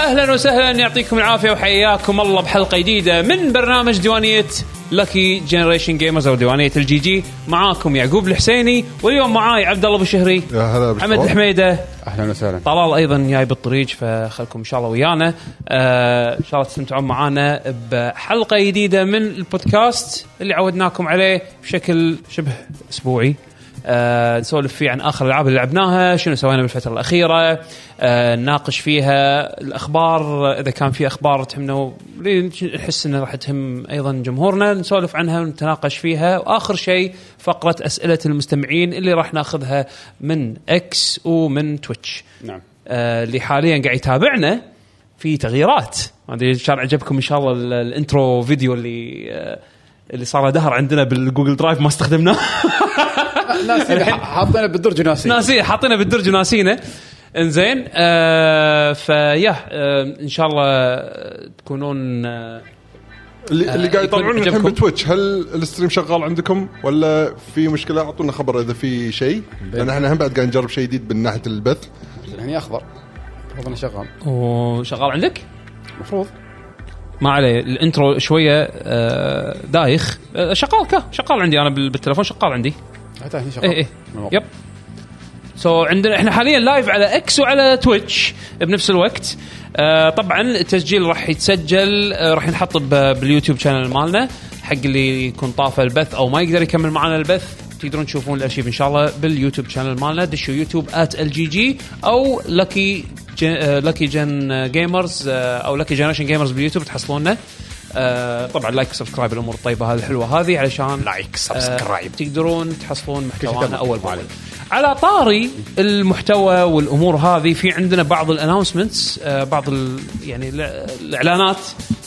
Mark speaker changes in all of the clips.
Speaker 1: اهلا وسهلا يعطيكم العافيه وحياكم الله بحلقه جديده من برنامج ديوانيه لكي جنريشن جيمرز او ديوانيه الجي جي معاكم يعقوب الحسيني واليوم معاي عبد الله ابو شهري
Speaker 2: يا هلا بالشباب.
Speaker 1: حمد الحميده
Speaker 3: اهلا وسهلا
Speaker 1: طلال ايضا جاي بالطريق فخلكم ان شاء الله ويانا آه، ان شاء الله تستمتعون معانا بحلقه جديده من البودكاست اللي عودناكم عليه بشكل شبه اسبوعي آه، نسولف فيه عن اخر الالعاب اللي لعبناها، شنو سوينا بالفتره الاخيره، آه، نناقش فيها الاخبار آه، اذا كان في اخبار تهمنا و- اللي نحس انها راح تهم ايضا جمهورنا، نسولف عنها ونتناقش فيها، واخر شيء فقره اسئله المستمعين اللي راح ناخذها من اكس ومن تويتش.
Speaker 3: نعم
Speaker 1: آه، اللي حاليا قاعد يتابعنا في تغييرات ما ادري ان شاء الله عجبكم ان شاء الله ال- الانترو فيديو اللي آه، اللي صار له دهر عندنا بالجوجل درايف ما استخدمناه
Speaker 3: ناسي يعني حاطينه بالدرج وناسي
Speaker 1: ناسي حاطينه بالدرج وناسينه انزين آه فيا آه ان شاء الله تكونون آه
Speaker 2: اللي, اللي
Speaker 1: يكون
Speaker 2: قاعد يطلعون الحين
Speaker 1: عجبكم.
Speaker 2: بتويتش هل الستريم شغال عندكم ولا في مشكله اعطونا خبر اذا في شيء لان احنا هم بعد قاعد نجرب شيء جديد من ناحيه البث
Speaker 3: هني اخضر المفروض انه شغال
Speaker 1: وشغال عندك؟
Speaker 3: المفروض
Speaker 1: ما عليه الانترو شويه آه دايخ آه شغال كه شغال عندي انا بال- بالتلفون شغال عندي
Speaker 3: حتى هني شغال
Speaker 1: اي اي إيه، يب سو عندنا احنا حاليا لايف على اكس وعلى تويتش بنفس الوقت آه طبعا التسجيل راح يتسجل آه راح ينحط ب- باليوتيوب شانل مالنا حق اللي يكون طافه البث او ما يقدر يكمل معنا البث تقدرون تشوفون الارشيف ان شاء الله باليوتيوب شانل مالنا دشوا يوتيوب ات ال جي جي او لكي لكي جن جيمرز او لكي جنريشن جيمرز باليوتيوب تحصلونا آه طبعا لايك سبسكرايب الامور الطيبه هذه الحلوه هذه علشان لايك سبسكرايب تقدرون تحصلون محتوانا اول باول على طاري المحتوى والامور هذه في عندنا بعض الاناونسمنتس بعض ال يعني ال- الاعلانات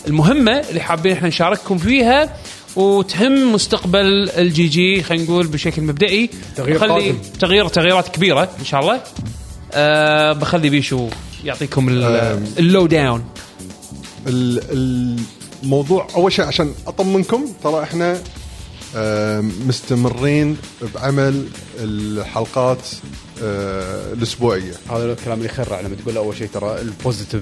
Speaker 1: المهمه اللي حابين احنا نشارككم فيها وتهم مستقبل الجي جي خلينا نقول بشكل مبدئي
Speaker 3: تغيير
Speaker 1: بخلي-
Speaker 3: قادم.
Speaker 1: تغيير تغييرات كبيره ان شاء الله أه بخلي بيشو يعطيكم ال-
Speaker 2: أم.
Speaker 1: اللو داون
Speaker 2: ال- الموضوع اول شيء عشان اطمنكم ترى احنا آم، مستمرين بعمل الحلقات آه، الاسبوعيه
Speaker 3: هذا الكلام اللي يخرع لما تقول اول شيء ترى البوزيتيف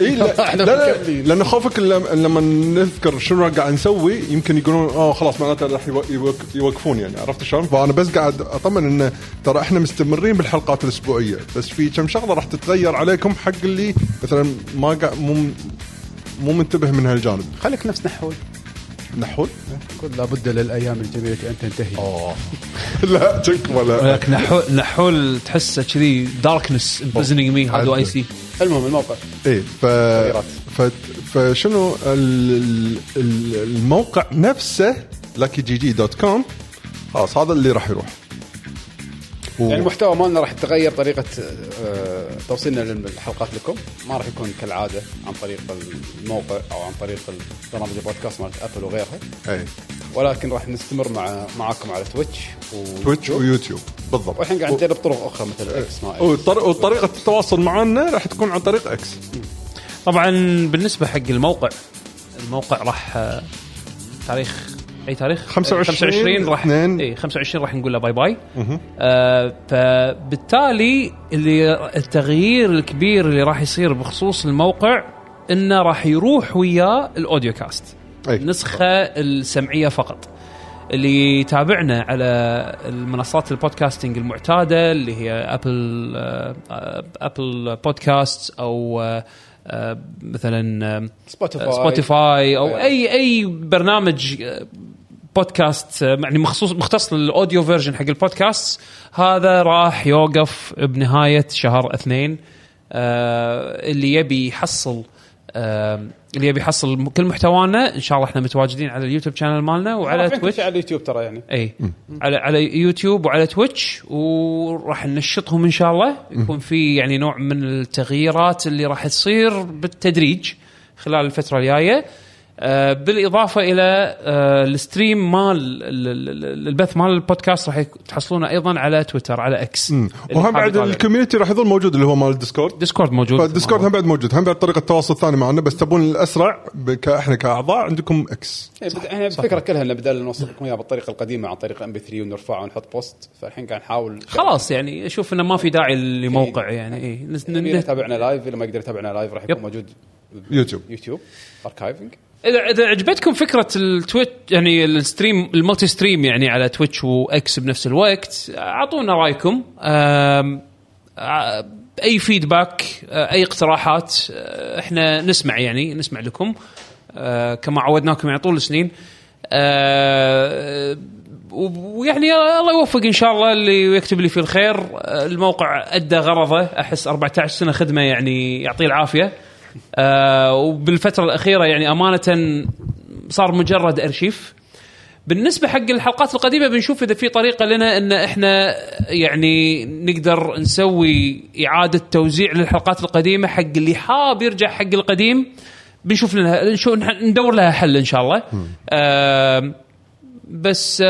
Speaker 2: اي إيه، لا,
Speaker 3: إحنا
Speaker 2: لا, لا
Speaker 3: مكملين.
Speaker 2: لان خوفك لما لما نذكر شنو قاعد نسوي يمكن يقولون اه خلاص معناته راح يو- يوق- يوقفون يعني عرفت شلون؟ فانا بس قاعد اطمن انه ترى احنا مستمرين بالحلقات الاسبوعيه بس في كم شغله راح تتغير عليكم حق اللي مثلا ما قاعد مو مو منتبه من هالجانب
Speaker 3: خليك نفس نحول
Speaker 2: نحول
Speaker 3: قل لابد للايام الجميله ان تنتهي
Speaker 2: لا تك ولا
Speaker 1: ولكن نحول نحول تحسه كذي داركنس امبرزنينج مي هاو دو اي سي
Speaker 3: المهم الموقع
Speaker 2: ايه ف...
Speaker 3: تغييرات.
Speaker 2: ف... فشنو ال... ال- الموقع نفسه لاكي جي جي دوت كوم خلاص هذا اللي راح يروح و-
Speaker 3: يعني المحتوى مالنا راح تتغير طريقه آه، توصيلنا للحلقات لكم ما راح يكون كالعاده عن طريق الموقع او عن طريق برامج البودكاست مالت ابل وغيرها
Speaker 2: ايه
Speaker 3: ولكن راح نستمر مع معاكم على تويتش و...
Speaker 2: تويتش ويوتيوب بالضبط
Speaker 3: والحين قاعد نجرب طرق اخرى مثل
Speaker 2: إيه.
Speaker 3: اكس ما إكس.
Speaker 2: والطر- وطريقه التواصل معنا راح تكون عن طريق اكس
Speaker 1: طبعا بالنسبه حق الموقع الموقع راح آه، تاريخ اي تاريخ
Speaker 2: 25
Speaker 1: 25 راح
Speaker 2: اثنين.
Speaker 1: اي 25 راح نقول له باي باي آه فبالتالي اللي التغيير الكبير اللي راح يصير بخصوص الموقع انه راح يروح وياه الاوديو كاست
Speaker 2: أي.
Speaker 1: النسخه السمعيه فقط اللي يتابعنا على المنصات البودكاستنج المعتاده اللي هي ابل آه، آه، ابل بودكاست او آه، آه، مثلا آه،
Speaker 3: سبوتيفاي.
Speaker 1: سبوتيفاي او اي اي برنامج آه، بودكاست آه، يعني مخصوص مختص للاوديو فيرجن حق البودكاست هذا راح يوقف بنهايه شهر اثنين آه، اللي يبي يحصل آه، اللي يبي يحصل كل محتوانا ان شاء الله احنا متواجدين على اليوتيوب شانل مالنا وعلى
Speaker 3: راح يكون
Speaker 1: تويتش
Speaker 3: شيء على اليوتيوب ترى يعني
Speaker 1: اي إيه. على على يوتيوب وعلى تويتش وراح ننشطهم ان شاء الله يكون في يعني نوع من التغييرات اللي راح تصير بالتدريج خلال الفتره الجايه آه، بالاضافه الى آه، الستريم مال ال- ال- ال- البث مال البودكاست راح يك- تحصلونه ايضا على تويتر على اكس
Speaker 2: وهم بعد الكوميونتي راح يظل موجود اللي هو مال الديسكورد
Speaker 1: ديسكورد موجود
Speaker 2: فالديسكورد هم بعد موجود هم بعد طريقه تواصل ثانيه معنا بس تبون الاسرع ب- ك- احنا كاعضاء عندكم اكس
Speaker 3: إيه، بد- احنا الفكره كلها ان بدل نوصل لكم اياها بالطريقه القديمه عن طريق ام بي 3 ونرفعه ونحط بوست فالحين قاعد نحاول
Speaker 1: خلاص يعني اشوف انه ما في داعي لموقع يعني اي نس-
Speaker 3: اللي
Speaker 1: ننت-
Speaker 3: يتابعنا لايف اللي ما يقدر يتابعنا لايف راح يكون
Speaker 1: يب.
Speaker 3: موجود
Speaker 2: يوتيوب
Speaker 3: يوتيوب اركايفنج
Speaker 1: اذا اذا عجبتكم فكره التويت يعني الستريم المالتي ستريم يعني على تويتش واكس بنفس الوقت اعطونا رايكم آم، ع- اي فيدباك آه، اي اقتراحات آه، احنا نسمع يعني نسمع لكم آه، كما عودناكم يعني طول السنين آه، و- ويعني الله يوفق ان شاء الله اللي يكتب لي فيه الخير آه، الموقع ادى غرضه احس 14 سنه خدمه يعني يعطيه العافيه آه، وبالفتره الاخيره يعني امانه صار مجرد ارشيف بالنسبه حق الحلقات القديمه بنشوف اذا في طريقه لنا ان احنا يعني نقدر نسوي اعاده توزيع للحلقات القديمه حق اللي حاب يرجع حق القديم بنشوف لها نشو- ندور لها حل ان شاء الله آه، آم، بس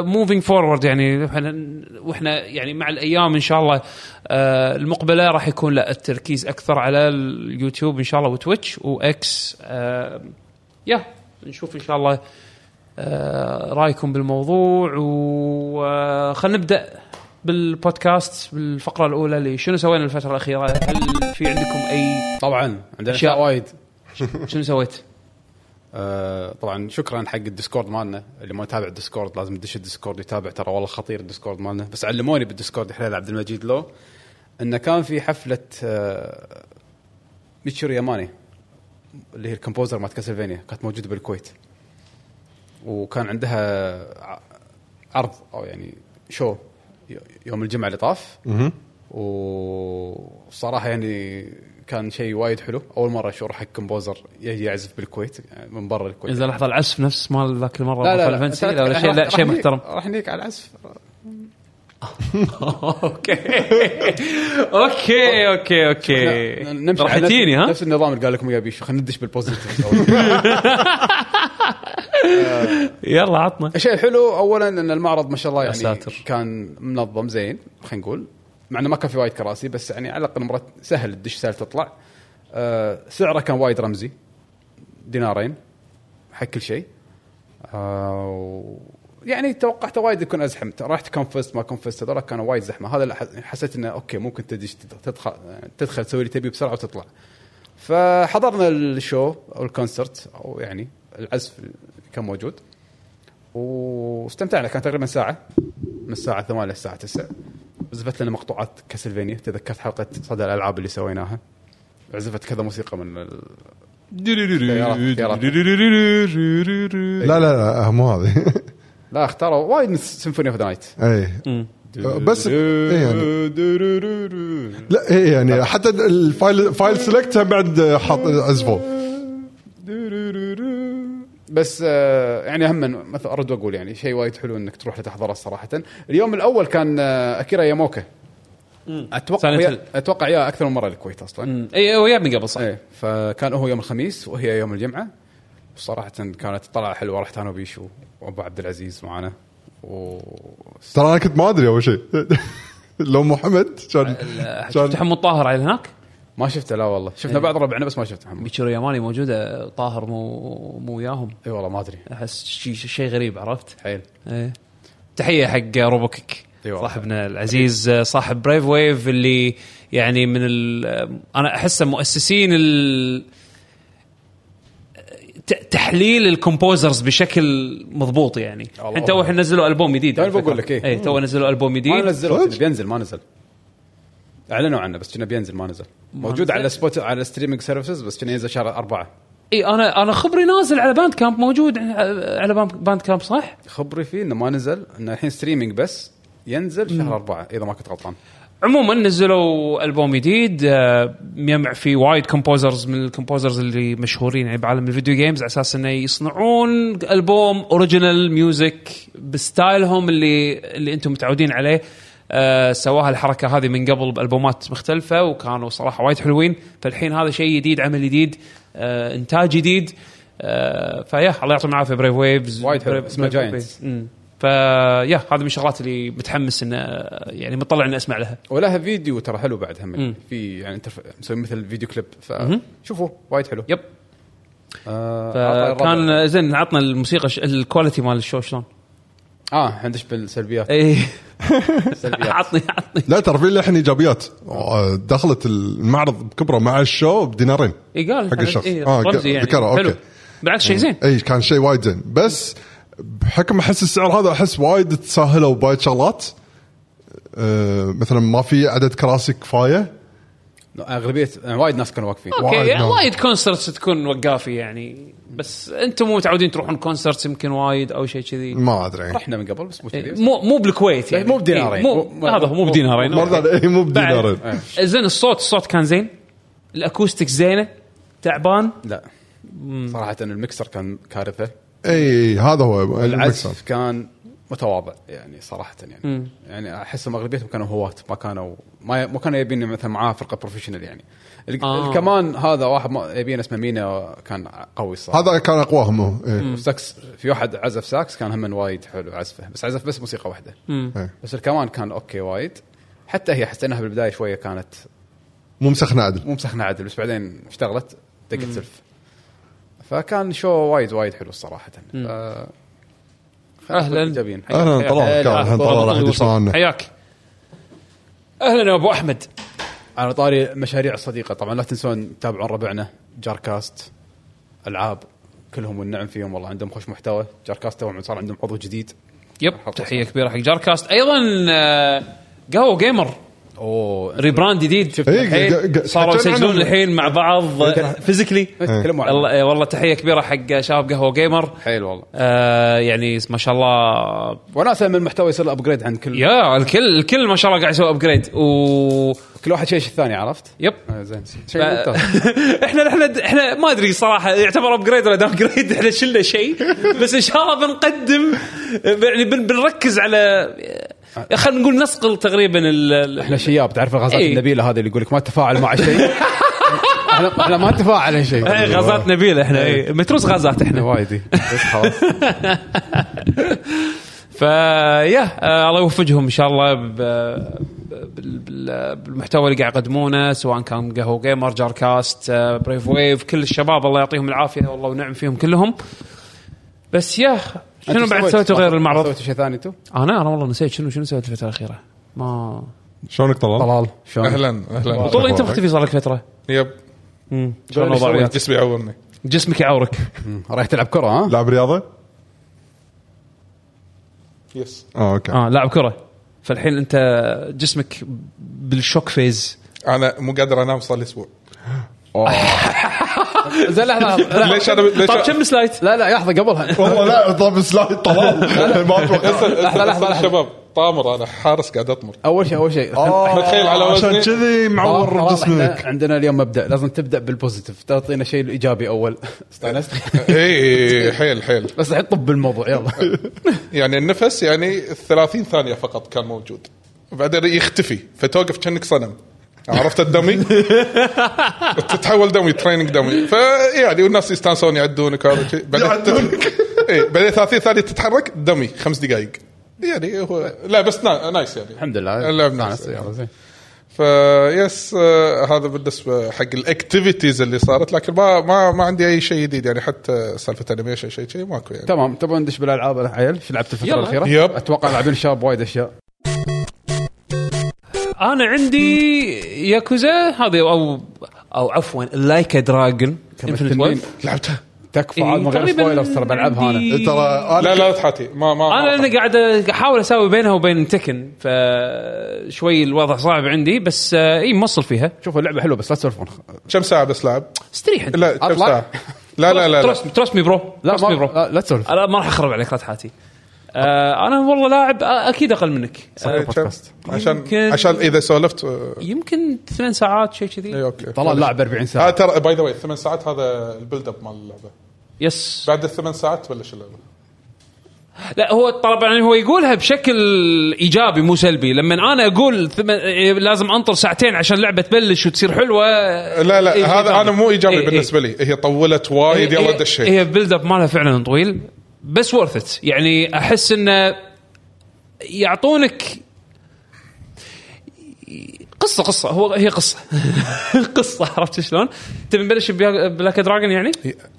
Speaker 1: موفينج فورورد يعني احنا واحنا يعني مع الايام ان شاء الله آه المقبله راح يكون لا التركيز اكثر على اليوتيوب ان شاء الله وتويتش واكس آه يا نشوف ان شاء الله آه رايكم بالموضوع وخلينا نبدا بالبودكاست بالفقره الاولى اللي شنو سوينا الفتره الاخيره هل في عندكم اي
Speaker 3: طبعا عندنا
Speaker 1: أشياء.
Speaker 3: اشياء وايد
Speaker 1: شنو سويت
Speaker 3: آه، طبعا شكرا حق الديسكورد مالنا اللي ما يتابع الديسكورد لازم يدش الديسكورد يتابع ترى والله خطير الديسكورد مالنا بس علموني بالديسكورد حلال عبد المجيد لو انه كان في حفله آه، ميتشوري ياماني اللي هي الكومبوزر مالت كاسلفينيا كانت موجوده بالكويت وكان عندها ع- عرض او يعني شو ي- يوم الجمعه اللي طاف وصراحه يعني كان شيء وايد حلو اول مره اشوف حق كومبوزر يجي يعزف بالكويت يعني من برا الكويت
Speaker 1: اذا لحظه العزف نفس مال ذاك المره
Speaker 3: لا لا
Speaker 1: مال
Speaker 3: لا,
Speaker 1: فالفنسي لا ولا شيء لا
Speaker 3: راح-
Speaker 1: شيء
Speaker 3: راح
Speaker 1: محترم
Speaker 3: نيك- راح نيك على العزف
Speaker 1: اوكي اوكي اوكي اوكي
Speaker 3: نمشي على نفس-
Speaker 1: رحتيني ها
Speaker 3: نفس النظام اللي قال لكم اياه بيشو خلينا ندش بالبوزيتيف
Speaker 1: يلا عطنا
Speaker 3: الشيء الحلو اولا ان المعرض ما شاء الله يعني
Speaker 1: ساتر.
Speaker 3: كان منظم زين خلينا نقول مع انه ما كان في وايد كراسي بس يعني على الاقل مرات سهل الدش سهل تطلع آه سعره كان وايد رمزي دينارين حق كل شيء آه و- يعني توقعته وايد يكون ازحم رحت كونفست ما كونفست هذول كانوا وايد زحمه هذا اللي ح- حسيت انه اوكي ممكن تدش تدخل تدخل تسوي اللي تبيه بسرعه وتطلع فحضرنا الشو او الكونسرت او يعني العزف اللي كان موجود واستمتعنا كان تقريبا ساعه من الساعه 8 للساعه 9 عزفت لنا مقطوعات كاسلفينيا تذكرت حلقه صدى الالعاب اللي سويناها عزفت كذا موسيقى من ال...
Speaker 2: لا لا لا مو هذه
Speaker 3: لا اختاروا وايد من سيمفوني اوف ذا نايت
Speaker 2: اي بس إيه يعني لا اي يعني حتى الفايل فايل سيلكت بعد حاط عزفه
Speaker 3: بس آه، يعني هم مثلا ارد واقول يعني شيء وايد حلو انك تروح لتحضره صراحه اليوم الاول كان آه، اكيرا ياموكا اتوقع
Speaker 1: Silent
Speaker 3: ويا-
Speaker 1: Hill.
Speaker 3: اتوقع يا اكثر من مره الكويت اصلا
Speaker 1: اي هو من قبل صح
Speaker 3: ايه فكان هو يوم الخميس وهي يوم الجمعه صراحة كانت طلعة حلوة رحت انا وبيشو وابو عبد العزيز معانا و
Speaker 2: ترى انا كنت ما ادري اول شيء لو محمد كان
Speaker 1: شفت حمود طاهر على هناك
Speaker 3: ما شفته لا والله
Speaker 1: إيه.
Speaker 3: شفنا بعض ربعنا بس ما شفته محمد
Speaker 1: بيتشورو ياماني موجوده طاهر مو مو وياهم
Speaker 3: اي إيه والله ما ادري
Speaker 1: احس شيء شيء غريب عرفت
Speaker 3: حيل
Speaker 1: إيه. تحيه حق روبوكيك
Speaker 3: إي والله.
Speaker 1: صاحبنا العزيز صاحب برايف ويف اللي يعني من ال انا احسه مؤسسين ال ت- تحليل الكومبوزرز بشكل مضبوط يعني
Speaker 3: الله.
Speaker 1: انت اول نزلوا البوم جديد
Speaker 3: توني
Speaker 1: على فكرة.
Speaker 3: بقول لك إيه.
Speaker 1: اي تو نزلوا البوم
Speaker 3: ما
Speaker 1: جديد
Speaker 3: نزلوا
Speaker 2: صدق؟
Speaker 3: بينزل ما نزل اعلنوا عنه بس كنا بينزل ما نزل موجود
Speaker 1: نزل؟
Speaker 3: على سبوت على ستريمينج سيرفيسز بس كنا ينزل شهر أربعة
Speaker 1: اي انا انا خبري نازل على باند كامب موجود على على باند- باند كامب صح؟
Speaker 3: خبري فيه انه ما نزل انه الحين ستريمينج بس ينزل شهر أربعة اذا ما كنت غلطان
Speaker 1: عموما نزلوا البوم جديد آه، يجمع فيه وايد كومبوزرز من الكومبوزرز اللي مشهورين يعني بعالم الفيديو جيمز على اساس انه يصنعون البوم اوريجينال ميوزك بستايلهم اللي اللي انتم متعودين عليه آه، سواها الحركه هذه من قبل بالبومات مختلفه وكانوا صراحه وايد حلوين فالحين هذا شيء جديد عمل جديد آه، انتاج جديد آه، فيا الله يعطيهم العافيه بريف ويفز
Speaker 3: وايد حلو، اسمه Giants.
Speaker 1: فيا هذه من الشغلات اللي متحمس انه يعني مطلع اني اسمع لها
Speaker 3: ولها فيديو ترى حلو بعد هم
Speaker 1: مم.
Speaker 3: في يعني انترف... مسوي مثل فيديو كليب
Speaker 1: مهم.
Speaker 3: فشوفوه وايد حلو
Speaker 1: يب
Speaker 3: آه عطى الربع.
Speaker 1: فكان زين عطنا الموسيقى ش... الكواليتي مال الشو شلون
Speaker 3: اه عندش بالسلبيات
Speaker 1: اي
Speaker 3: السلبيات
Speaker 1: عطني عطني
Speaker 2: لا ترى في للحين ايجابيات آه، دخلت المعرض بكبره مع الشو بدينارين
Speaker 1: اي قال
Speaker 2: حق الشخص.
Speaker 1: إيه،
Speaker 2: آه،
Speaker 1: رمزي يعني
Speaker 2: ذكرها، أوكي.
Speaker 1: حلو بالعكس شيء زين
Speaker 2: اي كان شيء وايد زين بس بحكم احس السعر هذا احس وايد تساهلوا بايد شغلات أه مثلا ما في عدد كراسي كفايه
Speaker 3: اغلبيه يعني وايد ناس كانوا واقفين
Speaker 1: اوكي
Speaker 2: وايد
Speaker 1: يعني
Speaker 2: نعم.
Speaker 1: وايد كونسرتس تكون وقافي يعني بس انتم مو متعودين تروحون كونسرتس يمكن وايد او شيء كذي
Speaker 2: ما ادري
Speaker 3: رحنا من قبل بس مو كذي
Speaker 1: إيه،
Speaker 3: بس.
Speaker 1: مو مو بالكويت يعني
Speaker 3: مو بدينارين.
Speaker 1: إيه، مو-
Speaker 3: مو- مو-
Speaker 1: هذا هو مو
Speaker 3: مو-
Speaker 1: بدينارين
Speaker 2: مرة ثانية، إي، مو بدينارين
Speaker 1: بعد- زين الصوت الصوت كان زين الاكوستكس زينه تعبان
Speaker 3: لا صراحه المكسر كان كارثه
Speaker 2: اي هذا هو المكسر
Speaker 3: العزف كان متواضع يعني صراحه يعني يعني احسهم اغلبيتهم كانوا هواة ما كانوا ما ما كانوا يبين مثلا معاه فرقه بروفيشنال يعني ال-
Speaker 1: آه.
Speaker 3: الكمان هذا واحد ما يبين اسمه مينا كان قوي الصراحه
Speaker 2: هذا كان اقواهم هو إي.
Speaker 3: والساكس في واحد عزف ساكس كان هم وايد حلو عزفه بس عزف بس موسيقى واحده
Speaker 2: إي.
Speaker 3: بس الكمان كان اوكي وايد حتى هي حسيناها بالبدايه شويه كانت
Speaker 2: مو مسخنه عدل
Speaker 3: مو مسخنه عدل بس بعدين اشتغلت دقت سلف فكان شو وايد وايد حلو الصراحه ف...
Speaker 1: أهلاً.
Speaker 3: ايجابيين
Speaker 2: أهلاً،
Speaker 1: حياك.
Speaker 2: طلال،
Speaker 1: هلا.
Speaker 2: كان الحين طلال راح يدفعنا.
Speaker 1: حياك اهلا يا ابو احمد
Speaker 3: على طاري مشاريع الصديقه طبعا لا تنسون تتابعون ربعنا جاركاست العاب كلهم والنعم فيهم والله عندهم خوش محتوى جاركاست توهم صار عندهم عضو جديد
Speaker 1: يب
Speaker 3: مرحبا.
Speaker 1: تحيه كبيره حق جاركاست ايضا آه، قهوه جيمر
Speaker 3: اوه
Speaker 1: ريبراند جديد شفت
Speaker 2: إيه، ق- ق-
Speaker 1: صاروا
Speaker 2: حكينا
Speaker 1: يسجلون
Speaker 2: عنهم.
Speaker 1: الحين مع بعض آه، فيزيكلي
Speaker 3: تكلموا عنه
Speaker 1: والله إيه، والله تحيه كبيره حق شباب قهوه جيمر
Speaker 3: حيل والله
Speaker 1: آه يعني ما شاء الله
Speaker 3: وناسه من المحتوى يصير ابجريد عن كل
Speaker 1: يا الكل الكل ما شاء الله قاعد يسوي ابجريد و
Speaker 3: كل واحد شيء الثاني عرفت؟
Speaker 1: يب
Speaker 3: آه، زين شيء
Speaker 1: ف-
Speaker 3: ممتاز
Speaker 1: احنا احنا احنا ما ادري صراحه يعتبر ابجريد ولا داون جريد احنا شلنا شيء بس ان شاء الله بنقدم يعني بن- بنركز على خلينا نقول نصقل تقريبا ال- ال-
Speaker 3: احنا شياب تعرف الغازات
Speaker 1: إيه.
Speaker 3: النبيله هذه اللي يقول لك ما تفاعل مع شيء احنا احنا ما نتفاعل مع شيء
Speaker 1: إيه، غازات نبيله احنا إيه، متروس غازات احنا
Speaker 3: وايد بس خلاص
Speaker 1: فيا آه، الله يوفقهم ان شاء الله ب- بال- بال- بالمحتوى اللي قاعد يقدمونه سواء كان قهوه جيمر جار كاست آه، بريف ويف كل الشباب الله يعطيهم العافيه والله ونعم فيهم كلهم بس يا شنو
Speaker 3: أنتوا
Speaker 1: بعد
Speaker 3: سويتوا-
Speaker 1: سويتوا غير المعرض؟
Speaker 3: سويتوا شيء ثاني انتم؟
Speaker 1: انا انا والله نسيت شنو شنو سويت الفتره الاخيره ما
Speaker 2: شلونك طلال؟
Speaker 3: طلال شلون؟
Speaker 4: اهلا اهلا
Speaker 1: بطولة انت مختفي صار لك فتره
Speaker 4: يب
Speaker 1: شلون
Speaker 3: إيش
Speaker 1: وضعك؟
Speaker 3: سويت؟
Speaker 4: جسمي يعورني
Speaker 1: جسمك يعورك
Speaker 3: رايح تلعب كره ها؟
Speaker 2: لاعب رياضه؟
Speaker 4: يس
Speaker 2: اه اوكي
Speaker 1: اه لاعب كره فالحين انت جسمك بالشوك فيز
Speaker 4: انا مو قادر انام صار لي اسبوع
Speaker 3: زين لحظه لا طيب،
Speaker 4: ليش انا طيب، ليش
Speaker 1: طب كم سلايد؟
Speaker 3: لا لا لحظه قبلها
Speaker 2: والله لا طب سلايد طلال ما اتوقع
Speaker 4: لحظه
Speaker 3: لحظة،
Speaker 4: لحظه
Speaker 3: لحظة.
Speaker 4: شباب طامر انا حارس قاعد اطمر
Speaker 3: اول شيء اول شيء
Speaker 4: نتخيل على
Speaker 2: عشان
Speaker 4: وزني.
Speaker 2: كذي معور
Speaker 3: خلاص، إحنا
Speaker 2: جسمك
Speaker 3: عندنا اليوم مبدا لازم تبدا بالبوزيتيف تعطينا شيء ايجابي اول استانست
Speaker 4: اي حيل حيل
Speaker 3: بس الحين طب بالموضوع يلا
Speaker 4: يعني النفس يعني 30 ثانيه فقط كان موجود بعدين يختفي فتوقف كأنك صنم عرفت الدمي تتحول دمي تريننج دمي فيعني والناس يستانسون يعدونك وهذا الشيء بعدين
Speaker 2: يعدونك.
Speaker 4: اي بعدين 30 ثانيه تتحرك دمي خمس دقائق يعني هو لا بس نا- نايس يعني
Speaker 3: الحمد لله
Speaker 4: اللعب
Speaker 3: استانست،
Speaker 4: نايس
Speaker 3: يلا، زين.
Speaker 4: فيس آه، هذا بالنسبه حق الاكتيفيتيز اللي صارت لكن ما ما ما عندي اي شيء جديد يعني حتى سالفه انيميشن شيء شيء ماكو يعني
Speaker 3: تمام تبون ندش بالالعاب يا عيل شو لعبت الفتره
Speaker 1: يلا.
Speaker 3: الاخيره؟
Speaker 4: يب.
Speaker 3: اتوقع لاعبين الشباب وايد اشياء
Speaker 1: انا عندي ياكوزا هذه او او عفوا لايك دراجون انفنت
Speaker 3: تنين.
Speaker 1: وولف
Speaker 4: لعبتها
Speaker 3: تكفى عاد من
Speaker 1: إيه،
Speaker 3: غير سبويلرز ترى بلعبها انا
Speaker 2: ترى
Speaker 4: لا
Speaker 2: انا
Speaker 4: لا تحاتي ما ما
Speaker 1: انا
Speaker 4: ما-
Speaker 1: انا قاعد احاول اساوي بينها وبين تكن فشوي الوضع صعب عندي بس آه، اي موصل فيها
Speaker 3: شوفوا اللعبه حلوه بس لا تسولفون
Speaker 4: كم ساعه بس لعب؟
Speaker 1: استريح انت
Speaker 4: لا كم
Speaker 3: أطلع.
Speaker 4: ساعه؟ لا لا لا, لا.
Speaker 1: ترست ترست مي برو
Speaker 3: لا
Speaker 1: ترست مي برو
Speaker 3: ما لا- لا تسولف
Speaker 1: أنا ما راح اخرب عليك لا تحاتي آه، انا والله لاعب آه، اكيد اقل منك آه،
Speaker 4: إيه، كم؟
Speaker 3: بودكاست.
Speaker 4: عشان
Speaker 1: يمكن-
Speaker 4: عشان أيوه. اذا سولفت آه،
Speaker 1: يمكن ثمان ساعات شيء كذي
Speaker 4: اي اوكي
Speaker 3: طلال لاعب 40
Speaker 4: آه
Speaker 3: ساعه
Speaker 4: ترى باي ذا واي الثمان ساعات هذا البيلد اب مال اللعبه
Speaker 1: يس
Speaker 4: بعد الثمان ساعات تبلش اللعبه
Speaker 1: لا هو طبعا هو يقولها بشكل ايجابي مو سلبي لما انا اقول ثم... إيه، لازم انطر ساعتين عشان لعبه تبلش وتصير حلوه
Speaker 4: لا لا
Speaker 1: إيه،
Speaker 4: هذا انا مو ايجابي
Speaker 1: إيه، إيه.
Speaker 4: بالنسبه لي هي طولت وايد
Speaker 1: هي-
Speaker 4: يلا دشيت
Speaker 1: هي البيلد اب مالها فعلا طويل بس ورث ات يعني احس انه يعطونك قصه قصه هو هي قصه قصه عرفت شلون؟ تبي نبلش ببلاك- بلاك دراجون يعني؟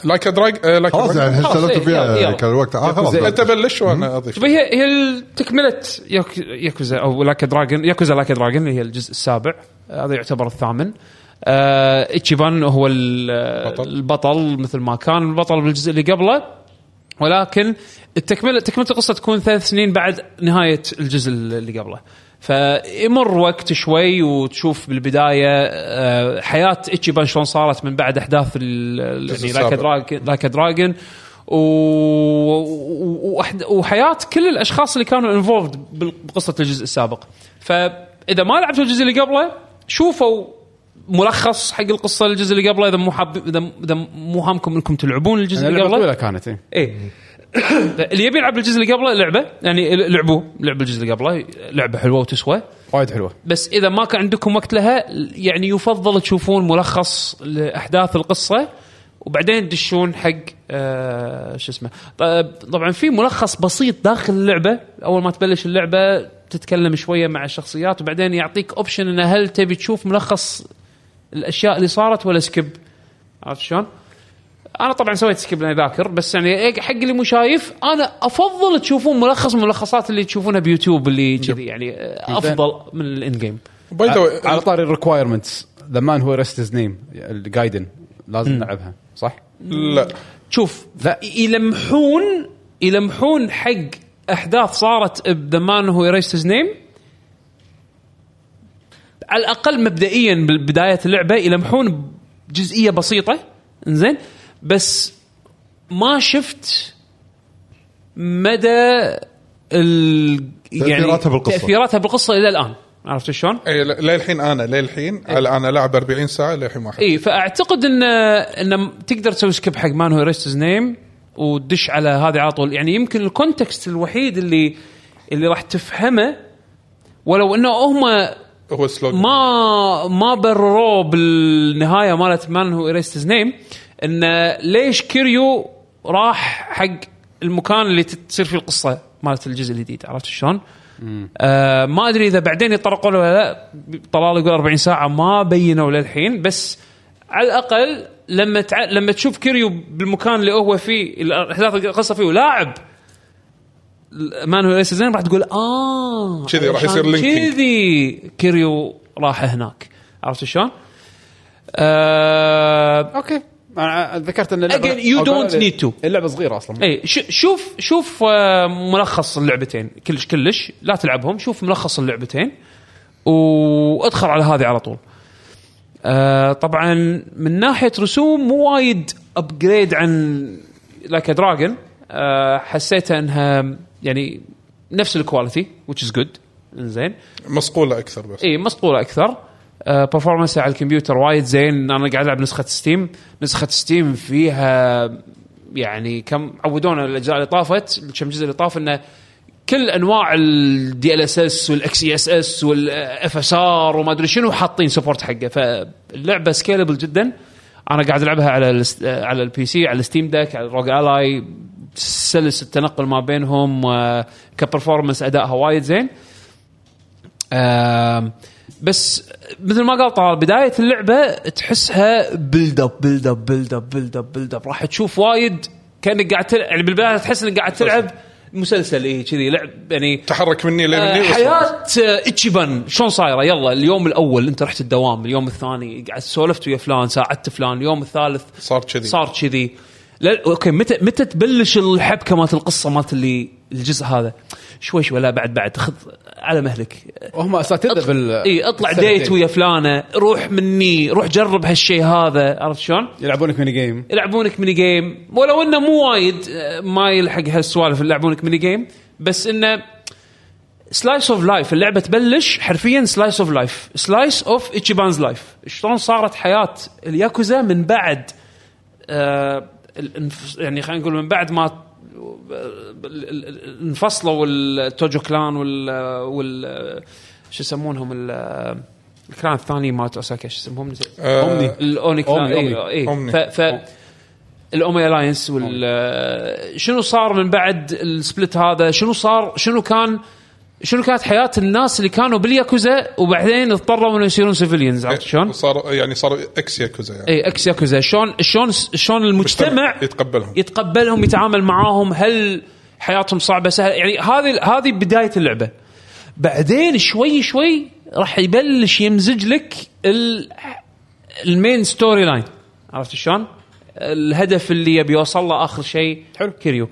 Speaker 4: لايك دراج لايك
Speaker 2: خلاص يعني
Speaker 1: خلاص،
Speaker 2: سولفت
Speaker 1: إيه، يلا،
Speaker 2: فيها
Speaker 1: يلا.
Speaker 2: كان الوقت آه، خلاص
Speaker 4: انت بلش وانا اضيف
Speaker 1: تبي طيب، هي هي تكمله ياك- ياكوزا او لاك دراجون ياكوزا لاك دراجون اللي هي الجزء السابع هذا يعتبر الثامن آه اتشيبان هو البطل.
Speaker 4: بطل.
Speaker 1: البطل مثل ما كان البطل بالجزء اللي قبله ولكن التكمله تكمله القصه تكون ثلاث سنين بعد نهايه الجزء اللي قبله فيمر وقت شوي وتشوف بالبدايه آه، حياه اتشيبان شلون صارت من بعد احداث ال- يعني لايك
Speaker 4: السابع.
Speaker 1: دراجون لايك دراجون و... و... وأحد- وحياه كل الاشخاص اللي كانوا انفولد بقصه الجزء السابق فاذا ما لعبتوا الجزء اللي قبله شوفوا ملخص حق القصه الجزء اللي قبله اذا مو حاب اذا اذا مو هامكم انكم تلعبون الجزء اللي
Speaker 3: اللعبه
Speaker 1: قبله
Speaker 3: طويله يعني كانت إيه.
Speaker 1: ايه اللي يبي يلعب الجزء اللي قبله لعبه يعني لعبوه لعب الجزء اللي قبله لعبه حلوه وتسوى
Speaker 3: وايد حلوه
Speaker 1: بس اذا ما كان عندكم وقت لها يعني يفضل تشوفون ملخص لاحداث القصه وبعدين تدشون حق آه شو اسمه طب- طبعا في ملخص بسيط داخل اللعبه اول ما تبلش اللعبه تتكلم شويه مع الشخصيات وبعدين يعطيك اوبشن انه هل تبي تشوف ملخص الاشياء اللي صارت ولا سكيب عرفت شلون؟ انا طبعا سويت سكيب لاني ذاكر بس يعني إيه، حق اللي مو شايف انا افضل تشوفون ملخص من الملخصات اللي تشوفونها بيوتيوب اللي كذي يعني آه، افضل من الاند جيم
Speaker 4: باي ذا واي،
Speaker 3: آه، على طاري الريكوايرمنتس ذا مان هو ريست هيز نيم الجايدن لازم نلعبها صح؟
Speaker 4: لا
Speaker 1: شوف
Speaker 3: لا.
Speaker 1: ي- يلمحون يلمحون حق احداث صارت بذا مان هو erased his نيم على الاقل مبدئيا ببدايه اللعبه يلمحون جزئيه بسيطه انزين بس ما شفت مدى ال يعني
Speaker 2: تأثيراتها بالقصة.
Speaker 1: تاثيراتها بالقصه الى الان عرفت شلون؟
Speaker 4: إيه، لا- للحين انا للحين انا لاعب 40 ساعه للحين ما حد
Speaker 1: اي فاعتقد ان ان تقدر تسوي سكيب حق مان هو ريستز نيم وتدش على هذه على طول يعني يمكن الكونتكست الوحيد اللي اللي راح تفهمه ولو انه هم
Speaker 4: هو سلوج
Speaker 1: ما ما برروه بالنهايه مالت مان هو ريستز نيم انه ليش كيريو راح حق المكان اللي تصير فيه القصه مالت الجزء الجديد عرفت شلون؟ آه ما ادري اذا بعدين يطرقوا له ولا لا طلال يقول 40 ساعه ما بينوا للحين بس على الاقل لما تع... لما تشوف كيريو بالمكان اللي هو فيه الاحداث القصه فيه ولاعب مان هو ريستز نيم راح تقول اه
Speaker 4: كذي راح
Speaker 1: علشان
Speaker 4: يصير لينكينج.
Speaker 1: كذي كيريو راح هناك عرفت شلون؟ آه
Speaker 3: اوكي انا ذكرت ان
Speaker 1: Again, you
Speaker 3: أو
Speaker 1: don't
Speaker 3: قال-
Speaker 1: need to.
Speaker 3: اللعبه صغيره اصلا
Speaker 1: اي ش- شوف شوف آه، ملخص اللعبتين كلش كلش لا تلعبهم شوف ملخص اللعبتين وادخل على هذه على طول آه طبعا من ناحيه رسوم مو وايد ابجريد عن لايك دراجون آه حسيتها انها يعني نفس الكواليتي which is good زين
Speaker 4: مصقوله اكثر بس
Speaker 1: اي مسطوله اكثر برفورمانس آه، على الكمبيوتر وايد زين انا قاعد العب نسخه ستيم نسخه ستيم فيها يعني كم عودونا الاجزاء اللي طافت كم جزء اللي طاف انه كل انواع الدي ال اس اس والاكس اي اس اس والاف اس ار وما ادري شنو حاطين سبورت حقه فاللعبه سكيلبل جدا انا قاعد العبها على الس- على البي سي على الستيم دك على الروج الاي سلس التنقل ما بينهم كبرفورمانس ادائها وايد زين آم، بس مثل ما قال طلال بدايه اللعبه تحسها بيلد اب بيلد اب بيلد اب بيلد اب بيلد اب راح تشوف وايد كانك قاعد تلعب يعني بالبدايه تحس انك قاعد تلعب مسلسل اي كذي لعب يعني
Speaker 4: تحرك مني لين
Speaker 1: آه،
Speaker 4: مني
Speaker 1: حياه آه، اتشيبان شلون صايره يلا اليوم الاول انت رحت الدوام اليوم الثاني قعدت سولفت ويا فلان ساعدت فلان اليوم الثالث
Speaker 4: صار كذي
Speaker 1: صار كذي لا اوكي متى متى تبلش الحبكه مالت القصه مالت اللي الجزء هذا شوي شوي لا بعد بعد خذ على مهلك
Speaker 3: وهم اساتذه بال
Speaker 1: اي اطلع
Speaker 3: بالسنتين.
Speaker 1: ديت إيه، ويا فلانه روح مني روح جرب هالشيء هذا عرفت شلون؟
Speaker 3: يلعبونك ميني جيم
Speaker 1: يلعبونك ميني جيم ولو انه مو وايد آه، ما يلحق هالسوالف اللي يلعبونك ميني جيم بس انه سلايس اوف لايف اللعبه تبلش حرفيا سلايس اوف لايف سلايس اوف اتشيبانز لايف شلون صارت حياه الياكوزا من بعد آه الانف- يعني خلينا نقول من بعد ما انفصلوا التوجو كلان وال وال شو يسمونهم ال- الكلان الثاني مالت اوساكا شو اسمهم؟ نسيت.
Speaker 4: أومني.
Speaker 1: الاوني كلان
Speaker 3: أومني،
Speaker 1: اي
Speaker 4: أومني.
Speaker 1: اي
Speaker 4: أومني.
Speaker 1: إيه، ف, ف الاومي الاينس وال آه، شنو صار من بعد السبلت هذا؟ شنو صار؟ شنو كان شنو كانت حياه الناس اللي كانوا بالياكوزا وبعدين اضطروا انه يصيرون سيفيليانز عرفت شلون؟
Speaker 4: صار إيه، يعني صاروا اكس ياكوزا يعني
Speaker 1: اي اكس ياكوزا شلون شلون شلون المجتمع
Speaker 4: يتقبلهم
Speaker 1: يتقبلهم يتعامل معاهم هل حياتهم صعبه سهله يعني هذه هذه بدايه اللعبه بعدين شوي شوي راح يبلش يمزج لك ال- المين ستوري لاين عرفت شلون؟ الهدف اللي يبي يوصل له اخر شيء حلو كيريو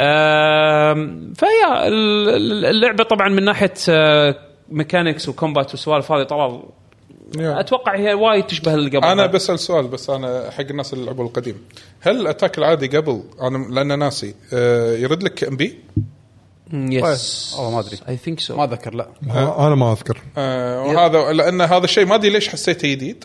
Speaker 1: آم، فيا ال- ال- اللعبه طبعا من آه، ناحيه ميكانكس وكومبات والسوالف هذه طلال
Speaker 4: يا.
Speaker 1: اتوقع هي وايد تشبه اللي قبل
Speaker 4: انا بسال سؤال بس انا حق الناس اللي لعبوا القديم هل الاتاك العادي قبل انا لان ناسي آه، يرد لك ام بي
Speaker 1: Mm, يس
Speaker 3: طيب، والله ما أدري.
Speaker 1: اي ثينك سو
Speaker 3: ما اتذكر لا
Speaker 2: آه، انا ما اذكر
Speaker 4: آه، وهذا لان هذا الشيء ما ادري ليش حسيته جديد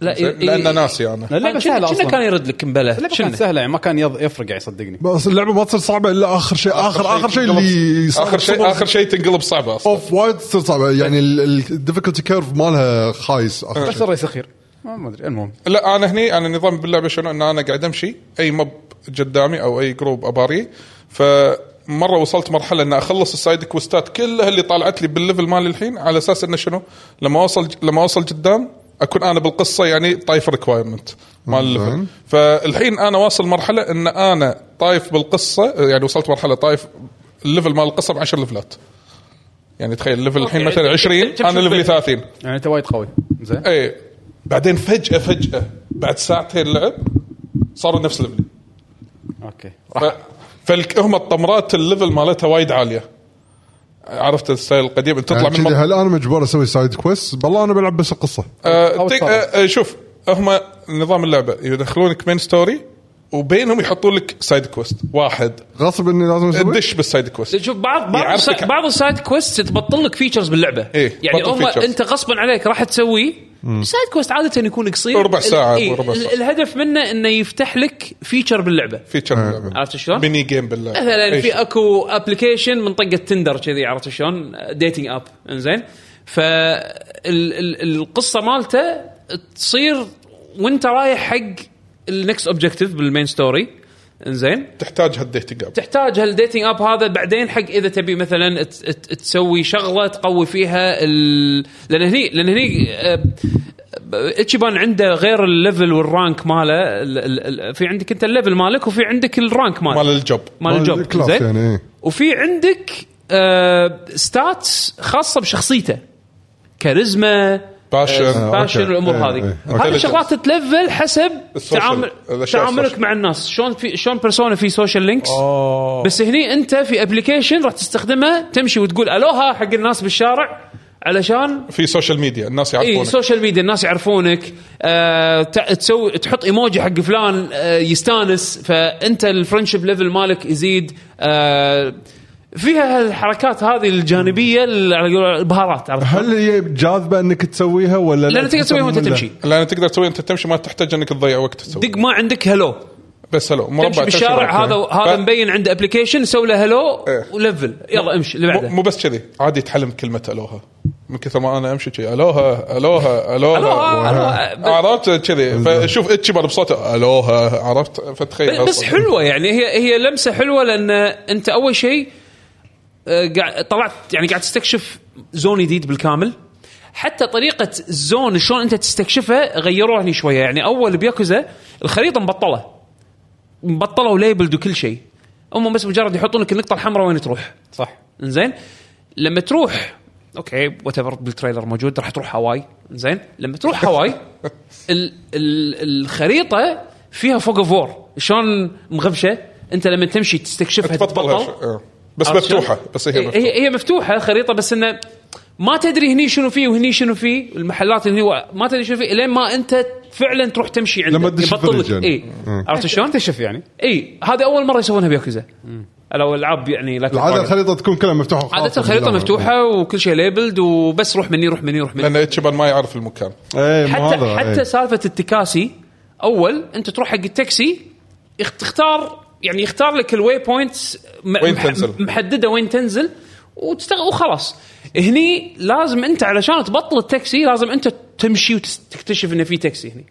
Speaker 1: لا إيه.
Speaker 4: لان ناسي انا
Speaker 3: اللعبه سهله
Speaker 1: كنا كان
Speaker 3: اصلا
Speaker 1: يرد لك مبلى
Speaker 3: اللعبه كانت سهله يعني ما كان يض- يفرق يعني صدقني
Speaker 2: بس اللعبه ما تصير صعبه الا اخر شيء اخر اخر شيء اللي يصير
Speaker 4: اخر شيء اخر شيء تنقلب صعبه اصلا
Speaker 2: اوف وايد تصير صعبه يعني الديفيكولتي كيرف مالها خايس اخر
Speaker 3: بس
Speaker 2: شيء
Speaker 3: الرئيس اخير ما ما ادري المهم
Speaker 4: لا انا هني انا نظام باللعبه شنو ان انا قاعد امشي اي مب قدامي او اي جروب اباري فمره وصلت مرحله ان اخلص السايد كوستات كلها اللي طالعت لي بالليفل مالي الحين على اساس انه شنو لما اوصل لما اوصل قدام اكون انا بالقصه يعني طايف ريكوايرمنت مال الليفل
Speaker 2: زين.
Speaker 4: فالحين انا واصل مرحله ان انا طايف بالقصه يعني وصلت مرحله طايف الليفل مال القصه ب 10 ليفلات يعني تخيل الليفل الحين
Speaker 1: أوكي.
Speaker 4: مثلا 20
Speaker 1: تمشي
Speaker 4: انا ليفلي
Speaker 1: بالبيت.
Speaker 4: 30
Speaker 3: يعني انت وايد قوي زين
Speaker 4: ايه بعدين فجاه فجاه بعد ساعتين لعب صاروا نفس ليفلي
Speaker 3: اوكي
Speaker 4: ف... فهم الطمرات الليفل مالتها وايد عاليه عرفت الستايل القديم انت تطلع
Speaker 2: يعني
Speaker 4: من
Speaker 2: كذي
Speaker 4: مط...
Speaker 2: هل انا مجبور اسوي سايد كويست؟ بالله انا بلعب بس القصه
Speaker 4: آه...
Speaker 3: أو
Speaker 4: تك... آه...
Speaker 3: الطرف.
Speaker 4: آه... شوف هم نظام اللعبه يدخلونك مين ستوري وبينهم يحطون لك سايد كويست واحد
Speaker 2: غصب اني لازم اسوي
Speaker 4: دش بالسايد كويست
Speaker 1: شوف بعض بعض
Speaker 4: يعرفك.
Speaker 1: السا- بعض السايد كويست تبطل لك فيتشرز باللعبه
Speaker 4: إيه،
Speaker 1: يعني
Speaker 4: تبطل
Speaker 1: هم
Speaker 4: features.
Speaker 1: انت غصبا عليك راح تسويه السايد كويست عاده يكون قصير
Speaker 4: ربع ساعة،
Speaker 1: إيه،
Speaker 4: ربع ساعة.
Speaker 1: ال- الهدف منه انه يفتح لك فيتشر باللعبه
Speaker 4: فيتشر
Speaker 2: آه.
Speaker 4: اللعبه
Speaker 1: عرفت شلون؟
Speaker 4: ميني جيم باللعبه
Speaker 1: مثلا
Speaker 4: أي
Speaker 1: في
Speaker 4: شيء.
Speaker 1: اكو ابلكيشن من طقه تندر كذي عرفت شلون؟ ديتنج اب انزين فالقصه مالته تصير وانت رايح حق النكست اوبجيكتيف بالمين ستوري انزين
Speaker 4: تحتاج هالديتنج اب
Speaker 1: تحتاج هالديتنج اب هذا بعدين حق اذا تبي مثلا ت- ت- تسوي شغله تقوي فيها ال... لان هني لان هني آه، اتشيبان عنده غير الليفل والرانك ماله ال- ال- ال- في عندك انت الليفل مالك وفي عندك الرانك مالك
Speaker 4: مال الجوب
Speaker 1: مال الجوب
Speaker 2: الكلاس
Speaker 1: زين
Speaker 2: يعني، إيه.
Speaker 1: وفي عندك ستاتس خاصه بشخصيته كاريزما
Speaker 4: Passion.
Speaker 1: آه،
Speaker 2: آه،
Speaker 1: passion
Speaker 2: أوكي.
Speaker 1: والامور
Speaker 2: إيه،
Speaker 1: هذه
Speaker 2: إيه.
Speaker 1: هذه
Speaker 4: Intelligence.
Speaker 1: شغلات تلفل حسب
Speaker 4: Social.
Speaker 1: تعامل
Speaker 4: الأشياء
Speaker 1: تعاملك
Speaker 4: الsocial.
Speaker 1: مع الناس شلون في شلون بيرسونا في سوشيال لينكس
Speaker 2: آه.
Speaker 1: بس هني انت في ابلكيشن راح تستخدمه تمشي وتقول الوها حق الناس بالشارع علشان
Speaker 4: في سوشيال ميديا الناس
Speaker 1: اي
Speaker 4: يعرفونك
Speaker 1: سوشيال ميديا الناس يعرفونك آه ت- تسوي تحط ايموجي حق فلان آه يستانس فانت الفرنشب ليفل مالك يزيد آه فيها الحركات هذه الجانبيه اللي على قول البهارات عرفت
Speaker 2: هل هي جاذبه انك تسويها ولا لا؟
Speaker 1: لان تقدر تسويها وانت
Speaker 2: ولا؟
Speaker 1: تمشي
Speaker 4: لان تقدر تسوي انت تمشي ما تحتاج انك تضيع وقت تسوي
Speaker 1: دق ما عندك هلو
Speaker 4: بس هلو مربع
Speaker 1: تمشي
Speaker 4: تمشي
Speaker 1: بالشارع
Speaker 4: مربع.
Speaker 1: هذا
Speaker 4: ف-
Speaker 1: هذا مبين عنده ابلكيشن سوي له هلو
Speaker 4: إيه.
Speaker 1: ولفل يلا امشي اللي
Speaker 4: مو
Speaker 1: بعده
Speaker 4: مو بس كذي عادي تعلم كلمه الوها من كثر ما انا امشي كذي الوها الوها الوها
Speaker 1: ألوها، ألوها.
Speaker 4: عرفت كذي فشوف اتشبر بصوته الوها عرفت فتخيل
Speaker 1: بس
Speaker 4: أصلاً.
Speaker 1: حلوه يعني هي هي لمسه حلوه لان انت اول شيء آه، قاعد طلعت يعني قاعد تستكشف زون جديد بالكامل حتى طريقه الزون شلون انت تستكشفها غيروها هني شويه يعني اول بياكوزا الخريطه مبطله مبطله وليبلد وكل شيء هم بس مجرد يحطون لك النقطه الحمراء وين تروح
Speaker 3: صح
Speaker 1: زين لما تروح اوكي وات ايفر بالتريلر موجود راح تروح هواي زين لما تروح هواي ال ال الخريطه فيها فوق فور شلون مغبشه انت لما تمشي تستكشفها
Speaker 4: تبطلها
Speaker 1: تبطل
Speaker 4: شو- إيه. بس
Speaker 1: عرفت شلون؟ إيه،
Speaker 4: مفتوحه بس هي مفتوحه
Speaker 1: هي, هي مفتوحه خريطه بس انه ما تدري هني شنو فيه وهني شنو فيه المحلات اللي هو ما تدري شنو فيه لين ما انت فعلا تروح تمشي عنده
Speaker 2: لما تدش
Speaker 1: يبطل لك
Speaker 2: الفرج يعني.
Speaker 1: اي عرفت شلون؟ إيه.
Speaker 3: اكتشف يعني
Speaker 1: اي هذا اول مره يسوونها بياكوزا لو العاب يعني لكن
Speaker 2: العاده الخريطه تكون كلها مفتوحه وخلاص.
Speaker 1: عادة الخريطة مفتوحة وكل شيء ليبلد وبس روح مني روح مني روح مني
Speaker 4: لان اتشبر ما يعرف المكان
Speaker 2: ايه مو
Speaker 1: حتى
Speaker 2: هذا
Speaker 1: حتى
Speaker 2: إيه.
Speaker 1: سالفة التكاسي أول أنت تروح حق التاكسي يخ- تختار يعني يختار لك الواي بوينتس م-
Speaker 4: وين
Speaker 1: مح-
Speaker 4: تنزل.
Speaker 1: محدده وين تنزل وتستغ... وخلاص هني لازم انت علشان تبطل التاكسي لازم انت تمشي وتكتشف انه في تاكسي هني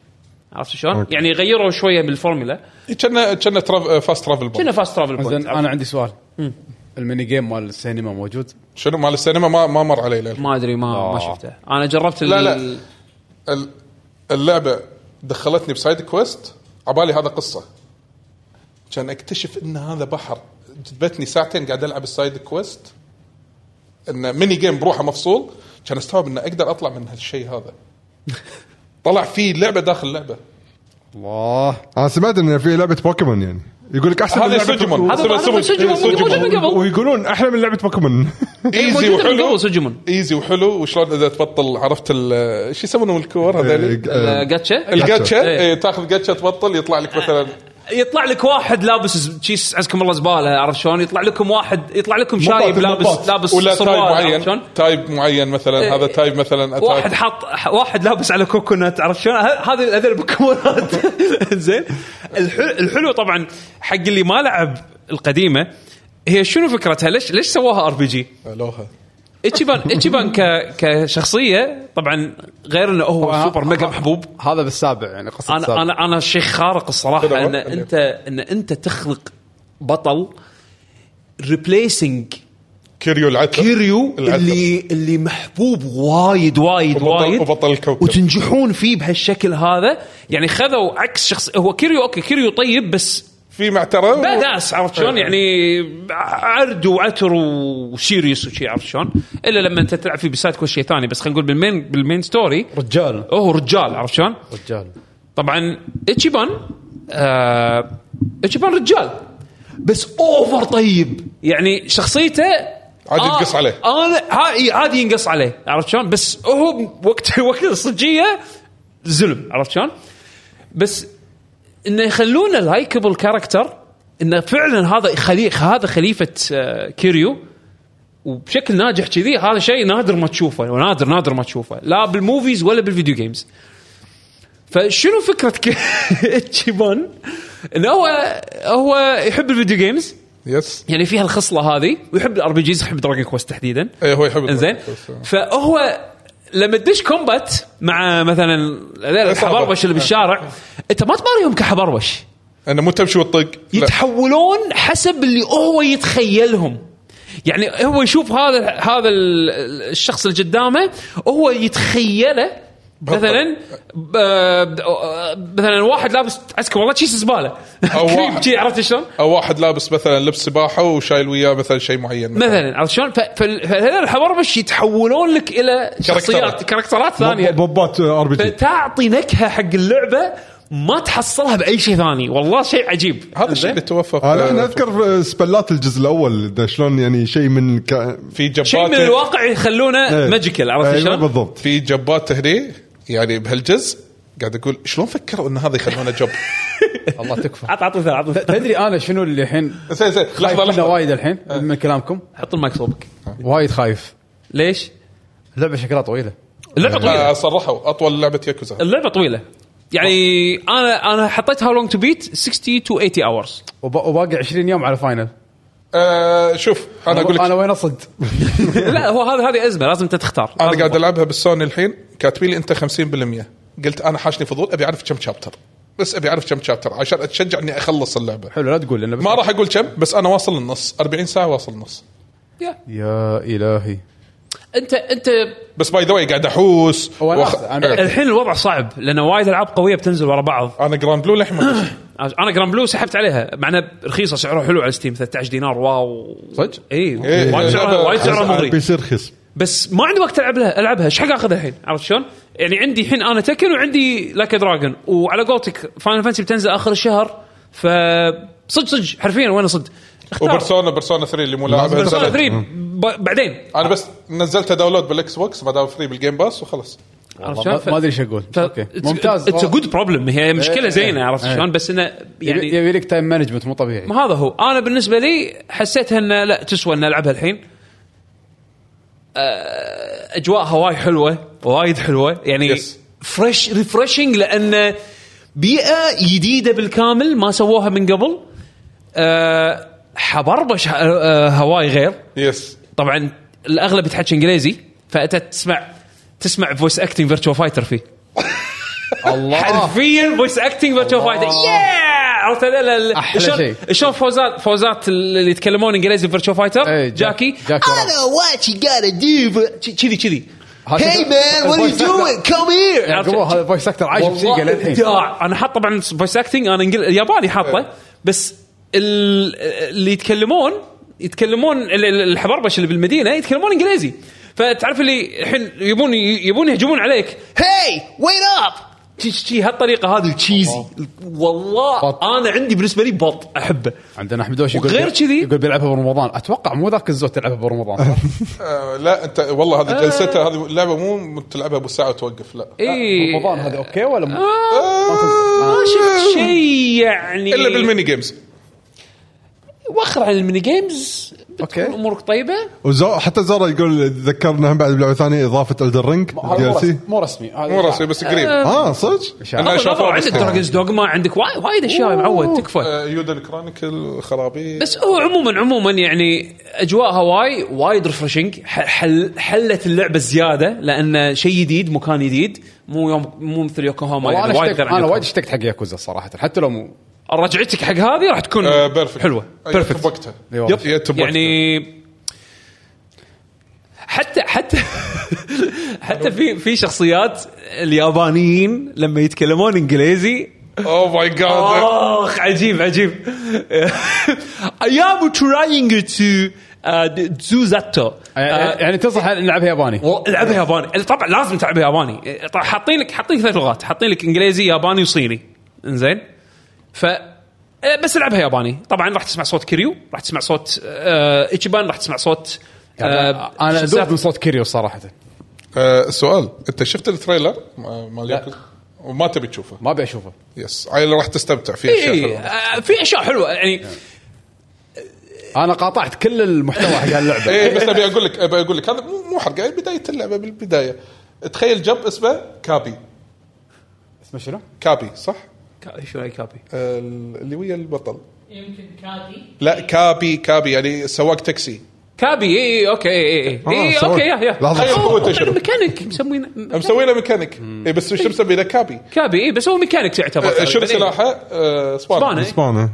Speaker 1: عرفت شلون؟
Speaker 2: أوكي.
Speaker 1: يعني غيروا شويه بالفورمولا
Speaker 4: إيه، كنا كنا تراف... فاست ترافل بوم
Speaker 1: كنا فاست ترافل بوينت
Speaker 3: زين انا عندي سؤال الميني جيم مال السينما موجود
Speaker 4: شنو مال السينما ما, ما مر علي للحين
Speaker 1: ما ادري ما ما
Speaker 3: آه.
Speaker 1: شفته انا جربت
Speaker 4: لا،
Speaker 1: ال-
Speaker 4: لا. ال- اللعبه دخلتني بسايد كويست عبالي هذا قصه كان اكتشف ان هذا بحر جذبتني ساعتين قاعد العب السايد كويست انه ميني جيم بروحه مفصول كان استوعب انه اقدر اطلع من هالشيء هذا طلع فيه لعبه داخل لعبه
Speaker 3: الله
Speaker 2: انا سمعت ان في لعبه بوكيمون يعني يقول لك احسن من
Speaker 4: هذا
Speaker 2: لعبة
Speaker 4: سوجيمون.
Speaker 1: هذا هذا
Speaker 4: سوجيمون.
Speaker 1: من سجمون موجود
Speaker 4: سجمون.
Speaker 1: من قبل
Speaker 2: ويقولون احلى من لعبه بوكيمون
Speaker 4: ايزي
Speaker 1: موجود من
Speaker 4: وحلو
Speaker 1: قبل سجمون
Speaker 4: ايزي وحلو وشلون اذا تبطل عرفت ال- شو يسمونه الكور
Speaker 2: إيه،
Speaker 4: هذول
Speaker 2: آه،
Speaker 1: آه، جاتشا
Speaker 4: الجاتشا
Speaker 1: إيه.
Speaker 4: إيه، تاخذ جاتشا تبطل يطلع لك مثلا
Speaker 1: يطلع لك واحد لابس ز- شيس عزكم الله زباله عرفت شلون يطلع لكم واحد يطلع لكم شايب لابس لابس
Speaker 4: ولا تايب
Speaker 1: سروال عرفت شلون
Speaker 4: معين تايب معين مثلا
Speaker 1: إيه.
Speaker 4: هذا تايب مثلا أتاك.
Speaker 1: واحد حاط ح- واحد لابس على كوكونات عرفت شلون ه- هذه هذول البوكيمونات زين الحلو, الحلو طبعا حق اللي ما لعب القديمه هي شنو فكرتها ليش ليش سووها ار بي جي؟
Speaker 4: الوها
Speaker 1: اتشيبان اتشيبان ك كشخصيه طبعا غير انه هو سوبر ميجا محبوب
Speaker 3: هذا بالسابع يعني قصه
Speaker 1: انا انا انا شيء خارق الصراحه
Speaker 4: كذا
Speaker 1: ان
Speaker 4: وقت.
Speaker 1: انت ان انت تخلق بطل ريبليسنج
Speaker 4: كيريو العتل
Speaker 1: كيريو
Speaker 4: العتل.
Speaker 1: اللي اللي محبوب وايد وايد
Speaker 4: وبطل-
Speaker 1: وايد
Speaker 4: وبطل الكوكب.
Speaker 1: وتنجحون فيه بهالشكل هذا يعني خذوا عكس شخص هو كيريو اوكي كيريو طيب بس
Speaker 4: في معتره و-
Speaker 1: باداس عرفت شلون يعني عرد وعتر وسيريس وشي عرفت شلون الا لما انت تلعب فيه بسايد كل شيء ثاني بس خلينا نقول بالمين بالمين ستوري
Speaker 3: رجال
Speaker 1: هو رجال عرفت شلون؟
Speaker 3: رجال
Speaker 1: طبعا اتشيبان آه اتشيبان رجال بس اوفر طيب يعني شخصيته
Speaker 4: عادي ينقص عليه.
Speaker 1: انا آه، ها- إي، عادي ينقص عليه عرفت شلون؟ بس هو وقت وقت الصجيه زلم عرفت شلون؟ بس انه يخلونه لايكبل كاركتر انه فعلا هذا خلي هذا خليفه آه، كيريو وبشكل ناجح كذي هذا شيء نادر ما تشوفه ونادر نادر ما تشوفه لا بالموفيز ولا بالفيديو جيمز فشنو فكره ك- تشيبان انه هو هو يحب الفيديو جيمز
Speaker 4: يس
Speaker 1: يعني فيها الخصله هذه ويحب الار بي جيز يحب دراجون كويست تحديدا
Speaker 4: ايه هو يحب آه.
Speaker 1: انزين فهو لما تدش كومبات مع مثلا هذول الحبربش اللي
Speaker 4: آه.
Speaker 1: بالشارع انت ما تباريهم كحبربش
Speaker 4: انه مو تمشي وتطق لا.
Speaker 1: يتحولون حسب اللي هو يتخيلهم يعني هو يشوف هذا هذا ال- الشخص اللي قدامه هو يتخيله مثلا ب- آه، مثلا واحد لابس عسكر والله شيس زباله
Speaker 4: أو
Speaker 1: كريم
Speaker 4: واحد.
Speaker 1: شي، عرفت شلون؟
Speaker 4: او واحد لابس مثلا لبس سباحه وشايل وياه مثلا شيء معين
Speaker 1: مثلا عرفت شلون؟ ف- فال- فهذول الحبربش يتحولون لك الى شخصيات كاركترات ثانيه
Speaker 2: بوبات آه، ار بي جي
Speaker 1: فتعطي نكهه حق اللعبه ما تحصلها باي شيء ثاني والله شيء عجيب
Speaker 4: هذا الشيء اللي توفى في-
Speaker 2: انا انا اذكر في آه، سبلات الجزء الاول ده شلون يعني شيء من ك...
Speaker 4: في جبات
Speaker 1: شيء من الواقع يخلونه ماجيكال عرفت
Speaker 2: أيوة
Speaker 1: شلون؟
Speaker 2: بالضبط
Speaker 4: في جبات هني يعني بهالجزء قاعد اقول شلون فكروا ان هذا يخلونه جب
Speaker 3: الله تكفى
Speaker 1: عط عط مثال عط مثال
Speaker 3: تدري انا شنو اللي الحين
Speaker 4: زين زين لحظه
Speaker 3: خايف منه
Speaker 4: لحظه
Speaker 3: وايد الحين من كلامكم
Speaker 1: حط المايك صوبك
Speaker 3: وايد خايف
Speaker 1: ليش؟
Speaker 3: اللعبه شكلها طويله
Speaker 1: اللعبه طويله
Speaker 4: آه، صرحوا اطول لعبه ياكوزا
Speaker 1: اللعبه طويله يعني انا انا حطيت هاو لونج تو بيت 60 تو 80 اورز
Speaker 3: وب- وباقي 20 يوم على فاينل
Speaker 4: آه، شوف انا اقول لك
Speaker 3: انا وين اصد
Speaker 1: لا هو هذا هذه ازمه لازم انت تختار
Speaker 4: انا
Speaker 1: لازم-
Speaker 4: قاعد العبها بالسوني الحين كاتبين لي انت 50% قلت انا حاشني فضول ابي اعرف كم شابتر بس ابي اعرف كم شابتر عشان اتشجع اني اخلص اللعبه
Speaker 3: حلو لا تقول لنا بس-
Speaker 4: ما راح اقول كم بس انا واصل للنص 40 ساعه واصل النص
Speaker 1: يا.
Speaker 3: يا الهي
Speaker 1: انت انت
Speaker 4: بس باي ذا واي قاعد احوس
Speaker 3: هو أنا
Speaker 4: وأخ- إيه.
Speaker 3: أصلاً- أنا-
Speaker 1: الحين الوضع صعب لان وايد العاب قويه بتنزل ورا بعض
Speaker 4: انا جراند بلو لحين ما أدش.
Speaker 1: انا جراند بلو سحبت عليها مع انها رخيصه سعرها حلو على ستيم 13 دينار واو
Speaker 3: صدق؟
Speaker 1: اي
Speaker 4: إيه،
Speaker 1: وايد سعرها
Speaker 4: لعبة-
Speaker 1: وايد سعرها مغري
Speaker 2: بيصير رخيص
Speaker 1: بس ما عندي وقت العب لها العبها ايش حق اخذها الحين عرفت شلون؟ يعني عندي الحين انا تكن وعندي لاك دراجون وعلى قولتك فاينل فانسي بتنزل اخر الشهر ف صدق صدق حرفيا وانا صدق اختار
Speaker 4: وبرسونا برسونا 3 اللي مو
Speaker 1: بيرسونا
Speaker 4: لاعبها
Speaker 1: 3 ب- بعدين
Speaker 4: انا بس نزلتها داونلود بالاكس بوكس ما دام فري بالجيم باس وخلاص
Speaker 1: عرفت شلون؟
Speaker 3: ما ما ادري ايش اقول اوكي ممتاز
Speaker 1: اتس جود بروبلم هي مشكله
Speaker 3: إيه.
Speaker 1: زينه عرفت
Speaker 3: إيه.
Speaker 1: شلون؟ بس انه
Speaker 3: يعني
Speaker 1: يعني
Speaker 3: يبي لك تايم مانجمنت مو طبيعي
Speaker 1: ما هذا هو انا بالنسبه لي حسيتها انه لا تسوى ان العبها الحين آه، اجواءها وايد حلوه وايد حلوه يعني
Speaker 4: Yes.
Speaker 1: فريش ريفرشنج لان بيئه جديده بالكامل ما سووها من قبل آه، آه، حبربش ه- آه، هواي غير
Speaker 4: يس
Speaker 1: طبعا الاغلب يتحكي انجليزي فانت تسمع تسمع فويس اكتنج فيرتشوال فايتر فيه
Speaker 3: الله
Speaker 1: حرفيا فويس اكتنج فيرتشوال فايتر ياه عرفت لا- لا- لا.
Speaker 3: أحلى
Speaker 1: شلون-
Speaker 3: شيء.
Speaker 1: شلون فوزات فوزات اللي يتكلمون انجليزي فيرتشوال فايتر
Speaker 3: إيه، جاك-
Speaker 1: جاكي
Speaker 3: جاكي
Speaker 1: I
Speaker 3: راب.
Speaker 1: know what you gotta do but- كذي كذي
Speaker 3: هذا-
Speaker 1: Hey man what are you
Speaker 3: الفويس
Speaker 1: doing come here
Speaker 3: يعني
Speaker 1: عرفت؟
Speaker 3: قبل هذا فويس اكتر عايش بسيجا
Speaker 1: والله
Speaker 3: للحين إيه.
Speaker 1: إبداع. انا حاط طبعا فويس اكتنج انا انجل... ياباني حاطه بس ال- اللي يتكلمون يتكلمون ال- ال- الحبربش اللي بالمدينه يتكلمون انجليزي فتعرف اللي الحين يبون يبون يهجمون عليك هاي ويت اب شي هالطريقه هذه التشيزي والله
Speaker 3: آه. بط.
Speaker 1: انا عندي بالنسبه لي بط احبه
Speaker 3: عندنا احمد دوش يقول
Speaker 1: وغير كذي-
Speaker 3: يقول بيلعبها برمضان اتوقع مو ذاك الزود تلعبها برمضان
Speaker 4: آه لا انت والله
Speaker 3: آه.
Speaker 4: هذه جلسته هذه اللعبه مو تلعبها ابو ساعه وتوقف لا
Speaker 3: إيه.
Speaker 1: اي
Speaker 3: رمضان هذا اوكي ولا مو؟
Speaker 1: ما
Speaker 3: آه.
Speaker 1: شفت شيء يعني
Speaker 4: الا بالميني جيمز
Speaker 1: وخر عن الميني جيمز
Speaker 3: أوكي.
Speaker 1: بتكون امورك طيبه
Speaker 2: وزو حتى زارا يقول ذكرنا هم بعد بلعبه ثانيه اضافه الدرينج
Speaker 3: هذا مو رسمي- مو رسمي هذا
Speaker 4: مو راسي بس قريب
Speaker 2: اه صدق؟
Speaker 3: إن شاء الله.
Speaker 4: أنا
Speaker 1: بغض النظر
Speaker 4: شافوها
Speaker 1: عندك
Speaker 4: بس.
Speaker 1: دراجونز دوغما عندك وايد وايد اشياء يا معود تكفى
Speaker 4: آه، يودل كرونيكل خرابيط
Speaker 1: بس هو عموما عموما يعني اجواءها واي وايد ريفرشنج حل حلت اللعبه زياده لان شيء جديد مكان جديد مو يوم مو مثل يوكوهاما
Speaker 3: والله
Speaker 1: يعني وايد
Speaker 3: انا اشتقت
Speaker 1: غير
Speaker 3: انا
Speaker 1: عن
Speaker 3: وايد اشتقت حق ياكوزا صراحه حتى لو مو
Speaker 1: يوكوهاما. رجعتك حق هذه راح تكون
Speaker 4: آه، بيرفكت
Speaker 1: حلوه
Speaker 4: آه،
Speaker 1: بيرفكت
Speaker 4: بوقتها
Speaker 3: إي والله.
Speaker 4: يب. هي تب وقتها.
Speaker 1: يعني حتى حتى حتى في في شخصيات اليابانيين لما يتكلمون انجليزي
Speaker 4: اوه ماي
Speaker 1: آه.
Speaker 4: جاد
Speaker 1: اخ عجيب عجيب I am trying to uh, do that
Speaker 3: يعني
Speaker 1: uh,
Speaker 3: يعني تنصح نلعبها ياباني
Speaker 1: العبها ياباني طبعا لازم تلعبها ياباني طبعا حاطين لك حاطين لك ثلاث لغات حاطين لك انجليزي ياباني وصيني انزين ف آه، بس العبها ياباني طبعا راح تسمع صوت كيريو راح تسمع صوت آه، اتشيبان راح تسمع صوت آه،
Speaker 3: انا
Speaker 1: شخصيات-
Speaker 3: ذوق من صوت كيريو صراحه
Speaker 4: آه، سؤال انت شفت التريلر م- مال ياكوزا؟ وما تبي تشوفه
Speaker 3: ما ابي اشوفه
Speaker 4: يس عيل راح تستمتع في اشياء
Speaker 1: إيه،
Speaker 4: حلوة.
Speaker 1: آه، في اشياء حلوه يعني
Speaker 3: انا قاطعت كل المحتوى حق اللعبه
Speaker 4: ايه بس ابي اقول لك ابي اقول لك هذا مو مو حرق يعني هي بدايه اللعبه بالبدايه تخيل جب اسمه كابي
Speaker 3: اسمه شنو؟
Speaker 4: كابي صح؟
Speaker 1: كا- شو رايك كابي
Speaker 4: آه، اللي ويا البطل
Speaker 5: يمكن كادي
Speaker 4: لا كابي كابي يعني سواق تاكسي
Speaker 1: كابي إيه، اي إي، اوكي اي اي
Speaker 2: آه،
Speaker 1: اي
Speaker 2: سواء.
Speaker 1: اوكي إيه. يا يا
Speaker 2: لحظة.
Speaker 4: تخيل قوته
Speaker 1: طبعاً
Speaker 4: شنو
Speaker 1: ميكانيك مسوين
Speaker 4: مسوي له ميكانيك إيه بس شو مسوي له كابي
Speaker 1: كابي اي بس هو ميكانيك يعتبر طيب، إيه.
Speaker 4: آه، شنو
Speaker 1: تقريباً، إي.
Speaker 4: سلاحه؟ آه، سبانة
Speaker 1: سبانة.
Speaker 2: اسبانيا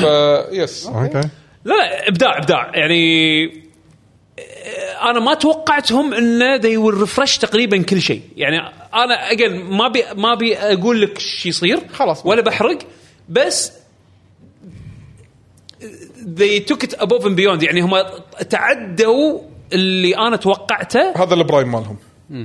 Speaker 4: فا- يس
Speaker 2: اوكي
Speaker 1: لا لا ابداع ابداع يعني آه، انا ما توقعتهم انه they will refresh تقريبا كل شيء يعني انا اجل ما بي ما بي اقول لك شو يصير
Speaker 3: خلاص.
Speaker 1: ولا بحرق بس they took it above and beyond يعني هم تعدوا اللي انا توقعته
Speaker 4: هذا البرايم مالهم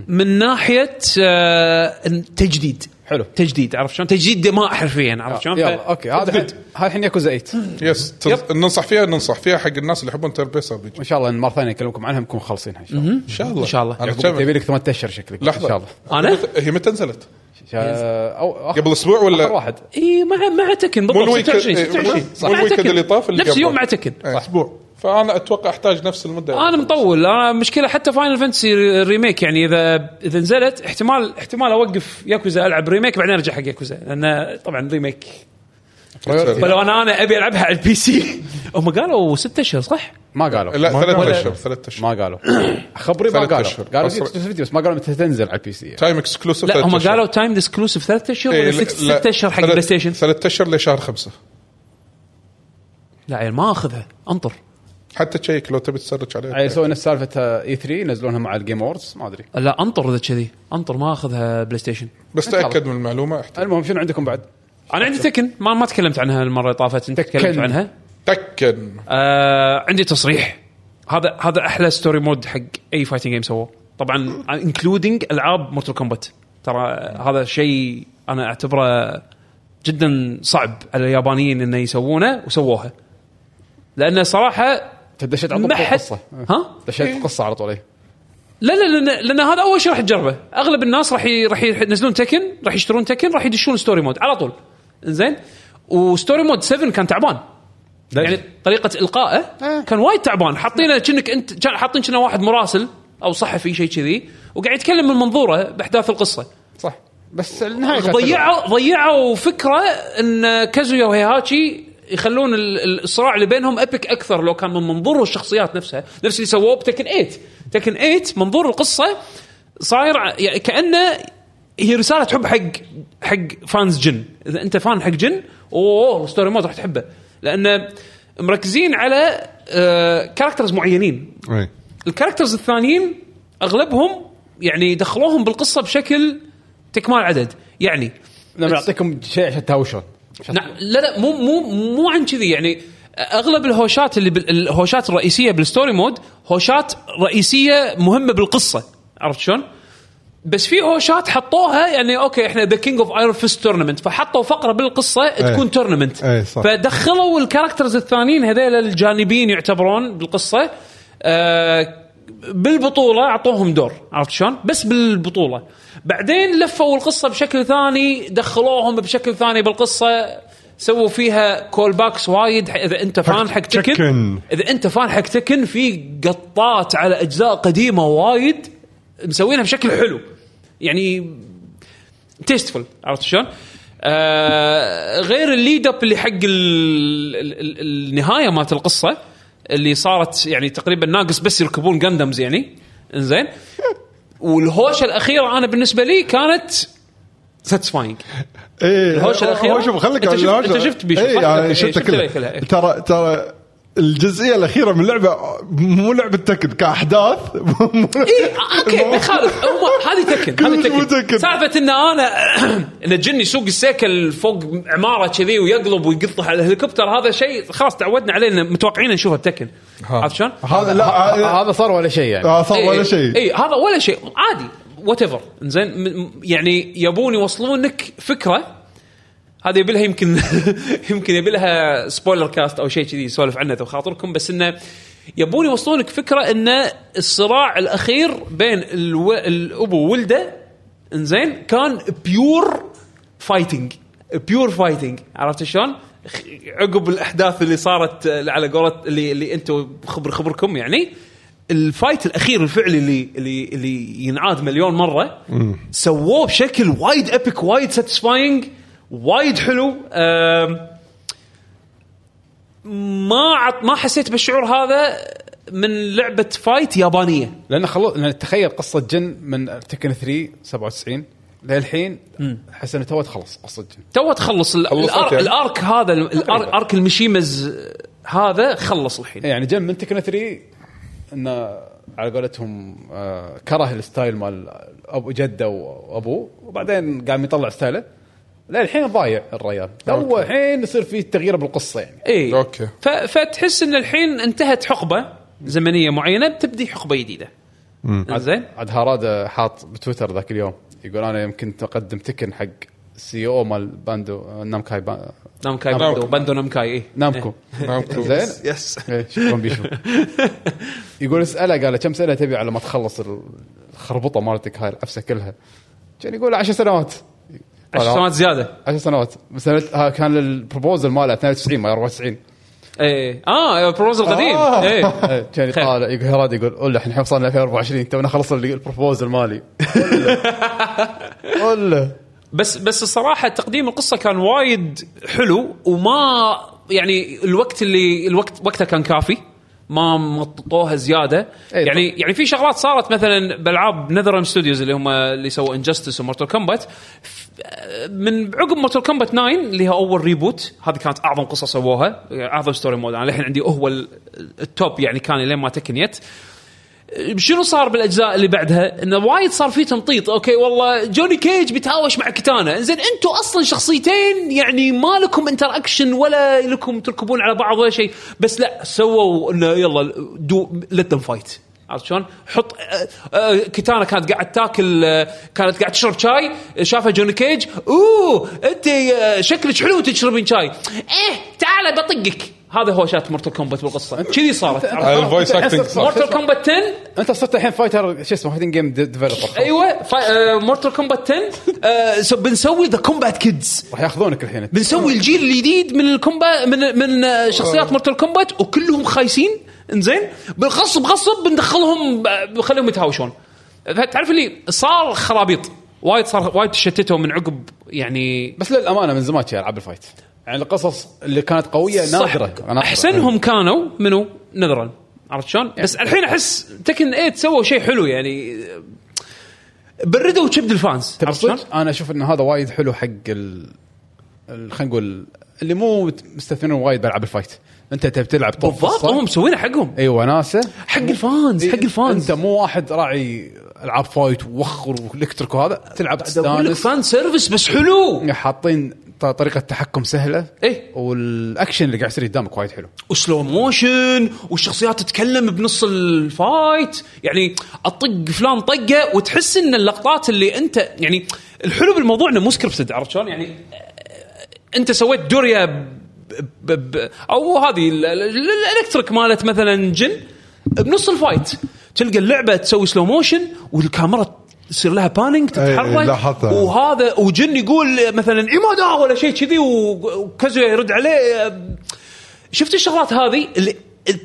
Speaker 1: من ناحيه آه، تجديد
Speaker 3: حلو. آه،
Speaker 1: تجديد عرفت شلون تجديد دماء حرفيا عرفت شلون طيب.
Speaker 3: يلا
Speaker 1: ف-
Speaker 3: اوكي هذا
Speaker 1: good.
Speaker 3: الحين- هذا الحين ياكوزا 8
Speaker 4: يس تز-
Speaker 1: يب.
Speaker 4: ننصح فيها ننصح فيها حق الناس اللي يحبون تيرن بيس ار بي جي
Speaker 3: ان شاء الله إن مره ثانيه اكلمكم عنها نكون خالصينها ان شاء الله
Speaker 4: ان شاء الله
Speaker 1: إن شاء الله.
Speaker 4: أنا
Speaker 1: يعقوب،
Speaker 4: كم-
Speaker 3: يبي لك ثمان اشهر شكلك
Speaker 4: لحظه
Speaker 3: ان شاء الله
Speaker 1: أنا؟
Speaker 4: هي متى نزلت؟
Speaker 3: شا- أو آخر-
Speaker 4: قبل أسبوع ولا-
Speaker 3: آخر واحد
Speaker 1: اي مع مع تكن بالضبط
Speaker 4: مو الويك-
Speaker 1: 26
Speaker 4: إيه،
Speaker 1: 26
Speaker 4: مو
Speaker 1: مع
Speaker 4: الويكند
Speaker 1: تكن.
Speaker 4: اللي طاف اللي
Speaker 1: نفس
Speaker 4: قبله.
Speaker 1: يوم مع تكن
Speaker 4: إيه، اسبوع فانا اتوقع احتاج نفس المده
Speaker 1: انا مطول انا مشكله حتى فاينل فانتسي ريميك يعني اذا اذا نزلت احتمال احتمال اوقف ياكوزا العب ريميك بعدين ارجع حق ياكوزا لان طبعا ريميك
Speaker 4: لا
Speaker 1: فلو انا انا ابي العبها على البي سي هم قالوا ست اشهر صح؟
Speaker 3: ما قالوا ما
Speaker 4: ثلاث
Speaker 3: قالوا.
Speaker 4: اشهر ثلاث اشهر
Speaker 3: ما قالوا خبري ما
Speaker 4: ثلاث
Speaker 3: قالوا طيب.
Speaker 4: أشهر.
Speaker 3: قالوا
Speaker 4: أصلاً.
Speaker 3: في فيديو بس ما قالوا متى تنزل على يعني. البي سي
Speaker 4: تايم اكسكلوسيف
Speaker 1: لا هم قالوا تايم اكسكلوسيف ثلاث اشهر
Speaker 4: إيه،
Speaker 1: ولا ست- ست اشهر حق بلاي ستيشن
Speaker 4: ثلاث اشهر لشهر خمسه
Speaker 1: لا عيل ما اخذها انطر
Speaker 4: حتى تشيك لو تبي تسرج عليه
Speaker 3: عيل سوي يعني نفس سالفه اي 3 ينزلونها مع الجيم ووردز ما ادري
Speaker 1: لا انطر اذا كذي انطر ما اخذها بلاي ستيشن
Speaker 4: بس
Speaker 3: إن شاء الله.
Speaker 4: تاكد من المعلومه احتاج
Speaker 3: المهم شنو عندكم بعد؟
Speaker 1: انا عندي تكن ما ما تكلمت عنها المره اللي طافت انت
Speaker 3: تكن.
Speaker 1: تكلمت عنها
Speaker 4: تاكد
Speaker 1: آه عندي تصريح هذا هذا احلى ستوري مود حق اي فايتنج جيم سووه طبعا انكلودينج العاب مورتال كومبات ترى هذا شيء انا اعتبره جدا صعب على اليابانيين انه يسوونه وسووها لان صراحه
Speaker 3: تدشيت على
Speaker 1: ما
Speaker 3: طول
Speaker 1: حد
Speaker 3: قصه
Speaker 1: ها
Speaker 3: دشيت قصه على طول إيه.
Speaker 1: لا لا لان لان هذا اول شيء راح تجربه اغلب الناس راح ي- راح ينزلون تكن راح يشترون تكن راح يدشون ستوري مود على طول زين وستوري مود 7 كان تعبان يعني طريقه القائه كان وايد تعبان حاطينه كأنك انت كان حاطين كنا واحد مراسل او صحفي شيء كذي وقاعد يتكلم من منظوره باحداث القصه
Speaker 3: صح
Speaker 1: نعم.
Speaker 3: بس النهايه كانت حلوة.
Speaker 1: ضيعوا ضيعوا فكره ان كازويا وهيهاتشي يخلون ال- الصراع اللي بينهم ابيك اكثر لو كان من منظور الشخصيات نفسها نفس اللي سووه بتكن 8 تكن 8 منظور القصه صاير ع- يعني كانه هي رساله حب حق حق فانز جن اذا انت فان حق جن اوه ستوري مود راح تحبه لان مركزين على كاركترز معينين
Speaker 2: إيه.
Speaker 1: الكاركترز الثانيين اغلبهم يعني دخلوهم بالقصه بشكل تكمال عدد يعني
Speaker 3: لما نعم، يعطيكم شيء عشان تهاوشون
Speaker 1: نعم لا لا مو مو مو عن كذي يعني اغلب الهوشات اللي بال- الهوشات الرئيسيه بالستوري مود هوشات رئيسيه مهمه بالقصه عرفت شلون؟ بس في هوشات حطوها يعني اوكي احنا ذا كينج اوف ايرون فيست تورنمنت فحطوا فقره بالقصه تكون تورنمنت
Speaker 2: إيه، صح.
Speaker 1: فدخلوا الكاركترز الثانيين هذيل الجانبيين يعتبرون بالقصه آه بالبطوله اعطوهم دور عرفت شلون؟ بس بالبطوله بعدين لفوا القصه بشكل ثاني دخلوهم بشكل ثاني بالقصه سووا فيها كول باكس وايد اذا انت فان حق تكن
Speaker 2: تكن.
Speaker 1: اذا انت فان حق تكن في قطات على اجزاء قديمه وايد مسوينها بشكل حلو يعني تيستفول عرفت شلون؟ آه غير الليد اب اللي حق ال ال ال النهايه مالت القصه اللي صارت يعني تقريبا ناقص بس يركبون جندمز يعني انزين والهوشه الاخيره انا بالنسبه لي كانت ساتسفاينج
Speaker 2: ايه
Speaker 1: الهوشة الأخيرة؟
Speaker 2: هو شوف خليك
Speaker 1: أنت
Speaker 2: على
Speaker 1: شفت-
Speaker 2: الهوشة.
Speaker 1: أنت شفت بيشو،
Speaker 2: ايه
Speaker 1: صح؟ إيه،
Speaker 2: يعني
Speaker 1: شفت
Speaker 2: شفت
Speaker 1: كلها، إيه.
Speaker 2: كلها ترى ترى الجزئيه الاخيره من اللعبه مو لعبه تكن كاحداث مو-
Speaker 1: اي اوكي ما يخالف هم هذه تكن هذه
Speaker 2: كلش مو
Speaker 1: تكن
Speaker 2: تكن.
Speaker 1: سالفه ان انا ان الجن يسوق السيكل فوق عماره كذي ويقلب ويقطه على الهليكوبتر هذا شيء خلاص تعودنا عليه إن متوقعين نشوفه بتكن عرفت شلون؟
Speaker 2: هذا لا هذا
Speaker 3: آه، هذا صار ولا شيء يعني
Speaker 2: آه، صار ولا
Speaker 1: اي
Speaker 2: شيء
Speaker 1: إيه، هذا ولا شيء عادي وات ايفر زين م- م- يعني يبون يوصلونك فكره هذه يبيلها يمكن يمكن يبيلها سبويلر كاست او شيء كذي يسولف عنه تو خاطركم بس انه يبون يوصلونك فكره ان الصراع الاخير بين الو... الابو وولده انزين كان بيور فايتنج بيور فايتنج عرفت شلون؟ خ- عقب الاحداث اللي صارت آه، على قولة اللي اللي انتم خبر خبركم يعني الفايت الاخير الفعلي اللي اللي اللي ينعاد مليون مره سووه بشكل وايد ابيك وايد ساتيسفاينج وايد حلو آم، ما عط ما حسيت بالشعور هذا من لعبه فايت يابانيه
Speaker 3: لان خلص لان تخيل قصه جن من تكن 3 97 للحين احس انه تو تخلص قصه جن
Speaker 1: تو تخلص ال-
Speaker 4: خلصت
Speaker 1: الأر-
Speaker 4: يعني.
Speaker 1: الارك هذا ال- الأر- ارك المشيمز هذا خلص الحين
Speaker 3: يعني جن من تكن 3 انه على قولتهم آه، كره الستايل مال ابو جده وابوه وبعدين قام يطلع ستايله للحين ضايع الريال تو الحين يصير في تغيير بالقصه يعني
Speaker 1: اي
Speaker 4: أوكي.
Speaker 1: إيه. ف... فتحس ان الحين انتهت حقبه زمنيه معينه بتبدي حقبه جديده زين
Speaker 3: عاد هاراد حاط بتويتر ذاك اليوم يقول انا يمكن اقدم تكن حق سي او مال باندو نامكاي با...
Speaker 1: نامكاي
Speaker 4: نامكو.
Speaker 1: باندو باندو نامكاي اي
Speaker 3: نامكو
Speaker 4: نامكو.
Speaker 3: زين
Speaker 1: يس
Speaker 3: إيه، شكرا بيشو يقول اساله قال له كم سنه تبي على ما تخلص الخربطه مالتك هاي العفسه كلها كان يقول 10 سنوات
Speaker 1: 10 سنوات زياده
Speaker 3: 10 سنوات بس أنا- ها كان البروبوزل ماله 92 ما 94
Speaker 1: اي اه بروز القديم
Speaker 2: آه.
Speaker 1: اي
Speaker 3: إيه، كان
Speaker 1: خير.
Speaker 3: يطالع يقول هراد يقول قول له احنا وصلنا 2024 تونا خلص ال- البروبوزل مالي قول له.
Speaker 1: إيه.
Speaker 3: قول له
Speaker 1: بس بس الصراحه تقديم القصه كان وايد حلو وما يعني الوقت اللي الوقت وقتها كان كافي ما مططوها زياده
Speaker 3: إيه،
Speaker 1: يعني يعني في شغلات صارت مثلا بالعاب نذرم ستوديوز اللي هم اللي سووا انجستس ومورتال كومبات من عقب مورتال كومبات 9 اللي هي اول ريبوت هذه كانت اعظم قصه سووها يعني اعظم ستوري مود انا للحين عندي هو ال- التوب يعني كان لين ما تكنيت شنو صار بالاجزاء اللي بعدها؟ انه وايد صار في تمطيط، اوكي والله جوني كيج بيتهاوش مع كتانا، زين انتم اصلا شخصيتين يعني ما لكم انتر اكشن ولا لكم تركبون على بعض ولا شيء، بس لا سووا انه يلا دو ليت ذم فايت، عرفت شلون؟ حط آه، آه، كتانا كانت قاعد تاكل آه، كانت قاعد تشرب شاي، شافها جوني كيج، اوه انت آه، شكلك حلو تشربين شاي، ايه تعال بطقك، هذا هوشات مرتل كومبات بالقصه، كذي صارت
Speaker 4: الفويس اكتنج صح
Speaker 1: مرتل كومبات 10
Speaker 3: انت صرت الحين فايتر شو اسمه فايتنج جيم ديفلوبر
Speaker 1: ايوه مورتال كومبات 10 آه، سو- بنسوي ذا كومبات كيدز
Speaker 3: راح ياخذونك الحين انت
Speaker 1: بنسوي الجيل الجديد من الكومبا من من آه، شخصيات مورتال كومبات وكلهم خايسين انزين بالغصب غصب بندخلهم آه، بنخليهم يتهاوشون تعرف اللي صار خرابيط وايد صار وايد تشتتوا من عقب يعني
Speaker 3: بس للامانه من زمان شي العاب الفايت يعني القصص اللي كانت قويه نادره أنا- أيوة.
Speaker 1: احسنهم كانوا منو نذرا عرفت شلون؟
Speaker 3: يعني
Speaker 1: بس الحين احس تكن 8 سووا شيء حلو يعني بردوا كبد الفانز
Speaker 3: تبي
Speaker 1: عرفت شلون؟
Speaker 3: صدق؟ انا اشوف ان هذا وايد حلو حق ال ال- خلينا نقول اللي مو مت- مستثمرون وايد بالعاب الفايت انت تبي تلعب طب
Speaker 1: بالضبط
Speaker 3: قصة.
Speaker 1: هم مسوينه حقهم
Speaker 3: اي وناسه
Speaker 1: حق الفانز حق الفانز
Speaker 3: انت إيه، مو واحد راعي العاب فايت ووخر والكتريك وهذا تلعب
Speaker 1: اقول لك
Speaker 3: تستانس
Speaker 1: فان سيرفيس بس حلو
Speaker 3: حاطين ط- طريقه تحكم سهله
Speaker 1: إيه.
Speaker 3: والاكشن اللي قاعد يصير قدامك وايد حلو
Speaker 1: وسلو موشن والشخصيات تتكلم بنص الفايت يعني اطق فلان طقه وتحس ان اللقطات اللي انت يعني الحلو بالموضوع انه مو سكربتد عرفت شلون يعني آه، انت سويت دوريا ب ب ب او هذه ال- ال- ال- الالكتريك مالت مثلا جن بنص الفايت تلقى اللعبه تسوي سلو موشن والكاميرا تصير لها بانينج
Speaker 2: إي،
Speaker 1: تتحرك
Speaker 2: لاحظتها.
Speaker 1: وه- هذا وجن يقول مثلا ايمودا ولا شيء كذي و- وكازويا يرد عليه آه، شفت الشغلات هذه اللي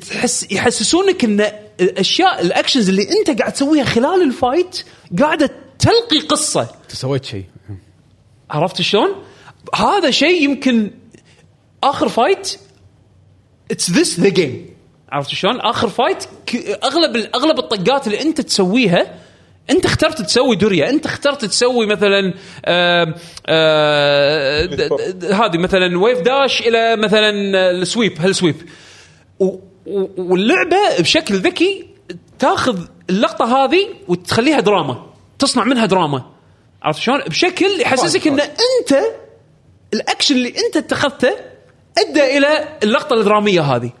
Speaker 1: تحس يحسسونك ان الاشياء الاكشنز اللي انت قاعد تسويها خلال الفايت قاعده تلقي قصه
Speaker 3: انت سويت شيء
Speaker 1: عرفت شلون؟ هذا شيء يمكن اخر فايت اتس ذس ذا جيم عرفت شلون؟ اخر فايت ك- اغلب ال- اغلب الطقات اللي انت تسويها انت اخترت تسوي دوريا، انت اخترت تسوي مثلا آم، آه، د- د- د- هذه مثلا ويف داش الى مثلا السويب هالسويب و- و- واللعبه بشكل ذكي تاخذ اللقطه هذه وتخليها دراما تصنع منها دراما عرفت شلون؟ بشكل يحسسك ان انت الاكشن اللي انت اتخذته ادى الى اللقطه الدراميه هذه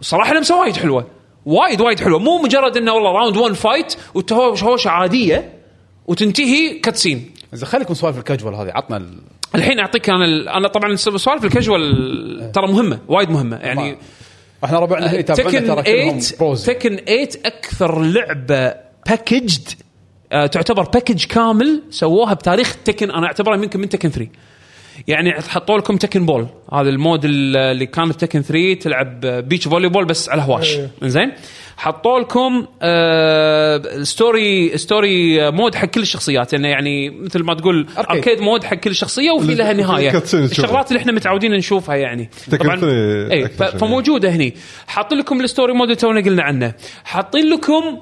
Speaker 1: صراحه لمسه وايد حلوه وايد وايد حلوه مو مجرد انه والله راوند 1 فايت وتهوش هوشه عاديه وتنتهي كاتسين
Speaker 3: زين خليكم سوالف الكاجوال هذه عطنا ال...
Speaker 1: الحين اعطيك انا ال... انا طبعا سوالف الكاجوال ترى مهمه وايد مهمه يعني
Speaker 3: احنا
Speaker 1: آه،
Speaker 3: ربعنا اللي
Speaker 1: تكن
Speaker 3: يتابعونا ترى كلهم
Speaker 1: 8
Speaker 3: بروز
Speaker 1: تكن 8 اكثر لعبه باكجد آه، تعتبر باكج كامل سووها بتاريخ تكن انا اعتبرها يمكن من تكن 3 يعني حطوا لكم تكن بول هذا المود ال- اللي كان في تكن 3 تلعب بيتش فولي بول بس على هواش زين حطوا لكم آه ستوري ستوري مود حق كل الشخصيات انه يعني مثل ما تقول
Speaker 3: أركيد.
Speaker 1: اركيد مود حق كل شخصيه وفي لها نهايه
Speaker 2: الكاتسين تشوفها.
Speaker 1: الشغلات اللي احنا متعودين نشوفها يعني
Speaker 2: تكن 3
Speaker 1: اي
Speaker 2: أكثر شيء.
Speaker 1: فمو موجوده إيه، هني حاطين لكم الستوري مود اللي تونا قلنا عنه حاطين لكم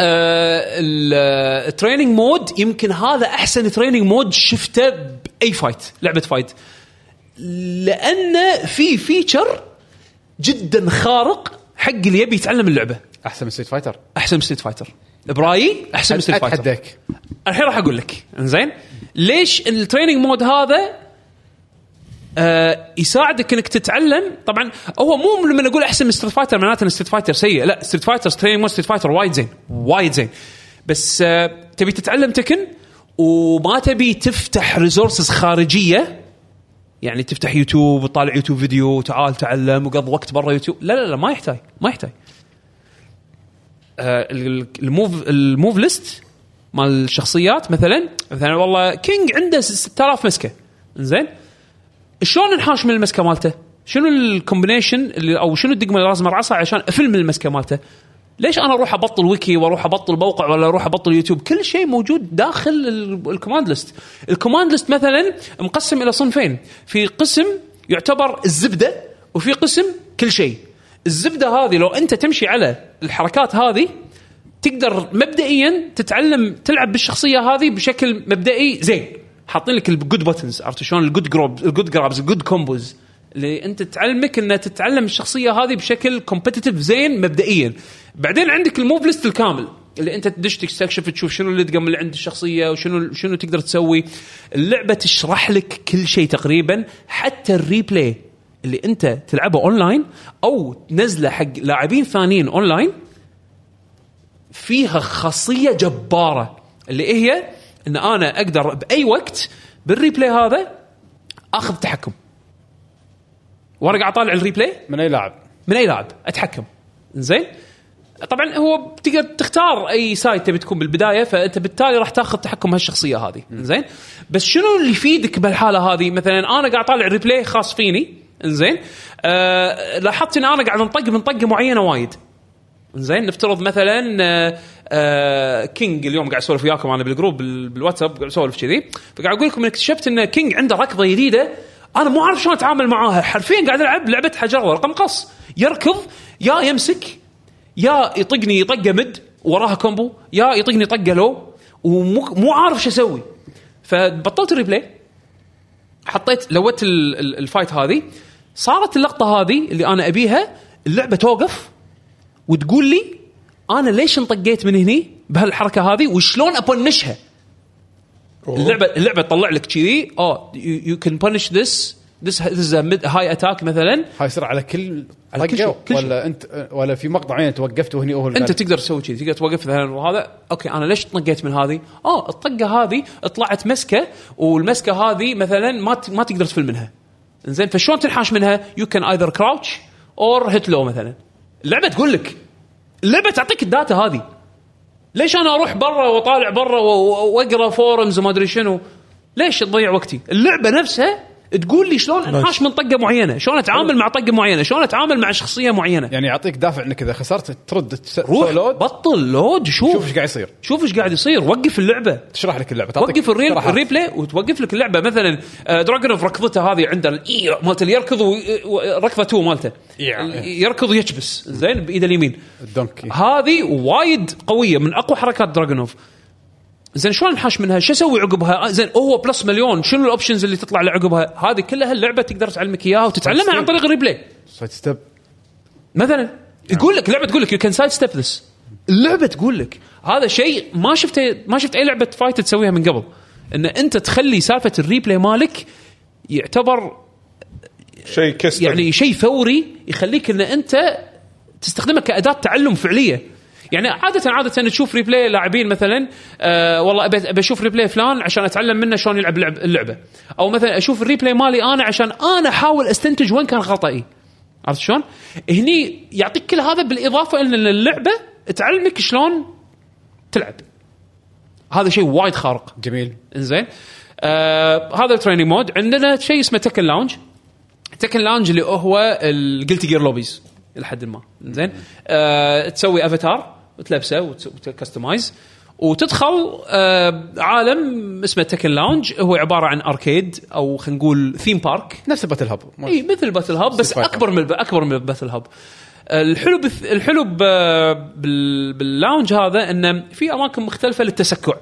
Speaker 1: آه، ال- التريننج مود يمكن هذا احسن تريننج مود شفته باي فايت لعبه فايت لانه في فيتشر جدا خارق حق اللي يبي يتعلم اللعبه
Speaker 3: احسن من ستريت فايتر
Speaker 1: احسن من ستريت فايتر برايي احسن من ستريت فايتر
Speaker 3: اتحداك
Speaker 1: الحين راح اقول لك انزين ليش التريننج مود هذا آه يساعدك انك تتعلم طبعا هو مو لما نقول احسن من ستريت فايتر معناته ان ستريت فايتر سيء لا ستريت فايتر تريننج مود ستريت فايتر وايد زين وايد زين بس آه تبي تتعلم تكن وما تبي تفتح ريسورسز خارجيه يعني تفتح يوتيوب وتطالع يوتيوب فيديو وتعال تعلم وقض وقت برا يوتيوب لا لا لا ما يحتاج ما يحتاج آه، ال- ال- الموف الموف ليست مال الشخصيات مثلا مثلا والله كينج عنده س- 6000 مسكه زين شلون نحاش من المسكه مالته؟ شنو الكومبينيشن اللي او شنو الدقمه اللي لازم ارعصها عشان افل من المسكه مالته؟ ليش انا اروح ابطل ويكي واروح ابطل موقع ولا اروح ابطل يوتيوب؟ كل شيء موجود داخل ال- الكوماند ليست. الكوماند ليست مثلا مقسم الى صنفين، في قسم يعتبر الزبده وفي قسم كل شيء. الزبده هذه لو انت تمشي على الحركات هذه تقدر مبدئيا تتعلم تلعب بالشخصيه هذه بشكل مبدئي زين حاطين لك الجود بوتنز عرفت شلون الجود جروب الجود جرابز الجود كومبوز اللي انت تعلمك ان تتعلم الشخصيه هذه بشكل كومبتتف زين مبدئيا بعدين عندك الموف ليست الكامل اللي انت تدش تستكشف تشوف شنو اللي تقم اللي عند الشخصيه وشنو شنو تقدر تسوي اللعبه تشرح لك كل شيء تقريبا حتى الريبلاي اللي انت تلعبه اونلاين او تنزله حق لاعبين ثانيين اونلاين فيها خاصيه جباره اللي هي ان انا اقدر باي وقت بالريبلاي هذا اخذ تحكم وانا قاعد اطالع الريبلاي
Speaker 3: من اي لاعب
Speaker 1: من اي لاعب اتحكم زين طبعا هو تقدر تختار اي سايد تبي تكون بالبدايه فانت بالتالي راح تاخذ تحكم هالشخصيه هذه زين بس شنو اللي يفيدك بهالحاله هذه مثلا انا قاعد اطالع ريبلاي خاص فيني زين آه لاحظت ان انا قاعد انطق من طقه معينه وايد زين نفترض مثلا آه، آه، كينج اليوم قاعد اسولف وياكم انا بالجروب بال- بالواتساب قاعد اسولف كذي فقاعد اقول لكم إن اكتشفت ان كينج عنده ركضه جديده انا مو عارف شلون اتعامل معاها حرفيا قاعد العب لعبه حجر ورقم قص يركض يا يمسك يا يطقني طقه مد وراها كومبو يا يطقني طقه لو ومو مو عارف شو اسوي فبطلت الريبلاي حطيت لوت ال- ال- الفايت هذه صارت اللقطه هذه اللي انا ابيها اللعبه توقف وتقول لي انا ليش انطقيت من هني بهالحركه هذه وشلون ابنشها اللعبه اللعبه تطلع لك كذي اه يو كان بنش ذس ذس از هاي اتاك مثلا
Speaker 3: هاي يصير على كل
Speaker 1: على كل شيء،
Speaker 3: طقة
Speaker 1: كل شيء.
Speaker 3: ولا انت ولا في مقطع معين توقفت وهني هو
Speaker 1: انت تقدر تسوي كذي تقدر توقف مثلا وهذا اوكي انا ليش طقيت من هذه؟ اه الطقه هذه طلعت مسكه والمسكه هذه مثلا ما ت- ما تقدر تفل منها. زين فشلون تنحاش منها؟ يو كان ايذر كراوتش اور هيت لو مثلا. اللعبه تقول لك اللعبه تعطيك الداتا هذه. ليش انا اروح برا واطالع برا و- و- واقرا فورمز وما ادري شنو؟ ليش تضيع وقتي؟ اللعبه نفسها تقول لي شلون انحاش من طقه معينه، شلون اتعامل مع طقه معينه، شلون اتعامل مع شخصيه معينه.
Speaker 3: يعني يعطيك دافع انك اذا خسرت ترد تس-
Speaker 1: روح
Speaker 3: سولود،
Speaker 1: بطل لود شوف
Speaker 3: شوف ايش قاعد يصير
Speaker 1: شوف ايش قاعد يصير وقف اللعبه
Speaker 3: تشرح لك اللعبه تعطيك
Speaker 1: وقف الريل
Speaker 3: اقتراحات.
Speaker 1: الريبلاي وتوقف لك آه، اللعبه مثلا دراجون اوف ركضته هذه عنده الإي مالته اللي يركض وي- و- ركضه تو مالته
Speaker 3: إي.
Speaker 1: يركض يكبس زين بايده اليمين
Speaker 3: الدونكي
Speaker 1: هذه وايد قويه من اقوى حركات دراجونوف زين شلون نحاش منها؟ شو اسوي عقبها؟ آه، زين هو بلس مليون شنو الاوبشنز اللي تطلع له عقبها؟ هذه كلها اللعبه تقدر تعلمك اياها
Speaker 3: طيب،
Speaker 1: وتتعلمها عن طريق الريبلاي
Speaker 3: سايد ستيب
Speaker 1: مثلا تقول لك لعبه تقول لك يو كان سايد ستيب ذس اللعبه تقول لك هذا شيء ما شفته ما شفت اي لعبه فايت تسويها من قبل ان انت تخلي سالفه الريبلاي مالك يعتبر
Speaker 4: شيء كست
Speaker 1: يعني شيء فوري يخليك ان انت تستخدمه كاداه تعلم فعليه يعني عاده عاده تشوف ريبلاي لاعبين مثلا آه والله ابي ابي اشوف ريبلاي فلان عشان اتعلم منه شلون يلعب لعب- اللعبه او مثلا اشوف الريبلاي مالي انا عشان انا احاول استنتج وين كان خطئي عرفت شلون؟ هني يعطيك كل هذا بالاضافه ان اللعبه تعلمك شلون تلعب هذا شيء وايد خارق
Speaker 3: جميل
Speaker 1: انزين آه هذا التريننج مود عندنا شيء اسمه تكن لاونج تكن لاونج اللي هو الجلتي جير لوبيز لحد ما زين آه تسوي افاتار وتلبسه وت- وتكستمايز وتدخل آه عالم اسمه تكن لاونج هو عباره عن اركيد او خلينا نقول ثيم بارك
Speaker 3: نفس الباتل هاب
Speaker 1: اي مثل باتل هاب بس
Speaker 3: Fighter.
Speaker 1: اكبر من اكبر من باتل هاب الحلو بث... الحلو ب... بال... باللاونج هذا انه في اماكن مختلفه للتسكع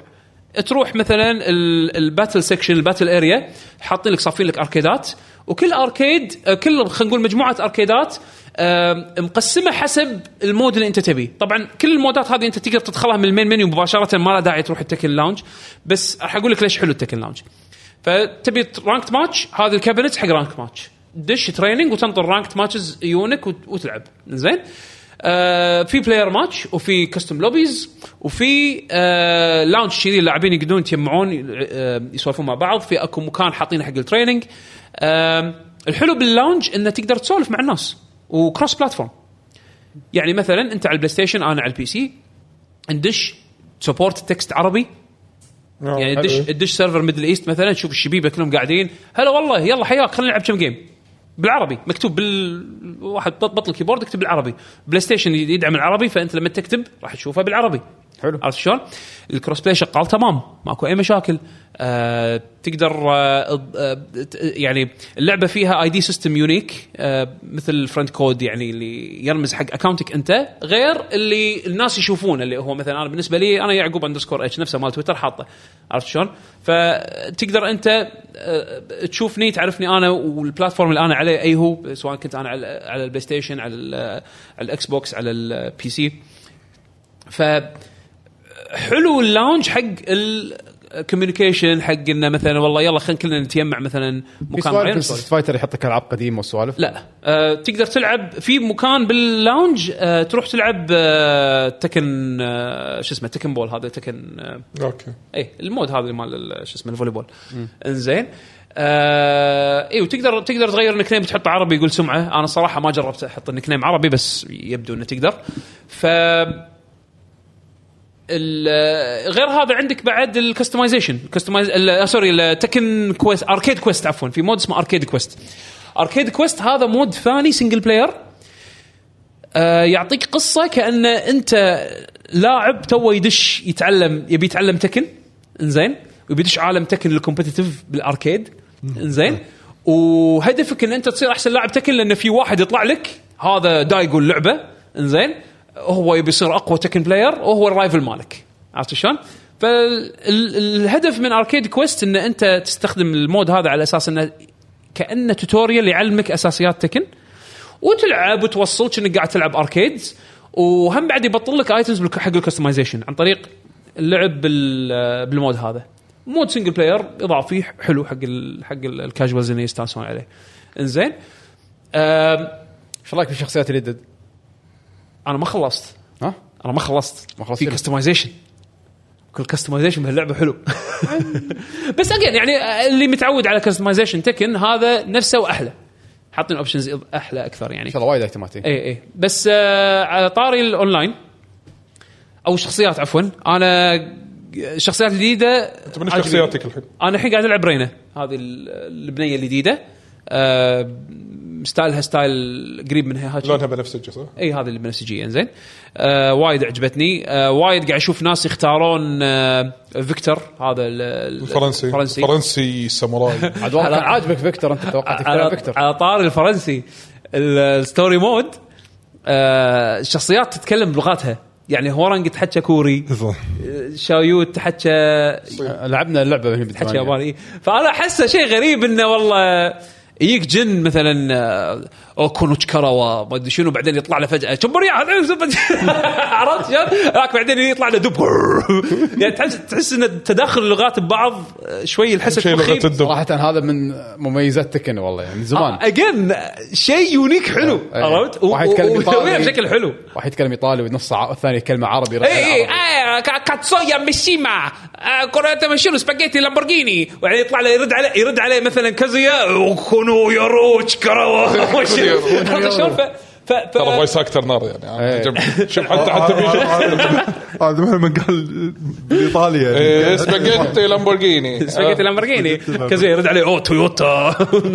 Speaker 1: تروح مثلا ال- الباتل سكشن الباتل اريا حاطين لك صافين لك اركيدات وكل اركيد آه، كل خلينا نقول مجموعه اركيدات آه، مقسمه حسب المود اللي انت تبيه طبعا كل المودات هذه انت تقدر تدخلها من المين منيو مباشره ما لها داعي تروح التكن لاونج بس راح اقول لك ليش حلو التكن لاونج فتبي رانكت ماتش هذه الكابينت حق رانكت ماتش دش تريننج وتنطر رانكت ماتشز يونك وت- وتلعب زين آه في بلاير ماتش وفي كاستم لوبيز وفي آه لاونج كذي اللاعبين يقدرون يتجمعون آه يسولفون مع بعض في اكو مكان حاطينه حق التريننج آه الحلو باللاونج انه تقدر تسولف مع الناس وكروس بلاتفورم يعني مثلا انت على البلاي ستيشن انا على البي سي ندش سبورت تكست عربي يعني
Speaker 4: نعم، حلو.
Speaker 1: تدش تدش سيرفر ميدل ايست مثلا تشوف الشبيبه كلهم قاعدين هلا والله يلا حياك خلينا نلعب كم جيم بالعربي مكتوب بال واحد بط- بطل الكيبورد يكتب بالعربي بلاي ستيشن يدعم العربي فانت لما تكتب راح تشوفها بالعربي
Speaker 3: حلو.
Speaker 1: عرفت شلون؟ الكروس بلاي شغال تمام ماكو اي مشاكل آه تقدر آه آه، ت- يعني اللعبه فيها اي دي سيستم يونيك آه مثل الفرنت كود يعني اللي يرمز حق اكونتك انت غير اللي الناس يشوفونه اللي هو مثلا انا بالنسبه لي انا يعقوب اندرسكور اتش نفسه مال تويتر حاطه عرفت شلون؟ فتقدر انت آه، تشوفني تعرفني انا والبلاتفورم اللي انا عليه اي هو سواء كنت انا على على البلاي ستيشن على ال- على الاكس بوكس على البي سي ف حلو اللاونج حق الكوميونيكيشن حق انه مثلا والله يلا خلينا كلنا نتيمع مثلا
Speaker 3: في
Speaker 1: مكان معين
Speaker 3: سوالف
Speaker 1: نسولف.
Speaker 3: ستريت فايتر يحط لك العاب قديمه وسوالف
Speaker 1: لا أه تقدر تلعب في مكان باللاونج أه تروح تلعب أه تكن أه شو اسمه تكن بول هذا تكن أه
Speaker 4: اوكي
Speaker 1: اي المود هذا اللي مال ال- شو اسمه الفولي بول انزين آه اي وتقدر تقدر تغير النيك نيم تحطه عربي يقول سمعه انا صراحه ما جربت احط النيك نيم عربي بس يبدو انه تقدر ف ال- غير هذا عندك بعد الكستمايزيشن كستمايز سوري التكن كويست اركيد كويست عفوا في مود اسمه اركيد كويست اركيد كويست هذا مود ثاني سنجل بلاير آه، يعطيك قصه كان انت لاعب تو يدش يتعلم يبي يتعلم تكن انزين ويبي يدش عالم تكن الكومبتتف بالاركيد انزين وهدفك ان انت تصير احسن لاعب تكن لان في واحد يطلع لك هذا دايجو اللعبه انزين هو يبي يصير اقوى تكن بلاير وهو الرايفل مالك عرفت شلون؟ فالهدف من اركيد كويست ان انت تستخدم المود هذا على اساس انه كانه توتوريال يعلمك اساسيات تكن وتلعب وتوصل كأنك قاعد تلعب اركيدز وهم بعد يبطل لك ايتمز بالك- حق الكستمايزيشن عن طريق اللعب بال- بالمود هذا مود سنجل بلاير اضافي حلو حق ال حق ال- الكاجوالز اللي يستانسون عليه انزين أم،
Speaker 3: ايش رايك بالشخصيات اللي دد؟
Speaker 1: انا ما خلصت
Speaker 3: ها؟
Speaker 1: انا ما خلصت
Speaker 3: ما خلصت
Speaker 1: في
Speaker 3: ليه؟
Speaker 1: كستمايزيشن كل كستمايزيشن بهاللعبه حلو بس اجين يعني اللي متعود على كستمايزيشن تكن هذا نفسه واحلى حاطين اوبشنز احلى اكثر يعني
Speaker 3: ان شاء الله وايد اهتماماتي
Speaker 1: اي اي إيه. بس آه على طاري الاونلاين او الشخصيات عفوا انا شخصيات جديده انت
Speaker 4: من شخصياتك الحين؟
Speaker 1: انا الحين قاعد العب رينا هذه ال- البنيه الجديده آه ستايلها ستايل قريب من هيهاتشي
Speaker 4: لونها بنفسجي صح؟
Speaker 1: اي هذه البنفسجيه انزين آه وايد عجبتني آه وايد قاعد اشوف ناس يختارون آه فيكتور هذا ال- ال-
Speaker 4: الفرنسي
Speaker 1: الفرنسي
Speaker 4: فرنسي ساموراي
Speaker 3: عاد والله كان عاجبك فيكتور انت توقعتك تلعب
Speaker 1: على,
Speaker 3: فيكتور
Speaker 1: على طار الفرنسي ال- الستوري مود آه الشخصيات تتكلم بلغاتها يعني هورنج تحكى كوري آه، شايوت تحكى
Speaker 3: لعبنا اللعبه هنا
Speaker 1: تحكي
Speaker 3: بالديوانية.
Speaker 1: ياباني إيه. فانا احسه شيء غريب انه والله يجيك جن مثلا آه، او كونو تشكروا ما ادري شنو بعدين يطلع له فجاه شمبريا عرفت شلون؟ هناك بعدين يطلع له دب يعني تحس تحس ان تداخل اللغات ببعض آه، شوي يحسك
Speaker 4: شيء لغه الدب
Speaker 3: صراحه هذا من مميزات تكن والله يعني من
Speaker 1: آه،
Speaker 3: زمان
Speaker 1: اجين Uh, شيء يونيك حلو
Speaker 3: إيه.
Speaker 1: عرفت؟
Speaker 3: واحد يتكلم
Speaker 1: ومسويها
Speaker 3: إيطالي.
Speaker 1: بشكل حلو إيه،
Speaker 3: واحد يتكلم ايطالي ونص ساعه الثاني يتكلم عربي رجل
Speaker 1: اي
Speaker 3: عربي.
Speaker 1: اي آه، كاتسويا ميشيما آه، كوريتا ماشينو سباجيتي لامبورجيني وبعدين يطلع له يرد عليه يرد عليه مثلا كازويا كونو يروش كراوا عرفت شلون؟ ف- ف- ف-
Speaker 4: ترى فويس اكتر نار يعني
Speaker 3: إيه.
Speaker 4: عجبني. شوف حتى حتى
Speaker 1: آه،
Speaker 4: في
Speaker 2: هذا لما قال بايطاليا
Speaker 4: إيه،
Speaker 2: يعني.
Speaker 4: سباجيتي لامبورجيني
Speaker 1: سباجيتي لامبورجيني كازويا يرد عليه اوه تويوتا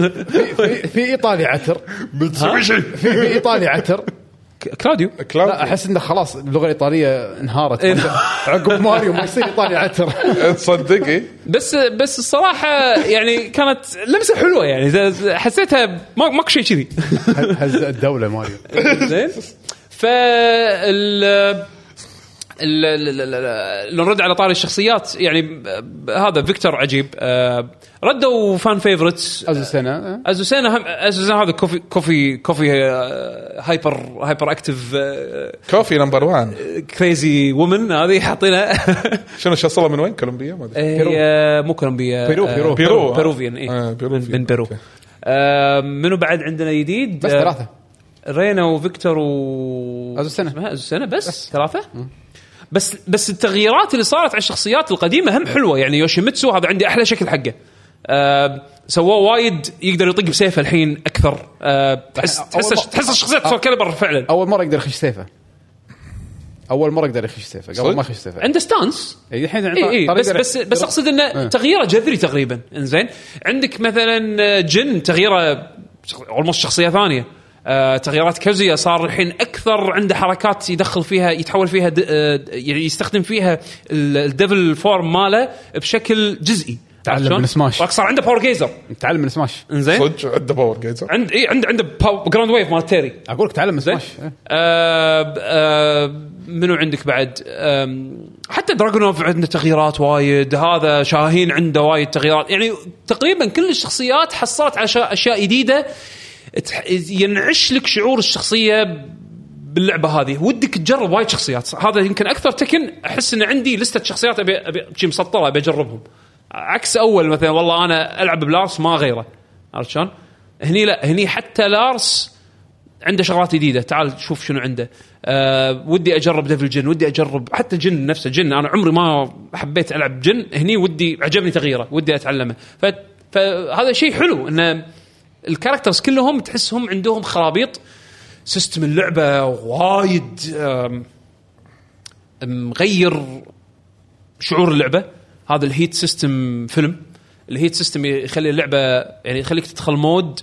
Speaker 3: في- في ايطالي عتر
Speaker 2: متسوبيشي.
Speaker 3: في في ايطالي عتر
Speaker 1: كلاوديو
Speaker 3: لا
Speaker 4: كلاود
Speaker 3: احس انه خلاص اللغه الايطاليه انهارت
Speaker 1: إيه.
Speaker 3: عقب ماريو ما يصير ايطالي عتر
Speaker 4: تصدق إيه؟
Speaker 1: بس بس الصراحه يعني كانت لمسه حلوه يعني ز- ز- حسيتها ما- ماكو شيء كذي
Speaker 3: هزأ الدوله ماريو
Speaker 1: زين ف ال ال- ال- ال- ال- لو نرد على طاري الشخصيات يعني ب- هذا فيكتور عجيب آه، ردوا فان فيفورتس
Speaker 3: ازوسينا
Speaker 1: ازوسينا هم ازوسينا هذا كوفي كوفي كوفي آه، هايبر هايبر اكتف
Speaker 4: كوفي نمبر 1
Speaker 1: كريزي وومن هذه حاطينها
Speaker 4: شنو شصلها من وين كولومبيا ما ادري
Speaker 1: هي آه، مو كولومبيا
Speaker 3: بيرو-
Speaker 1: آه،
Speaker 3: بيرو.
Speaker 4: بيرو.
Speaker 1: بيروفيان اي
Speaker 4: آه، بيروفيان.
Speaker 1: من بيرو
Speaker 4: أوكي.
Speaker 1: آه، منو بعد عندنا جديد
Speaker 3: بس
Speaker 1: آه،
Speaker 3: ثلاثه
Speaker 1: رينا وفيكتور و
Speaker 3: أزوسنا.
Speaker 1: اسمها ازوسنا بس, بس. ثلاثة بس بس التغييرات اللي صارت على الشخصيات القديمة هم حلوة يعني يوشيميتسو هذا عندي أحلى شكل حقه آه سواه وايد يقدر يطق بسيفه الحين أكثر آه تحس تحس
Speaker 3: أول-
Speaker 1: تحس الشخصية تصير كالبر فعلا
Speaker 3: اول مره يقدر يخش سيفه اول مره يقدر يخش سيفه قبل
Speaker 4: صدق؟
Speaker 3: ما يخش سيفه
Speaker 1: عنده ستانس
Speaker 3: إي، الحين
Speaker 1: اي اي
Speaker 3: طريقة
Speaker 1: إيه،
Speaker 3: آه.
Speaker 1: بس بس بس اقصد انه تغييره جذري تقريبا انزين عندك مثلا جن تغييره اولموست شخصيه ثانيه آه، تغييرات كازويا صار الحين اكثر عنده حركات يدخل فيها يتحول فيها د- آه، يعني يستخدم فيها ال- الديفل فورم ماله بشكل جزئي
Speaker 3: تعلم
Speaker 1: شلون؟
Speaker 3: من سماش.
Speaker 1: ولك صار عنده باور جيزر
Speaker 3: تعلم من سماش
Speaker 1: انزين
Speaker 4: صدق عنده باور جيزر
Speaker 1: عند اي عنده عنده جراوند ويف مال تيري
Speaker 3: اقول لك تعلم من
Speaker 1: زين
Speaker 3: سماش إيه.
Speaker 1: آه آه منو عندك بعد آم، حتى دراجونوف عنده تغييرات وايد هذا شاهين عنده وايد تغييرات يعني تقريبا كل الشخصيات حصلت على أشياء- اشياء جديده تح- ينعش لك شعور الشخصيه باللعبه هذه ودك تجرب وايد شخصيات هذا يمكن اكثر تكن احس ان عندي لسته شخصيات ابي ابي شي مسطره ابي اجربهم عكس اول مثلا والله انا العب بلارس ما غيره عرفت شلون؟ هني لا هني حتى لارس عنده شغلات جديده تعال شوف شنو عنده أه ودي اجرب ديفل جن ودي اجرب حتى جن نفسه جن انا عمري ما حبيت العب جن هني ودي عجبني تغييره ودي اتعلمه ف... فهذا شيء حلو انه الكاركترز كلهم تحسهم عندهم خرابيط سيستم اللعبه وايد أم، مغير شعور اللعبه هذا الهيت سيستم فيلم الهيت سيستم يخلي اللعبه يعني يخليك تدخل مود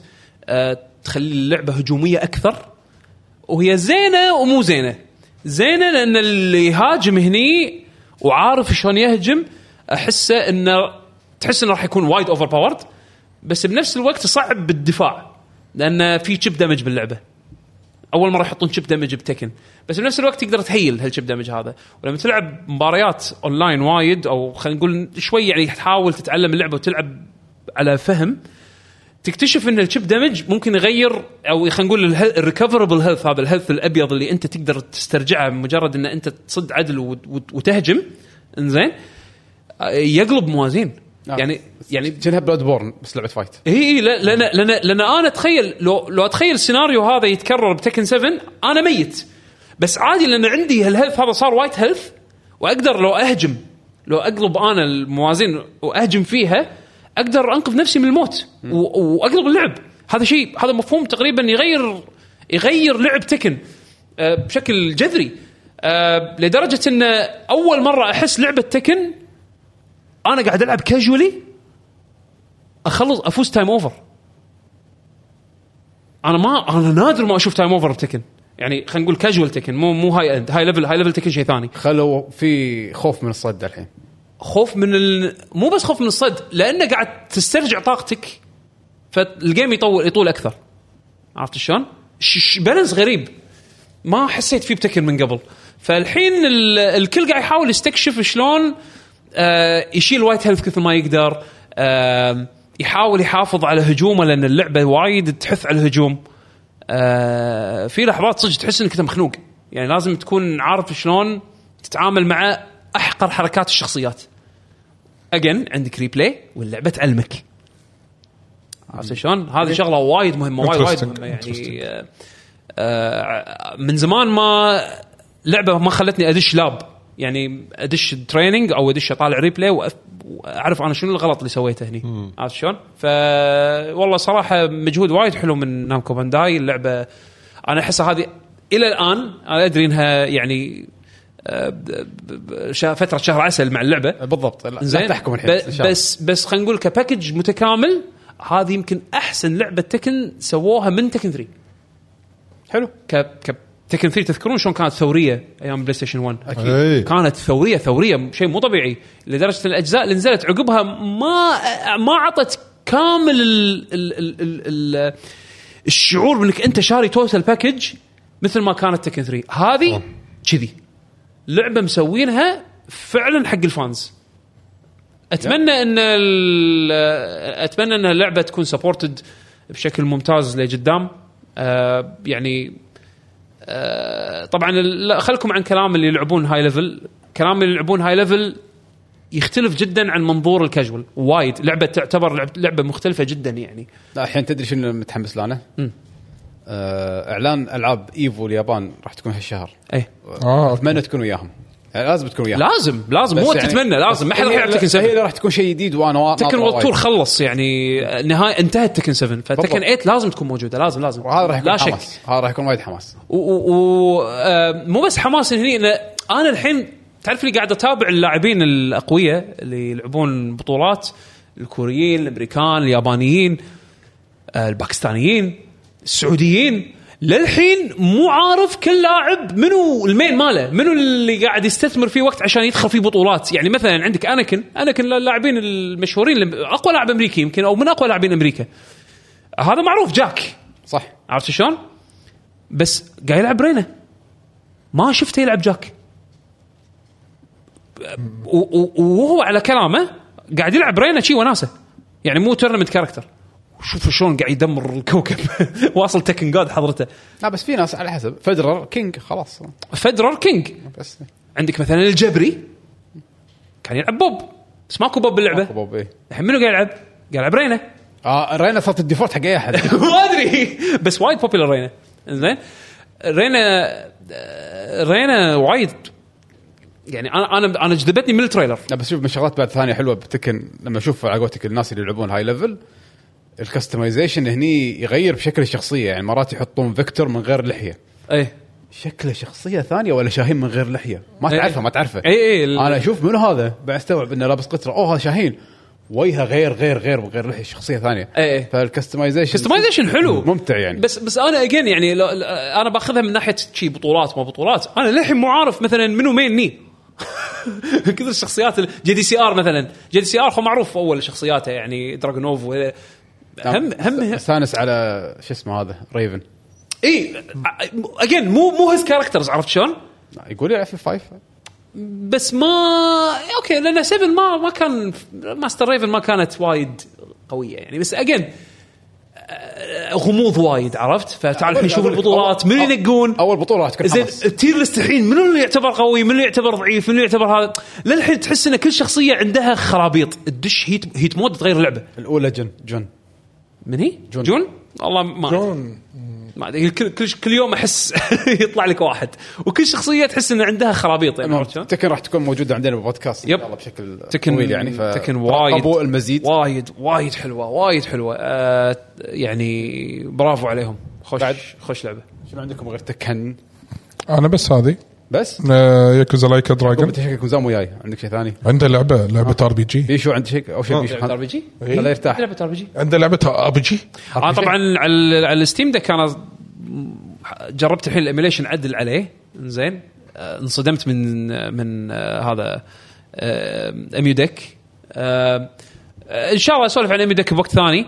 Speaker 1: أه، تخلي اللعبه هجوميه اكثر وهي زينه ومو زينه زينه لان اللي يهاجم هني وعارف شلون يهجم احسه انه تحس انه راح يكون وايد اوفر باورد بس بنفس الوقت صعب بالدفاع لان في شيب دمج باللعبه اول مره يحطون شيب دمج بتكن بس بنفس الوقت تقدر تهيل هالشيب دمج هذا ولما تلعب مباريات اونلاين وايد او خلينا نقول شوي يعني تحاول تتعلم اللعبه وتلعب على فهم تكتشف ان الشيب دمج ممكن يغير او خلينا نقول الريكفربل هيلث هذا الهيلث الابيض اللي انت تقدر تسترجعه مجرد ان انت تصد عدل وت- وت- وتهجم انزين آه، يقلب موازين يعني يعني
Speaker 3: كانها بلاد بورن بس لعبه فايت
Speaker 1: اي اي إيه، لا- لان لان لان انا اتخيل لو لو اتخيل السيناريو هذا يتكرر بتكن 7 انا ميت بس عادي لان عندي هالهيلث هذا صار وايت هيلث واقدر لو اهجم لو اقلب انا الموازين واهجم فيها اقدر انقذ نفسي من الموت و- واقلب اللعب هذا شيء هذا مفهوم تقريبا يغير يغير لعب تكن آه، بشكل جذري آه، لدرجه ان اول مره احس لعبه تكن انا قاعد العب كاجولي اخلص افوز تايم اوفر انا ما انا نادر ما اشوف تايم اوفر بتكن يعني خلينا نقول كاجوال تكن مو مو هاي اند هاي ليفل هاي ليفل تكن شيء ثاني
Speaker 3: خلوا في خوف من الصد الحين
Speaker 1: خوف من ال... مو بس خوف من الصد لانه قاعد تسترجع طاقتك فالجيم يطول يطول اكثر عرفت شلون؟ ش- ش- بالانس غريب ما حسيت فيه بتكن من قبل فالحين ال... الكل قاعد يحاول يستكشف شلون آه يشيل وايت هيلث كثر ما يقدر آه يحاول يحافظ على هجومه لان اللعبه وايد تحث على الهجوم آه في لحظات صدق تحس انك انت مخنوق يعني لازم تكون عارف شلون تتعامل مع احقر حركات الشخصيات اجن عندك ريبلاي واللعبه تعلمك عرفت شلون؟ هذه شغله وايد مهمه وايد وايد
Speaker 4: Interesting.
Speaker 1: مهمه يعني آه، آه، من زمان ما لعبه ما خلتني ادش لاب يعني ادش تريننج او ادش اطالع ريبلاي وأف- واعرف انا شنو الغلط اللي سويته هني عرفت شلون؟ ف والله صراحه مجهود وايد حلو من نامكو بانداي اللعبه انا احسها هذه الى الان انا ادري انها يعني آه، ب- ب- ش- فتره شهر عسل مع اللعبه
Speaker 3: بالضبط لا, لا
Speaker 1: زين
Speaker 3: تحكم الحين
Speaker 1: ب-
Speaker 3: إن شاء الله.
Speaker 1: بس بس خلينا نقول كباكج متكامل هذه يمكن احسن لعبه تكن سووها من تكن 3
Speaker 3: حلو
Speaker 1: ك ك تكن 3 تذكرون شلون كانت ثوريه ايام بلاي ستيشن 1
Speaker 2: إي.
Speaker 1: كانت ثوريه ثوريه شيء مو طبيعي لدرجه ان الاجزاء اللي نزلت عقبها ما ما عطت كامل ال ال ال ال ال الشعور بانك انت شاري توتال باكج مثل ما كانت تكن 3 هذه كذي لعبه مسوينها فعلا حق الفانز اتمنى ان ال- اتمنى ان اللعبه تكون سبورتد بشكل ممتاز لقدام آه، يعني آه، طبعا ال- لا، خلكم عن كلام اللي يلعبون هاي ليفل كلام اللي يلعبون هاي ليفل يختلف جدا عن منظور الكاجوال وايد لعبه تعتبر لعب- لعبه مختلفه جدا يعني
Speaker 3: لا الحين تدري شنو اللي متحمس لانه؟ آه اعلان العاب ايفو اليابان راح تكون هالشهر
Speaker 1: ايه
Speaker 4: اه أوكي.
Speaker 3: اتمنى تكون وياهم يعني لازم تكون وياهم يعني
Speaker 1: لازم لازم مو تتمنى لازم ما حد راح يلعب تكن 7
Speaker 3: هي راح تكون شيء جديد وانا وا-
Speaker 1: تكن
Speaker 3: ناطره
Speaker 1: وورد تور
Speaker 3: وايد.
Speaker 1: خلص يعني نهاية انتهت تكن 7
Speaker 3: بالضبط.
Speaker 1: فتكن 8 لازم تكون موجوده لازم لازم
Speaker 3: وهذا راح يكون
Speaker 1: لا شك
Speaker 3: حماس هذا راح يكون وايد حماس
Speaker 1: و- و- و- آه، مو بس حماس هني إن انا الحين تعرف اللي قاعد اتابع اللاعبين الاقوياء اللي يلعبون بطولات الكوريين الامريكان اليابانيين آه، الباكستانيين السعوديين للحين مو عارف كل لاعب منو المين ماله منو اللي قاعد يستثمر فيه وقت عشان يدخل في بطولات يعني مثلا عندك انكن انكن اللاعبين المشهورين الم- اقوى لاعب امريكي يمكن او من اقوى لاعبين امريكا هذا معروف جاك
Speaker 3: صح
Speaker 1: عرفت شلون؟ بس قاعد يلعب رينا ما شفته يلعب جاك و- و- وهو على كلامه قاعد يلعب رينا شي وناسه يعني مو تورنمنت كاركتر شوف شلون قاعد يدمر الكوكب واصل تكن جاد حضرته
Speaker 3: لا بس في ناس على حسب فدرر كينج خلاص
Speaker 1: فدرر كينج
Speaker 3: بس
Speaker 1: عندك مثلا الجبري كان يلعب بوب بس ماكو بوب باللعبه
Speaker 3: بوب ايه
Speaker 1: الحين منو قاعد يلعب؟ قاعد يلعب رينا
Speaker 3: اه رينا صارت الديفولت حق اي احد
Speaker 1: ما ادري بس وايد بوبيلر رينا زين رينا آه، رينا وايد يعني انا انا انا جذبتني من التريلر
Speaker 3: لا بس شوف من شغلات بعد ثانيه حلوه بتكن لما اشوف على قولتك الناس اللي يلعبون هاي ليفل الكستمايزيشن هني يغير بشكل الشخصيه يعني مرات يحطون فيكتور من غير لحيه
Speaker 1: اي
Speaker 3: شكله شخصيه ثانيه ولا شاهين من غير لحيه ما
Speaker 1: إيه.
Speaker 3: تعرفه ما تعرفه
Speaker 1: إيه إيه، ال-
Speaker 3: انا اشوف منو هذا بعد استوعب انه لابس قطره اوه هذا شاهين وجهه غير غير غير غير لحيه شخصيه ثانيه
Speaker 1: إيه إيه.
Speaker 3: فالكستمايزيشن
Speaker 1: كستمايزيشن حلو
Speaker 3: ممتع يعني
Speaker 1: بس بس انا اجين يعني لو لو- انا باخذها من ناحيه شي بطولات ما بطولات انا للحين مو عارف مثلا منو مين ني كثر الشخصيات جي دي سي ار مثلا جي دي سي ار هو معروف اول شخصياته يعني دراجونوف وهذا. هم هم إيه،
Speaker 3: استانس نعم. على شو اسمه هذا ريفن
Speaker 1: اي اجين مو مو هز كاركترز عرفت شلون؟
Speaker 3: يقول يلعب في فايف
Speaker 1: بس ما اوكي لان 7 ما ما كان ماستر ريفن ما كانت وايد قويه يعني بس اجين غموض وايد عرفت؟ فتعال الحين نشوف البطولات من اللي ينقون
Speaker 3: اول بطوله راح
Speaker 1: زين
Speaker 3: تكون
Speaker 1: التير ليست الحين منو اللي يعتبر قوي منو اللي يعتبر ضعيف منو اللي يعتبر هذا للحين تحس ان كل شخصيه عندها خرابيط تدش هيت هيت مود تغير اللعبه
Speaker 3: الاولى جن جن
Speaker 1: من هي
Speaker 3: جون.
Speaker 1: جون والله ما أدري.
Speaker 4: جون
Speaker 1: ما أدري. كل كل كل يوم احس يطلع لك واحد وكل شخصيه تحس ان عندها خرابيط يعني عرفت شلون؟
Speaker 3: نعم. تكن راح تكون موجوده عندنا بالبودكاست
Speaker 1: يب.
Speaker 3: ان شاء الله بشكل
Speaker 1: تكن
Speaker 3: طويل يعني ف
Speaker 1: تكن وايد
Speaker 3: ترقبوا المزيد
Speaker 1: وايد وايد حلوه وايد حلوه آه يعني برافو عليهم خوش
Speaker 3: بعد.
Speaker 1: خوش لعبه
Speaker 3: شنو عندكم غير تكن
Speaker 5: انا بس هذه
Speaker 3: بس
Speaker 5: آه، ياكوزا لايك دراجون
Speaker 3: انت شكلك مزام وياي عندك شيء ثاني
Speaker 5: عنده لعبه لعبه
Speaker 4: آه.
Speaker 5: ار بي جي
Speaker 3: بيشو عندك شيء او شيء بيشو
Speaker 1: لعبه ار بي طيب، جي
Speaker 3: لا يرتاح
Speaker 1: لعبه ار بي جي
Speaker 5: عنده لعبه ار بي جي
Speaker 1: انا طبعا آه، على على الستيم ده كان أز- جربت الحين الايميليشن عدل عليه زين آه، انصدمت من من آه، هذا آه، اميو ديك ان آه، شاء الله اسولف عن اميو ديك بوقت ثاني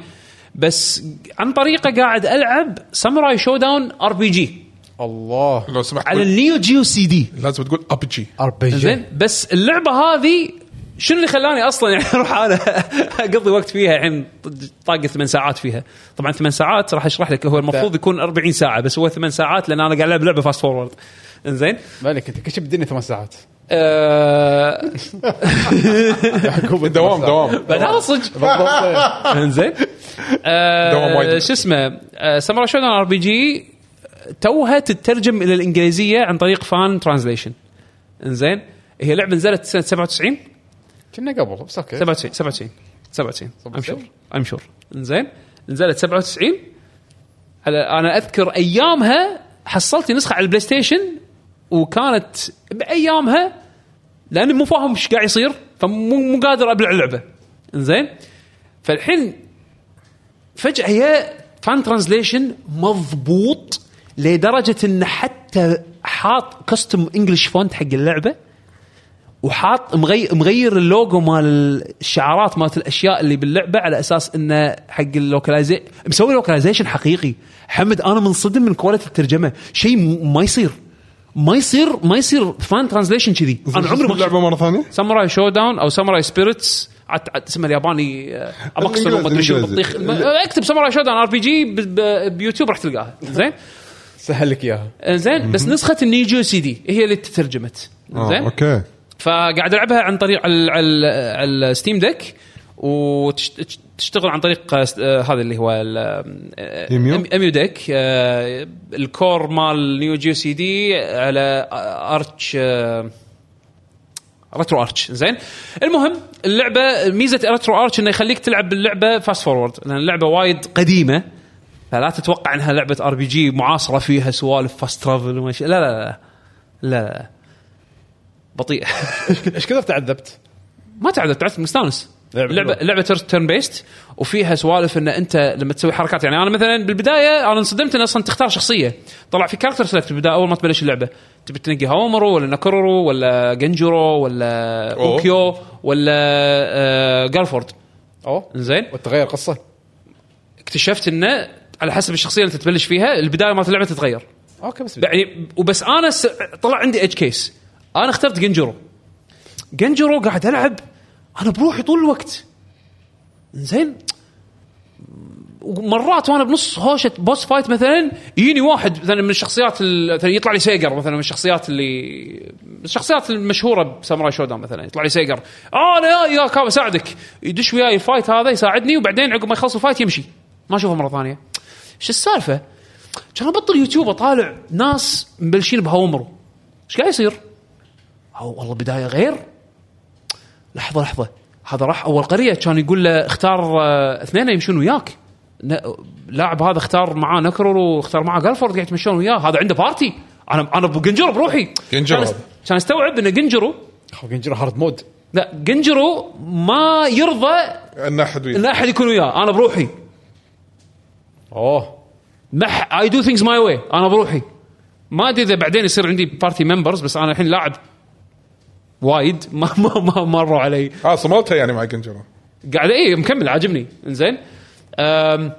Speaker 1: بس عن طريقه قاعد العب ساموراي شو داون ار بي جي
Speaker 3: الله
Speaker 5: لو سمحت
Speaker 1: على
Speaker 5: قول-
Speaker 1: النيو جيو سي دي
Speaker 5: لازم تقول ار بي جي
Speaker 3: ار
Speaker 4: إيه.
Speaker 3: بي
Speaker 1: زين بس اللعبه هذه شنو اللي خلاني اصلا يعني اروح انا اقضي وقت فيها الحين طاقه ثمان ساعات فيها طبعا ثمان ساعات راح اشرح لك هو المفروض يكون 40 ساعه بس هو ثمان ساعات لان انا قاعد العب لعبه فاست فورورد انزين
Speaker 3: مالك انت كل شيء بالدنيا ثمان ساعات
Speaker 1: آه
Speaker 4: دوام دوام
Speaker 1: بعد هذا صدق
Speaker 3: بالضبط
Speaker 1: انزين
Speaker 4: دوام
Speaker 1: آه
Speaker 4: وايد.
Speaker 1: شو اسمه آه ساموراي شودان ار بي جي توها تترجم الى الانجليزيه عن طريق فان ترانزليشن انزين هي لعبه نزلت سنه 97
Speaker 3: كنا قبل بس اوكي
Speaker 1: 97 97 97 ام شور
Speaker 3: 97.
Speaker 1: ام شور انزين نزلت 97 على انا اذكر ايامها حصلت لي نسخه على البلاي ستيشن وكانت بايامها لاني مو فاهم ايش قاعد يصير فمو مو قادر ابلع اللعبه انزين فالحين فجاه هي فان ترانزليشن مضبوط لدرجه ان حتى حاط كاستم انجلش فونت حق اللعبه وحاط مغير مغير اللوجو مال الشعارات مالت الاشياء اللي باللعبه على اساس انه حق اللوكلايزيشن مسوي لوكلايزيشن حقيقي حمد انا منصدم من كواليتي الترجمه شيء م- ما يصير ما يصير ما يصير فان ترانزليشن كذي انا عمري ما
Speaker 2: اللعبه مره ثانيه
Speaker 1: ساموراي شو داون او ساموراي سبيريتس عت عت- اسمه الياباني آه، امقصر وما ادري شنو
Speaker 2: الإنجليزي.
Speaker 1: بطيخ الم- آه، اكتب ساموراي شو داون ار بي جي ب- ب- بيوتيوب راح تلقاها زين
Speaker 3: سهل لك اياها
Speaker 1: آه، زين بس نسخه النيجو سي دي هي اللي تترجمت
Speaker 2: آه،
Speaker 1: زين
Speaker 2: اوكي
Speaker 1: فقاعد العبها عن طريق على على على ستيم ديك وتشتغل عن طريق آه، س- آه، هذا اللي هو ال- آه،
Speaker 2: إيميو؟
Speaker 1: إم- اميو ديك آه، الكور مال نيو جيو سي دي على آه، ارتش آه، ريترو ارتش زين المهم اللعبه ميزه ريترو ارتش انه يخليك تلعب باللعبه فاست فورورد لان اللعبه وايد قديمه فلا تتوقع انها لعبه ار بي جي معاصره فيها سوالف فاست ترافل وما شي- لا لا لا لا, لا. بطيئه
Speaker 3: ايش كثر تعذبت؟
Speaker 1: ما تعذب تعذب مستانس
Speaker 3: لعبة
Speaker 1: لعبه
Speaker 3: حلوة.
Speaker 1: لعبه تيرن بيست وفيها سوالف ان انت لما تسوي حركات يعني انا مثلا بالبدايه انا انصدمت ان اصلا تختار شخصيه طلع في كاركتر سلكت بالبدايه اول ما تبلش اللعبه تبي تنقي هاومرو ولا ناكورو ولا جنجرو ولا
Speaker 4: أوه.
Speaker 1: اوكيو ولا آه جارفورد
Speaker 3: اوه
Speaker 1: زين
Speaker 3: وتغير قصه
Speaker 1: اكتشفت انه على حسب الشخصيه اللي انت تبلش فيها البدايه مالت اللعبه تتغير
Speaker 3: اوكي بس
Speaker 1: يعني وبس انا س... طلع عندي ايدج كيس انا اخترت جنجرو جنجرو قاعد العب انا بروحي طول الوقت زين ومرات وانا بنص هوشه بوس فايت مثلا يجيني واحد مثلا من الشخصيات ال- مثلا يطلع لي سيجر مثلا من الشخصيات اللي من الشخصيات المشهوره بساموراي شودان مثلا يطلع لي سيجر آه انا يا يا كاب اساعدك يدش وياي الفايت هذا يساعدني وبعدين عقب ما يخلص الفايت يمشي ما اشوفه مره ثانيه شو السالفه؟ كان ابطل يوتيوب اطالع ناس مبلشين بهاومرو ايش قاعد يصير؟ هو والله بدايه غير لحظه لحظه هذا راح اول قريه كان يقول له اختار آه، اثنين يمشون وياك ن- لاعب هذا اختار معاه نكرو واختار معاه جالفورد قاعد يتمشون وياه هذا عنده بارتي انا انا بجنجرو بروحي
Speaker 4: جنجرو
Speaker 1: كان-
Speaker 4: هذا.
Speaker 1: كان استوعب ان جنجرو
Speaker 3: جنجر هارد مود
Speaker 1: لا جنجرو ما يرضى
Speaker 4: ان احد وياه
Speaker 1: ان احد يكون وياه انا بروحي
Speaker 3: اوه
Speaker 1: مح اي دو ثينجز ماي واي انا بروحي ما ادري اذا بعدين يصير عندي بارتي ممبرز بس انا الحين لاعب وايد ما ما ما مروا علي
Speaker 4: اه صملتها يعني آه، مع جنجرو
Speaker 1: إيه، قاعد اي مكمل عاجبني انزين أم،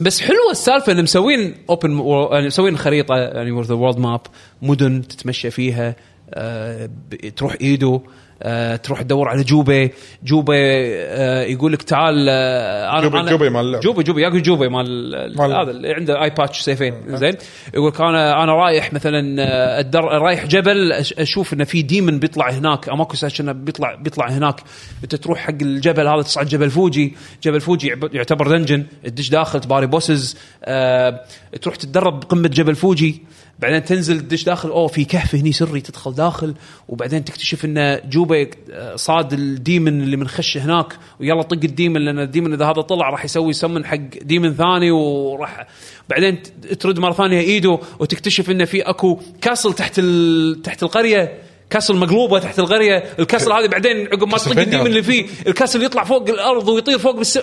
Speaker 1: بس حلوه السالفه ان مسوين اوبن يعني مسوين خريطه يعني ذا وورلد ماب مدن تتمشى فيها أه، ب- تروح ايدو أه، تروح تدور على جوبي جوبي أه، يقول لك تعال أه، انا
Speaker 4: جوبي-
Speaker 1: أنا-
Speaker 4: جوبي مال اللعبة.
Speaker 1: جوبي جوبي ياكو جوبي مال
Speaker 4: مال-
Speaker 1: هذا اللي عنده اي باتش سيفين زين يقول لك انا انا رايح مثلا آه، الدر رايح جبل أش- اشوف انه في ديمن بيطلع هناك اماكو ساشن بيطلع بيطلع هناك انت تروح حق الجبل هذا تصعد جبل فوجي جبل فوجي يعب- يعتبر دنجن تدش داخل تباري بوسز آه، تروح تتدرب بقمه جبل فوجي بعدين تنزل تدش داخل اوه في كهف هني سري تدخل داخل وبعدين تكتشف ان جوبا آه، صاد الديمن اللي منخش هناك ويلا طق الديمن لان الديمن اذا هذا طلع راح يسوي سمن حق ديمن ثاني وراح بعدين ت- ترد مره ثانيه ايده وتكتشف انه في اكو كاسل تحت ال... تحت القريه كاسل مقلوبه تحت القريه الكاسل هذه بعدين عقب ما تطق الديمن اللي فيه الكاسل يطلع فوق الارض ويطير فوق بالس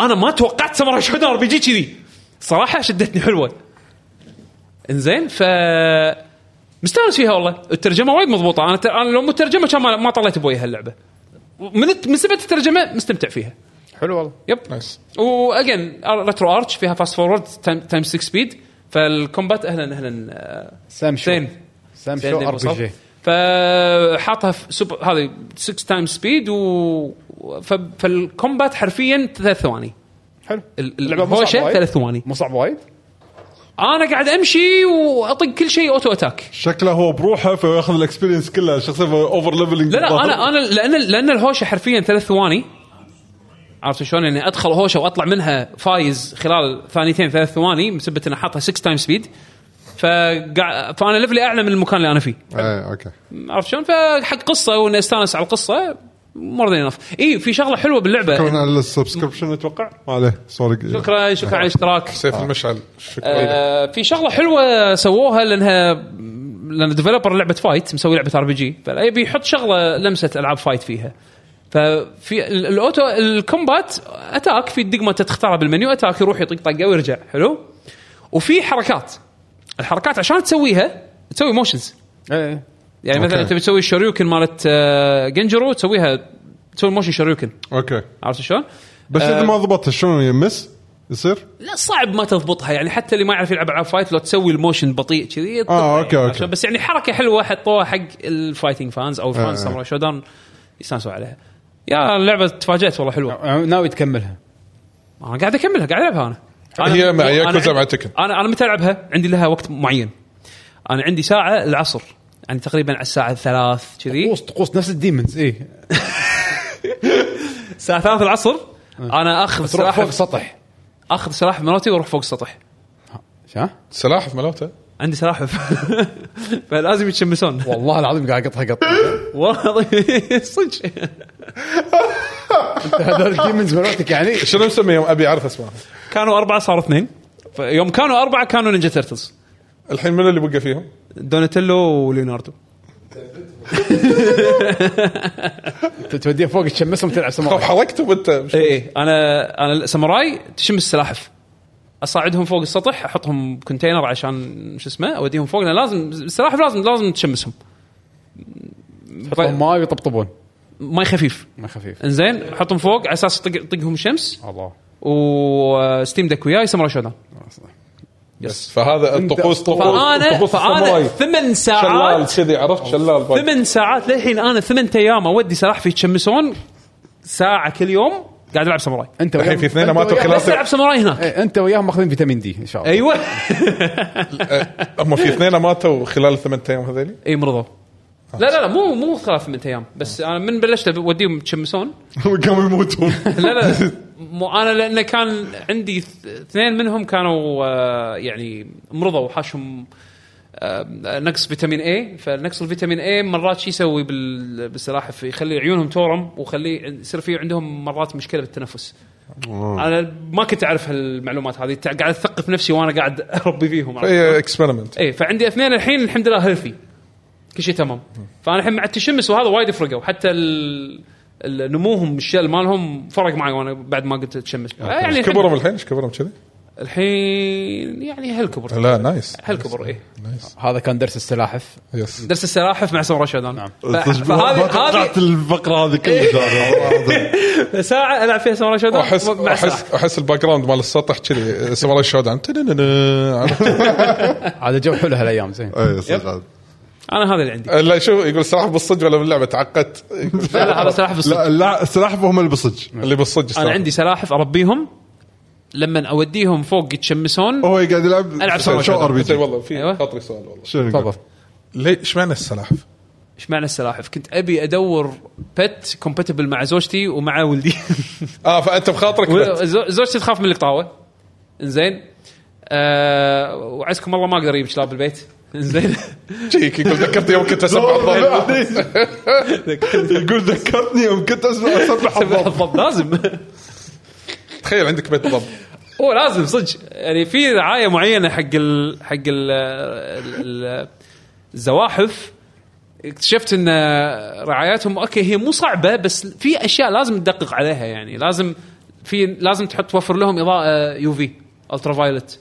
Speaker 1: انا ما توقعت ساموراي شودن ار بي جي كذي صراحه شدتني حلوه انزين ف مستانس فيها والله الترجمه وايد مضبوطه انا, ت... أنا لو مترجمه كان ما- ما طلعت بوي هاللعبه من الت- من سبه الترجمه مستمتع فيها
Speaker 3: حلو والله
Speaker 1: يب
Speaker 4: نايس
Speaker 1: واجين ريترو ارتش فيها فاست فورورد تايم, تايم 6 سبيد فالكومبات اهلا اهلا آه،
Speaker 3: سام شو
Speaker 1: زين
Speaker 3: سام
Speaker 1: زين
Speaker 3: شو
Speaker 1: ديب
Speaker 3: ار بي
Speaker 1: وصف.
Speaker 3: جي
Speaker 1: فحاطها في سوبر هذه 6 تايم سبيد و ف... فالكومبات حرفيا ثلاث ثواني
Speaker 3: حلو
Speaker 1: ال-
Speaker 3: اللعبة مو
Speaker 1: الهوشه
Speaker 3: صعبة وايد.
Speaker 1: ثلاث ثواني
Speaker 3: مو صعب وايد
Speaker 1: انا قاعد امشي واطق كل شيء اوتو اتاك
Speaker 2: شكله هو بروحه فياخذ الاكسبيرينس كلها شخصيه اوفر ليفلنج
Speaker 1: لا لا انا انا لان لان الهوشه حرفيا ثلاث ثواني عرفت شلون يعني ادخل هوشه واطلع منها فايز خلال ثانيتين ثلاث ثواني بسبب اني حاطها 6 تايم سبيد فقاعد فانا ليفلي اعلى من المكان اللي انا فيه
Speaker 2: ايه اوكي
Speaker 1: عرفت شلون فحق قصه واني استانس على القصه مور ذان انف اي إيه، في شغله حلوه باللعبه
Speaker 2: شكرا على السبسكربشن اتوقع ما عليه سوري
Speaker 1: شكرا شكرا على الاشتراك
Speaker 2: آه.
Speaker 4: سيف المشعل شكرا
Speaker 1: آه، في شغله حلوه سووها لانها لان ديفلوبر لعبه فايت مسوي لعبه ار بي جي فيبي يحط شغله لمسه العاب فايت فيها ففي ال- الاوتو الكومبات اتاك في الدقمه انت تختارها بالمنيو اتاك يروح يطق طقه ويرجع حلو وفي حركات الحركات عشان تسويها تسوي موشنز
Speaker 3: ايه
Speaker 1: يعني مثلا
Speaker 2: أوكي.
Speaker 1: تبي تسوي الشوريوكن مالت آه، جنجرو تسويها تسوي موشن شوريوكن
Speaker 2: اوكي
Speaker 1: عرفت شلون؟
Speaker 2: بس اذا ما ضبطها شلون يمس يصير؟
Speaker 1: لا صعب ما تضبطها يعني حتى اللي ما يعرف يلعب العاب فايت لو تسوي الموشن بطيء كذي يضبطها
Speaker 2: آه،
Speaker 1: يعني،
Speaker 2: أوكي، أوكي.
Speaker 1: عشان- بس يعني حركه حلوه حطوها حق الفايتنج فانز او فانز
Speaker 2: آه.
Speaker 1: ساموراي شودان يستانسوا عليها يا اللعبه تفاجات والله حلوه
Speaker 3: ناوي تكملها
Speaker 1: انا قاعد اكملها قاعد العبها انا أنا-
Speaker 4: هي مع ياكوزا
Speaker 1: أنا-
Speaker 4: مع تكن.
Speaker 1: انا انا متى العبها عندي لها وقت معين انا عندي ساعه العصر يعني تقريبا على الساعه الثلاث كذي
Speaker 3: طقوس طقوس نفس الديمونز إيه. اي
Speaker 1: الساعه ثلاث العصر انا اخذ
Speaker 3: تروح
Speaker 1: سلاح
Speaker 3: فوق سطح
Speaker 1: اخذ سلاح مراتي واروح فوق السطح
Speaker 3: شا
Speaker 4: سلاحف ملوته
Speaker 1: عندي سلاحف فلازم يتشمسون
Speaker 3: والله العظيم قاعد اقطها قط
Speaker 1: والله العظيم صدق
Speaker 3: هذول الديمونز مالتك يعني
Speaker 4: شنو مسميهم ابي اعرف اسمه
Speaker 1: كانوا اربعه صاروا اثنين ف- يوم كانوا اربعه كانوا نينجا تيرتلز
Speaker 4: الحين من اللي بقى فيهم؟
Speaker 1: طيب. دوناتيلو وليوناردو
Speaker 3: توديها فوق تشمسهم تلعب
Speaker 4: طب
Speaker 3: سمراء
Speaker 4: حركتهم انت مش-
Speaker 1: اي اي انا انا إيه. ساموراي تشم السلاحف اصعدهم فوق السطح احطهم كونتينر عشان شو اسمه اوديهم فوق لان لازم السلاحف لازم لازم تشمسهم طيب.
Speaker 3: حطهم ماي ويطبطبون
Speaker 1: ماي خفيف
Speaker 3: ما خفيف
Speaker 1: انزين احطهم فوق على اساس طق- طقهم شمس
Speaker 3: الله
Speaker 1: وستيم دك وياي ساموراي شودان
Speaker 4: بس فهذا الطقوس طقوس
Speaker 1: فانا
Speaker 4: طقوس
Speaker 1: فانا
Speaker 4: الساموراي
Speaker 1: ثمان
Speaker 4: شلال
Speaker 1: ساعات
Speaker 4: كذي عرفت شلال باي.
Speaker 1: ثمان ساعات للحين انا ثمان ايام اودي سلاحفي يتشمسون ساعه كل يوم قاعد العب ساموراي
Speaker 3: انت
Speaker 4: الحين
Speaker 3: وياهم-
Speaker 4: في اثنين
Speaker 3: أنت
Speaker 4: ماتوا
Speaker 3: وياهم-
Speaker 4: خلال-
Speaker 1: بس العب ساموراي هناك
Speaker 3: إيه، انت وياهم ماخذين فيتامين دي ان شاء الله
Speaker 1: ايوه
Speaker 4: هم في اثنين ماتوا خلال الثمان ايام هذيلي
Speaker 1: اي مرضوا لا لا لا مو مو خلاص ثمان ايام بس انا من بلشت اوديهم يتشمسون
Speaker 2: قاموا يموتون
Speaker 1: لا لا مو انا لانه كان عندي ث- اثنين منهم كانوا آه، يعني مرضوا وحاشهم آه، نقص فيتامين اي فنقص الفيتامين اي مرات شو يسوي بال- بالسلاحف يخلي عيونهم تورم ويخلي يصير في عندهم مرات مشكله بالتنفس انا ما كنت اعرف هالمعلومات هذه تع- قاعد اثقف نفسي وانا قاعد اربي فيهم عرفت؟
Speaker 4: اي اكسبيرمنت
Speaker 1: اي إيه، فعندي اثنين الحين الحمد لله هيلثي كل شيء تمام فانا الحين مع التشمس وهذا وايد فرقوا حتى ال... ال- نموهم الشل مالهم فرق معي وانا بعد ما قلت اتشمس يعني الحمد
Speaker 4: ايش كبرهم الحين ايش كبرهم كذي؟
Speaker 1: لله. الحين يعني هالكبر
Speaker 5: لا نايس
Speaker 1: هالكبر اي
Speaker 5: نايس
Speaker 3: هذا كان درس السلاحف
Speaker 5: يس
Speaker 1: إيه. درس السلاحف مع سمر شادان نعم
Speaker 2: ما
Speaker 1: فهذه هذه إيه.
Speaker 2: توقعت الفقره هذه كلها
Speaker 1: ساعه العب فيها سمر شادان
Speaker 4: احس
Speaker 1: مع سلاحف.
Speaker 4: احس احس الباك جراوند مال السطح كذي ساموراي شودان
Speaker 3: هذا جو حلو هالايام زين
Speaker 2: اي صح هذا.
Speaker 1: انا هذا اللي عندي
Speaker 4: لا شو يقول سلاحف بالصدق ولا باللعبه تعقدت يقول
Speaker 1: لا لا هذا سلاحف الصدق.
Speaker 2: لا لا السلاحف هم اللي بالصج
Speaker 4: اللي بالصدق
Speaker 1: انا
Speaker 4: السلاحف.
Speaker 1: عندي سلاحف اربيهم لما اوديهم فوق يتشمسون
Speaker 2: هو قاعد يلعب
Speaker 1: ألعب سمر
Speaker 2: شو
Speaker 1: شادان.
Speaker 2: ار بي
Speaker 4: زين
Speaker 2: جي
Speaker 4: والله في
Speaker 1: أيوة.
Speaker 4: خاطري سؤال والله
Speaker 2: شنو نقول؟
Speaker 3: تفضل
Speaker 5: ليش ايش معنى السلاحف؟
Speaker 1: ايش معنى السلاحف؟ كنت ابي ادور بت كومباتبل مع زوجتي ومع ولدي
Speaker 4: اه فانت بخاطرك بت.
Speaker 1: زو- زوجتي تخاف من القطاوه زين آه وعزكم الله ما اقدر اجيب كلاب البيت زين
Speaker 4: شيك يقول ذكرت يوم كنت اسبح الضبع
Speaker 2: يقول ذكرتني يوم كنت اسمع اسبح الضبط
Speaker 1: بالضبط لازم
Speaker 4: تخيل عندك بيت ضب
Speaker 1: هو لازم صدق يعني في رعايه معينه حق ال حق ال ال- الزواحف اكتشفت ان رعاياتهم اوكي هي مو صعبه بس في اشياء لازم تدقق عليها يعني لازم في لازم تحط توفر لهم آه، اضاءه يو في الترا فايلت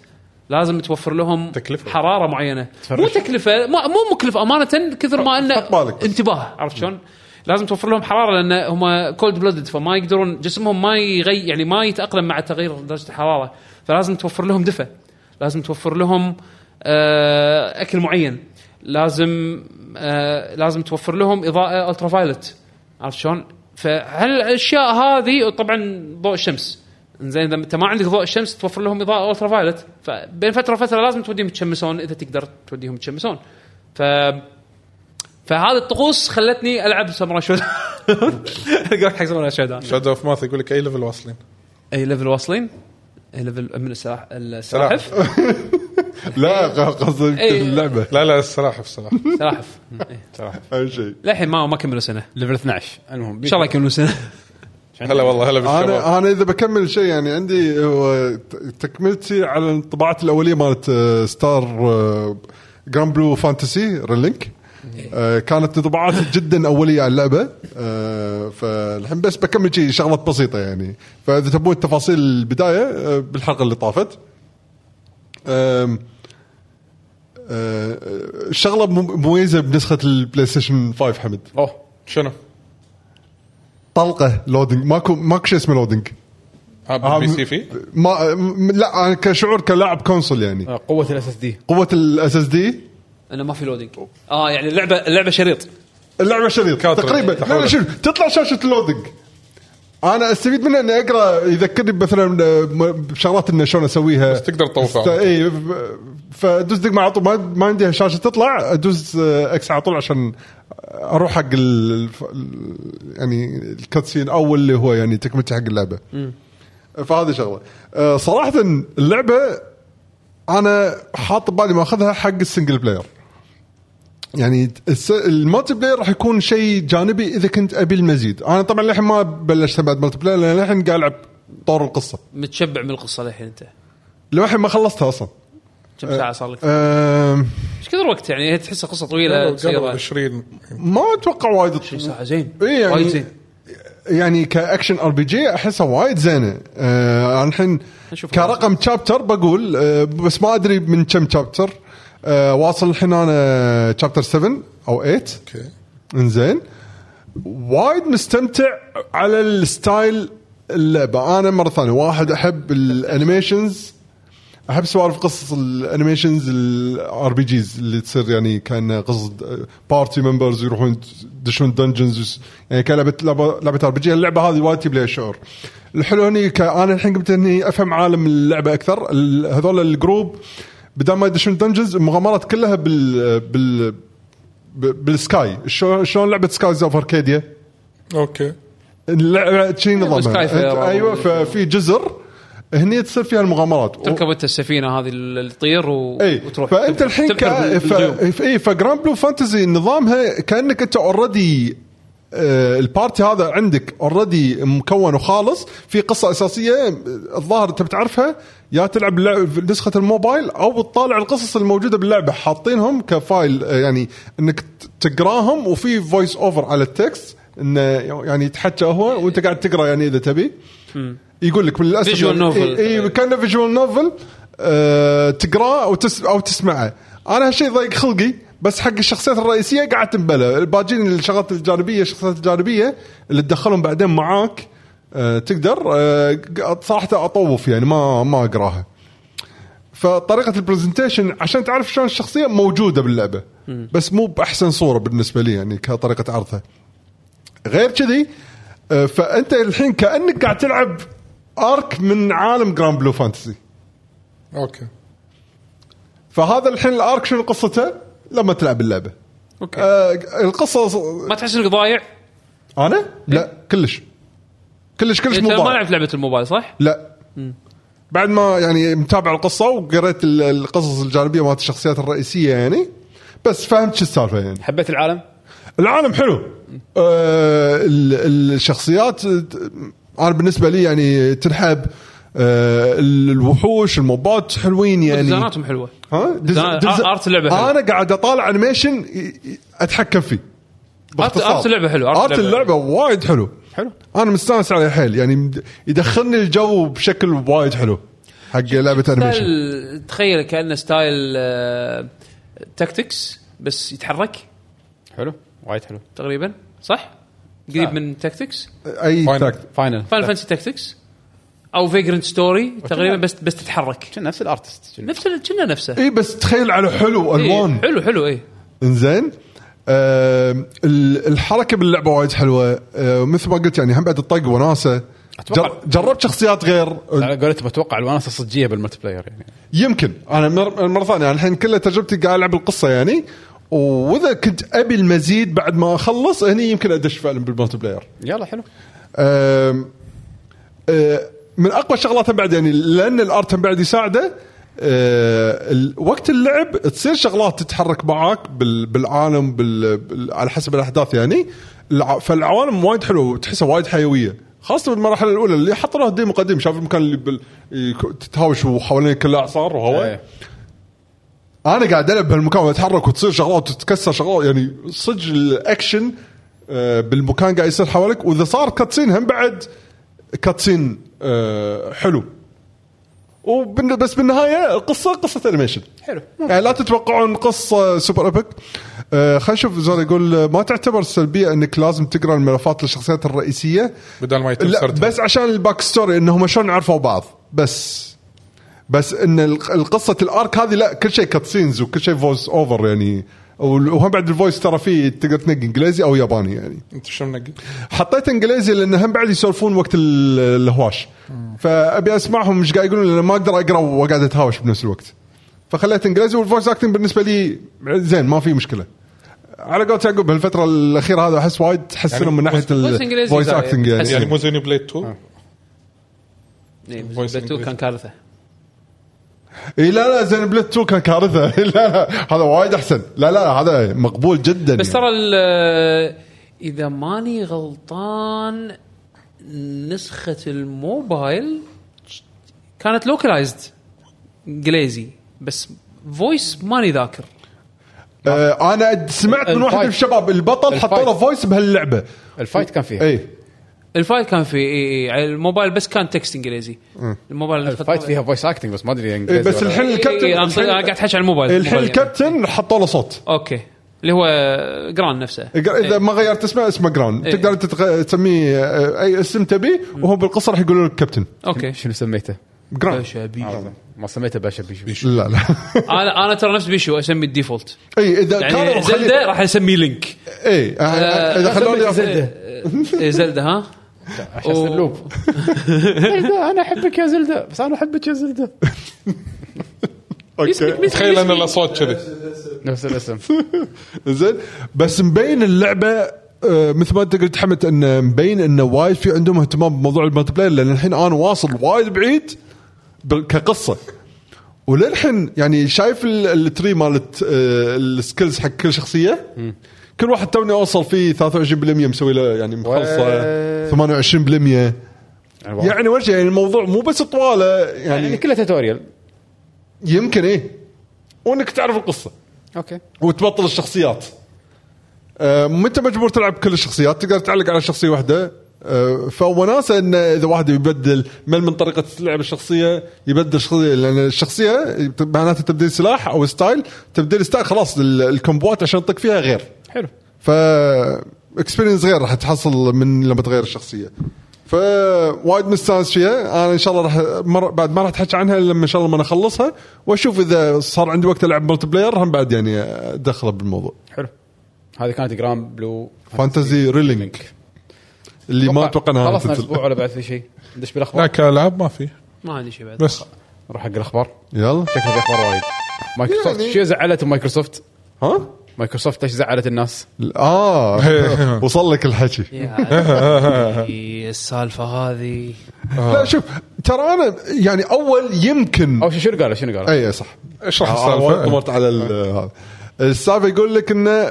Speaker 1: لازم توفر لهم
Speaker 4: تكلفة.
Speaker 1: حراره معينه مو تكلفه ما مو مكلفه امانه كثر ما انه
Speaker 2: حط بالك بس.
Speaker 1: انتباه عرفت شلون؟ لازم توفر لهم حراره لان هم كولد بلودد فما يقدرون جسمهم ما يغي يعني ما يتاقلم مع تغيير درجه الحراره فلازم توفر لهم دفء لازم توفر لهم آه، اكل معين لازم آه، لازم توفر لهم اضاءه الترا فايلت عرفت شلون؟ فهالاشياء هذه طبعا ضوء الشمس زين اذا انت ما عندك ضوء الشمس توفر لهم اضاءه الترا فايلت فبين فتره وفتره لازم توديهم يتشمسون اذا تقدر توديهم يتشمسون ف فهذه الطقوس خلتني العب ساموراي شودان القاك حق ساموراي شودان
Speaker 4: شادو اوف ماث يقول لك اي ليفل واصلين
Speaker 1: اي ليفل واصلين؟ اي ليفل من السلاح السلاحف
Speaker 2: لا قصدي
Speaker 1: إيه.
Speaker 2: اللعبه
Speaker 4: لا لا السلاحف السلاحف
Speaker 1: سلاحف إي.
Speaker 2: اهم شيء
Speaker 1: للحين ما ما كملوا سنه
Speaker 3: ليفل 12 المهم
Speaker 1: ان شاء الله يكملوا سنه
Speaker 4: هلا والله هلا بالشباب
Speaker 2: انا انا اذا بكمل شيء يعني عندي هو ت- تكملتي على الطباعات الاوليه مالت آه، ستار آه، جراند بلو فانتسي ريلينك آه، كانت طباعات جدا اوليه على اللعبه آه، فالحين بس بكمل شيء شغلات بسيطه يعني فاذا تبون تفاصيل البدايه آه، بالحلقه اللي طافت آم، آه، الشغله مم- مميزه بنسخه البلاي ستيشن 5 حمد
Speaker 4: اوه شنو؟
Speaker 2: طلقه لودنج ماكو ماكو شيء اسمه لودنج
Speaker 4: ها بالبي سي في؟
Speaker 2: آه، ما م- لا أنا كشعور كلاعب كونسول يعني
Speaker 3: آه، قوه الاس اس دي
Speaker 2: قوه الاس اس دي
Speaker 1: انه ما في لودنج اه يعني اللعبه اللعبه شريط
Speaker 2: اللعبه شريط
Speaker 4: كاترة.
Speaker 2: تقريبا لا لا
Speaker 4: تحولت.
Speaker 2: شوف تطلع شاشه اللودنج انا استفيد منها اني اقرا يذكرني مثلا آه، م- بشغلات انه شلون اسويها بس
Speaker 4: تقدر تطوفها.
Speaker 2: اي ب- فادوس دق مع طول ما- ما عندي شاشه تطلع ادوس آه، اكس على طول عشان اروح حق ال- الف- ال- يعني الكاتسين او اللي هو يعني تكملته حق اللعبه. فهذه شغله آه، صراحه اللعبه انا حاط ببالي ماخذها حق السنجل بلاير يعني الس- المالتي بلاير راح يكون شيء جانبي اذا كنت ابي المزيد انا طبعا للحين ما بلشت بعد مالتي بلاير لان للحين قاعد العب طور القصه
Speaker 1: متشبع من القصه للحين انت
Speaker 2: للحين ما خلصتها اصلا
Speaker 1: كم ساعه صار لك؟
Speaker 2: أم،
Speaker 1: ايش كثر وقت يعني هي تحسها قصه طويله
Speaker 4: قبل
Speaker 1: تصير
Speaker 4: 20
Speaker 2: ما اتوقع وايد
Speaker 1: ساعه زين
Speaker 2: إي يعني-
Speaker 1: وايد زين
Speaker 2: يعني كاكشن ار بي جي احسها وايد زينه آه، انا الحين
Speaker 1: نشوف.
Speaker 2: كرقم تشابتر بقول آه، بس ما ادري من كم تشابتر آه، واصل الحين انا تشابتر 7 او 8
Speaker 4: اوكي
Speaker 2: انزين وايد مستمتع على الستايل اللعبه انا مره ثانيه واحد احب الانيميشنز احب سوالف قصص الانيميشنز الار بي جيز اللي تصير يعني كان قصص بارتي ممبرز يروحون يدشون دنجنز يعني كان لعبه لعبه لعبه ار بي جي اللعبه هذه وايد تجيب لي الشعور الحلو هني ك- انا الحين قمت اني افهم عالم اللعبه اكثر ال- هذول الجروب بدل ما يدشون دنجنز المغامرات كلها بال بال ب- بالسكاي شو- شلون لعبه سكايز اوف اركاديا
Speaker 4: اوكي
Speaker 2: اللعبه شي نظامها
Speaker 1: سكاي في
Speaker 2: أنت- ايوه ففي جزر هني تصير فيها المغامرات و-
Speaker 1: تركب انت السفينه هذه اللي تطير و...
Speaker 2: اي
Speaker 1: وتروح
Speaker 2: فانت
Speaker 1: تبحر-
Speaker 2: إيه، الحين ك...
Speaker 1: تبحر
Speaker 2: ف...
Speaker 1: بالغيوم.
Speaker 2: ف... إيه، اي فجراند بلو فانتزي نظامها كانك انت اوريدي آه البارتي هذا عندك اوريدي مكون وخالص في قصه اساسيه آه، الظاهر انت بتعرفها يا تلعب لعب نسخه الموبايل او تطالع القصص الموجوده باللعبه حاطينهم كفايل آه، يعني انك ت- تقراهم وفي فويس اوفر على التكست انه يعني يتحكى هو وانت قاعد تقرا يعني اذا تبي يقول لك للاسف
Speaker 1: Visual novel.
Speaker 2: اي كانه فيجوال نوفل تقراه او آه، تس او تسمعه انا هالشيء ضايق خلقي بس حق الشخصيات الرئيسيه قاعد تنبلى الباجين الشغلات الجانبيه الشخصيات الجانبيه اللي تدخلهم بعدين معاك آه، تقدر آه، ق- صراحه اطوف يعني ما ما اقراها فطريقه البرزنتيشن عشان تعرف شلون الشخصيه موجوده باللعبه بس مو باحسن صوره بالنسبه لي يعني كطريقه عرضها غير كذي آه، فانت الحين كانك قاعد تلعب ارك من عالم جراند بلو فانتسي
Speaker 4: اوكي
Speaker 2: فهذا الحين الارك شنو قصته لما تلعب اللعبه
Speaker 1: اوكي
Speaker 2: آه القصه
Speaker 1: ما تحس انك ضايع؟
Speaker 2: انا لا كلش كلش كلش
Speaker 1: انت
Speaker 2: مو
Speaker 1: إيه، ما
Speaker 2: ضايع.
Speaker 1: لعبت لعبه الموبايل صح؟
Speaker 2: لا بعد ما يعني متابع القصه وقريت ال- القصص الجانبيه مالت الشخصيات الرئيسيه يعني بس فهمت شو السالفه يعني
Speaker 3: حبيت العالم
Speaker 2: العالم حلو آه ال- ال- الشخصيات آه، انا بالنسبه لي يعني تنحب آه ال- الوحوش الموبات حلوين يعني
Speaker 1: ديزايناتهم حلوه
Speaker 2: ها دز...
Speaker 1: ديزاين- آ- آه، آرت اللعبة حلو.
Speaker 2: انا قاعد اطالع انيميشن ي- ي- اتحكم فيه باختصار.
Speaker 1: آرت اللعبة حلو، آرت
Speaker 2: ارت
Speaker 1: اللعبة.
Speaker 2: اللعبه وايد حلو
Speaker 3: حلو
Speaker 2: انا مستانس عليه حيل يعني مد- يدخلني الجو بشكل وايد حلو حق لعبه انيميشن
Speaker 1: ستايل تخيل كانه ستايل آه، تاكتكس بس يتحرك
Speaker 3: حلو وايد حلو
Speaker 1: تقريبا صح؟ قريب من تاكتكس
Speaker 2: اي تاكت
Speaker 3: فاينل
Speaker 1: فاينل فانسي تاكتكس او فيجرنت ستوري تقريبا بس بس تتحرك
Speaker 3: كان نفس الارتست كنا.
Speaker 1: نفس كنا نفسه
Speaker 2: اي بس تخيل على حلو
Speaker 1: إيه،
Speaker 2: الوان
Speaker 1: حلو حلو اي
Speaker 2: انزين آم، ال- الحركه باللعبه وايد حلوه آه، مثل ما قلت يعني هم بعد الطق وناسه
Speaker 3: أتوقع-
Speaker 2: جر- جربت شخصيات غير
Speaker 3: على قولتهم اتوقع الوناسه الصجيه بالملتي بلاير يعني
Speaker 2: يمكن انا مر- مره ثانيه أنا الحين كلها تجربتي قاعد العب القصه يعني واذا كنت ابي المزيد بعد ما اخلص هني يمكن ادش فعلا بالمالتي بلاير
Speaker 3: يلا حلو
Speaker 2: أم- أه، من اقوى شغلات هم بعد يعني لان الارت هم بعد يساعده أه، ال- وقت اللعب تصير شغلات تتحرك معاك بال- بالعالم بال- بال- على حسب الاحداث يعني الع- فالعوالم وايد حلوه وتحسها وايد حيويه خاصه بالمراحل الاولى اللي حط لها ديمو قديم شاف المكان اللي بال... يك- تتهاوش وحوالينك كله اعصار وهواء
Speaker 3: إيه.
Speaker 2: انا قاعد العب بهالمكان واتحرك وتصير شغلات وتتكسر شغلات يعني صدق الاكشن آه، بالمكان قاعد يصير حواليك واذا صار كاتسين هم بعد كاتسين آه، حلو وبن بس بالنهايه القصه قصه انيميشن
Speaker 3: حلو
Speaker 2: يعني لا تتوقعون قصه سوبر ابيك آه خلينا نشوف زول يقول آه، ما تعتبر سلبيه انك لازم تقرا الملفات للشخصيات الرئيسيه
Speaker 4: بدل ما يتم
Speaker 2: لا
Speaker 4: سرد.
Speaker 2: بس عشان الباك ستوري انهم شلون عرفوا بعض بس بس ان الق- القصه الارك هذه لا كل شيء كاتسينز وكل شيء فويس اوفر يعني وال- وهم بعد الفويس ترى فيه تقدر تنقي انجليزي او ياباني يعني
Speaker 4: انت شو منقي؟
Speaker 2: حطيت انجليزي لان هم بعد يسولفون وقت ال- الهواش فابي اسمعهم ايش قاعد يقولون لان ما اقدر اقرا واقعد اتهاوش بنفس الوقت فخليت انجليزي والفويس اكتنج بالنسبه لي زين ما في مشكله على قولة يعقوب بالفترة الأخيرة هذا أحس وايد تحسنوا
Speaker 4: يعني
Speaker 2: من ناحية
Speaker 1: voice English
Speaker 2: الفويس
Speaker 1: زايد.
Speaker 2: اكتنج يعني,
Speaker 4: يعني مو زيني بليد
Speaker 2: آه.
Speaker 4: 2 Voice
Speaker 1: بس
Speaker 4: English.
Speaker 1: كان كارثه
Speaker 2: اي إيه، لا لا زين بليت 2 كان كارثه لا لا هذا وايد احسن لا لا هذا مقبول جدا
Speaker 1: بس
Speaker 2: يعني.
Speaker 1: ترى ال- اذا ماني غلطان نسخه الموبايل كانت لوكلايزد انجليزي بس فويس ماني ذاكر
Speaker 2: آه انا أد- سمعت من واحد من
Speaker 3: الفايت.
Speaker 2: الشباب البطل
Speaker 3: الفايت.
Speaker 2: حطوا له فويس بهاللعبه
Speaker 3: الفايت كان فيها
Speaker 2: اي
Speaker 1: الفايت كان في اي اي الموبايل بس كان تكست انجليزي الموبايل
Speaker 3: الفايت فيها فويس اكتنج بس ما ادري
Speaker 2: إي،
Speaker 3: انجليزي
Speaker 2: إيه، بس
Speaker 3: ولا لا.
Speaker 2: الحين الكابتن
Speaker 1: إي، إي، إيه، أنا أقصد- أنا قاعد أحكي على الموبايل.
Speaker 2: الحين
Speaker 1: الموبايل يعني.
Speaker 2: الكابتن حطوا له صوت
Speaker 1: اوكي اللي هو جران نفسه
Speaker 2: اذا ما غيرت اسمه اسمه جراوند
Speaker 1: إي.
Speaker 2: تقدر انت تغ- تسميه آه، اي اسم تبيه وهو بالقصه راح يقولون لك كابتن
Speaker 1: اوكي
Speaker 3: شنو سميته؟
Speaker 2: جراوند
Speaker 1: باشا بيشو
Speaker 3: ما سميته باشا بيشو
Speaker 2: لا لا
Speaker 1: انا انا ترى نفس بيشو اسمي الديفولت
Speaker 2: اي اذا
Speaker 1: آه. يعني
Speaker 2: كانوا خلي-
Speaker 1: زلدا راح اسميه لينك
Speaker 2: اي آه، آه، اذا خلوني
Speaker 1: إيه، زلدا ها
Speaker 3: عشان اللوب زلدة انا احبك يا زلدة بس انا احبك يا زلدة
Speaker 1: اسمك
Speaker 2: اوكي
Speaker 1: مثل
Speaker 4: تخيل ان
Speaker 1: اسمي.
Speaker 4: الاصوات كذي
Speaker 3: نفس الاسم
Speaker 2: زين بس مبين اللعبه آه، مثل ما انت قلت حمد انه مبين انه وايد في عندهم اهتمام بموضوع المالتي بلاير لان الحين انا واصل وايد بعيد بال- كقصه وللحين يعني شايف ال- التري مالت آه، السكيلز حق كل شخصيه كل واحد توني اوصل فيه 23% مسوي له يعني مخلصه
Speaker 3: وي.
Speaker 2: 28% يعني وجه يعني الموضوع مو بس طواله يعني
Speaker 3: يعني كله توتوريال
Speaker 2: يمكن ايه وانك تعرف القصه
Speaker 3: اوكي
Speaker 2: وتبطل الشخصيات آه، متى مجبور تلعب كل الشخصيات تقدر تعلق على شخصيه واحده أه، فوناسه انه اذا واحد يبدل مل من طريقه لعب الشخصيه يبدل شخصيه لان الشخصيه معناته تبديل سلاح او ستايل تبديل ستايل خلاص ال- الكومبوات عشان تطق فيها غير
Speaker 3: حلو
Speaker 2: ف اكسبيرينس غير راح تحصل من لما تغير الشخصيه فوايد مستانس فيها انا ان شاء الله راح مر... بعد ما راح تحكي عنها الا لما ان شاء الله ما نخلصها واشوف اذا صار عندي وقت العب ملتي بلاير هم بعد يعني ادخله بالموضوع
Speaker 3: حلو هذه كانت جرام بلو
Speaker 2: فانتزي ريلينك اللي ما اتوقع انها راح
Speaker 3: خلصنا
Speaker 2: تنزل.
Speaker 3: اسبوع ولا بعد في شيء ندش
Speaker 5: لا
Speaker 3: بالاخبار
Speaker 5: كالعاب ما في
Speaker 1: ما عندي شيء بعد
Speaker 4: آه،
Speaker 5: بس
Speaker 3: نروح حق الاخبار
Speaker 2: يلا
Speaker 3: شكلها في اخبار وايد مايكروسوفت
Speaker 2: يعني-
Speaker 3: شو زعلت مايكروسوفت
Speaker 2: ها
Speaker 3: مايكروسوفت ايش زعلت الناس
Speaker 2: اه وصل لك الحكي
Speaker 1: يا عمي، السالفه هذه
Speaker 2: لا شوف ترى انا يعني اول يمكن
Speaker 3: او شو- شنو قالوا شنو قالوا
Speaker 2: اي صح
Speaker 5: اشرح
Speaker 2: آه، آه،
Speaker 5: السالفه
Speaker 2: مرت على ال- هذا السالفه يقول لك انه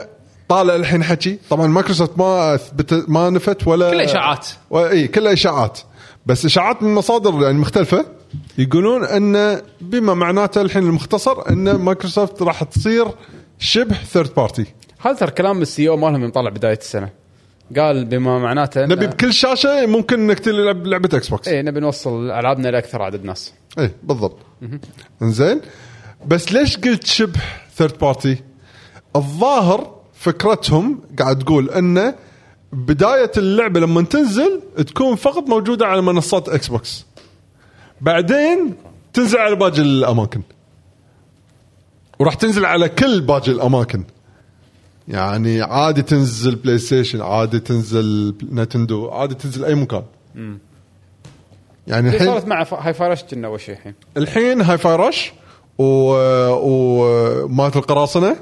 Speaker 2: طالع الحين حكي طبعا مايكروسوفت ما اثبت ما نفت ولا
Speaker 1: كلها إشاعات.
Speaker 2: اي كلها اشاعات بس اشاعات من مصادر يعني مختلفه يقولون ان بما معناته الحين المختصر ان مايكروسوفت راح تصير شبه ثيرد بارتي
Speaker 3: هذا ترى كلام السي او مالهم يوم طلع بدايه السنه قال بما معناته إن-
Speaker 2: نبي بكل شاشه ممكن انك تلعب لعبه اكس بوكس
Speaker 3: ايه نبي نوصل العابنا لاكثر عدد ناس
Speaker 2: اي إيه، بالضبط انزين بس ليش قلت شبه ثيرد بارتي؟ الظاهر فكرتهم قاعد تقول انه بدايه اللعبه لما تنزل تكون فقط موجوده على منصات اكس بوكس بعدين تنزل على باقي الاماكن وراح تنزل على كل باقي الاماكن يعني عادي تنزل بلاي ستيشن عادي تنزل نتندو عادي تنزل اي مكان يعني
Speaker 3: هي
Speaker 2: الحين
Speaker 3: صارت مع ف- هاي فارش كنا اول شيء الحين
Speaker 2: الحين هاي فاي رش و... ومات القراصنه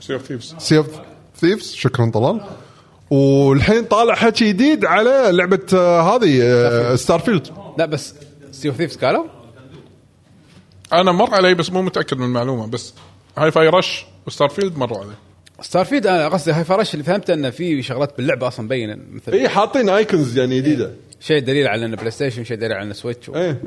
Speaker 4: سي اوف ثيفز
Speaker 2: سي اوف ثيفز شكرا طلال والحين طالع حكي جديد على لعبه آه، هذه ستار فيلد
Speaker 3: لا بس سي اوف ثيفز قالوا
Speaker 4: انا مر علي بس مو متاكد من المعلومه بس هاي فاي رش وستار فيلد مروا علي
Speaker 3: ستار فيد انا قصدي هاي فارش اللي فهمته انه في شغلات باللعبه اصلا مبينه مثل
Speaker 2: اي حاطين ايكونز يعني جديده
Speaker 3: شيء دليل على انه بلاي ستيشن شيء دليل على انه سويتش و...
Speaker 2: ايه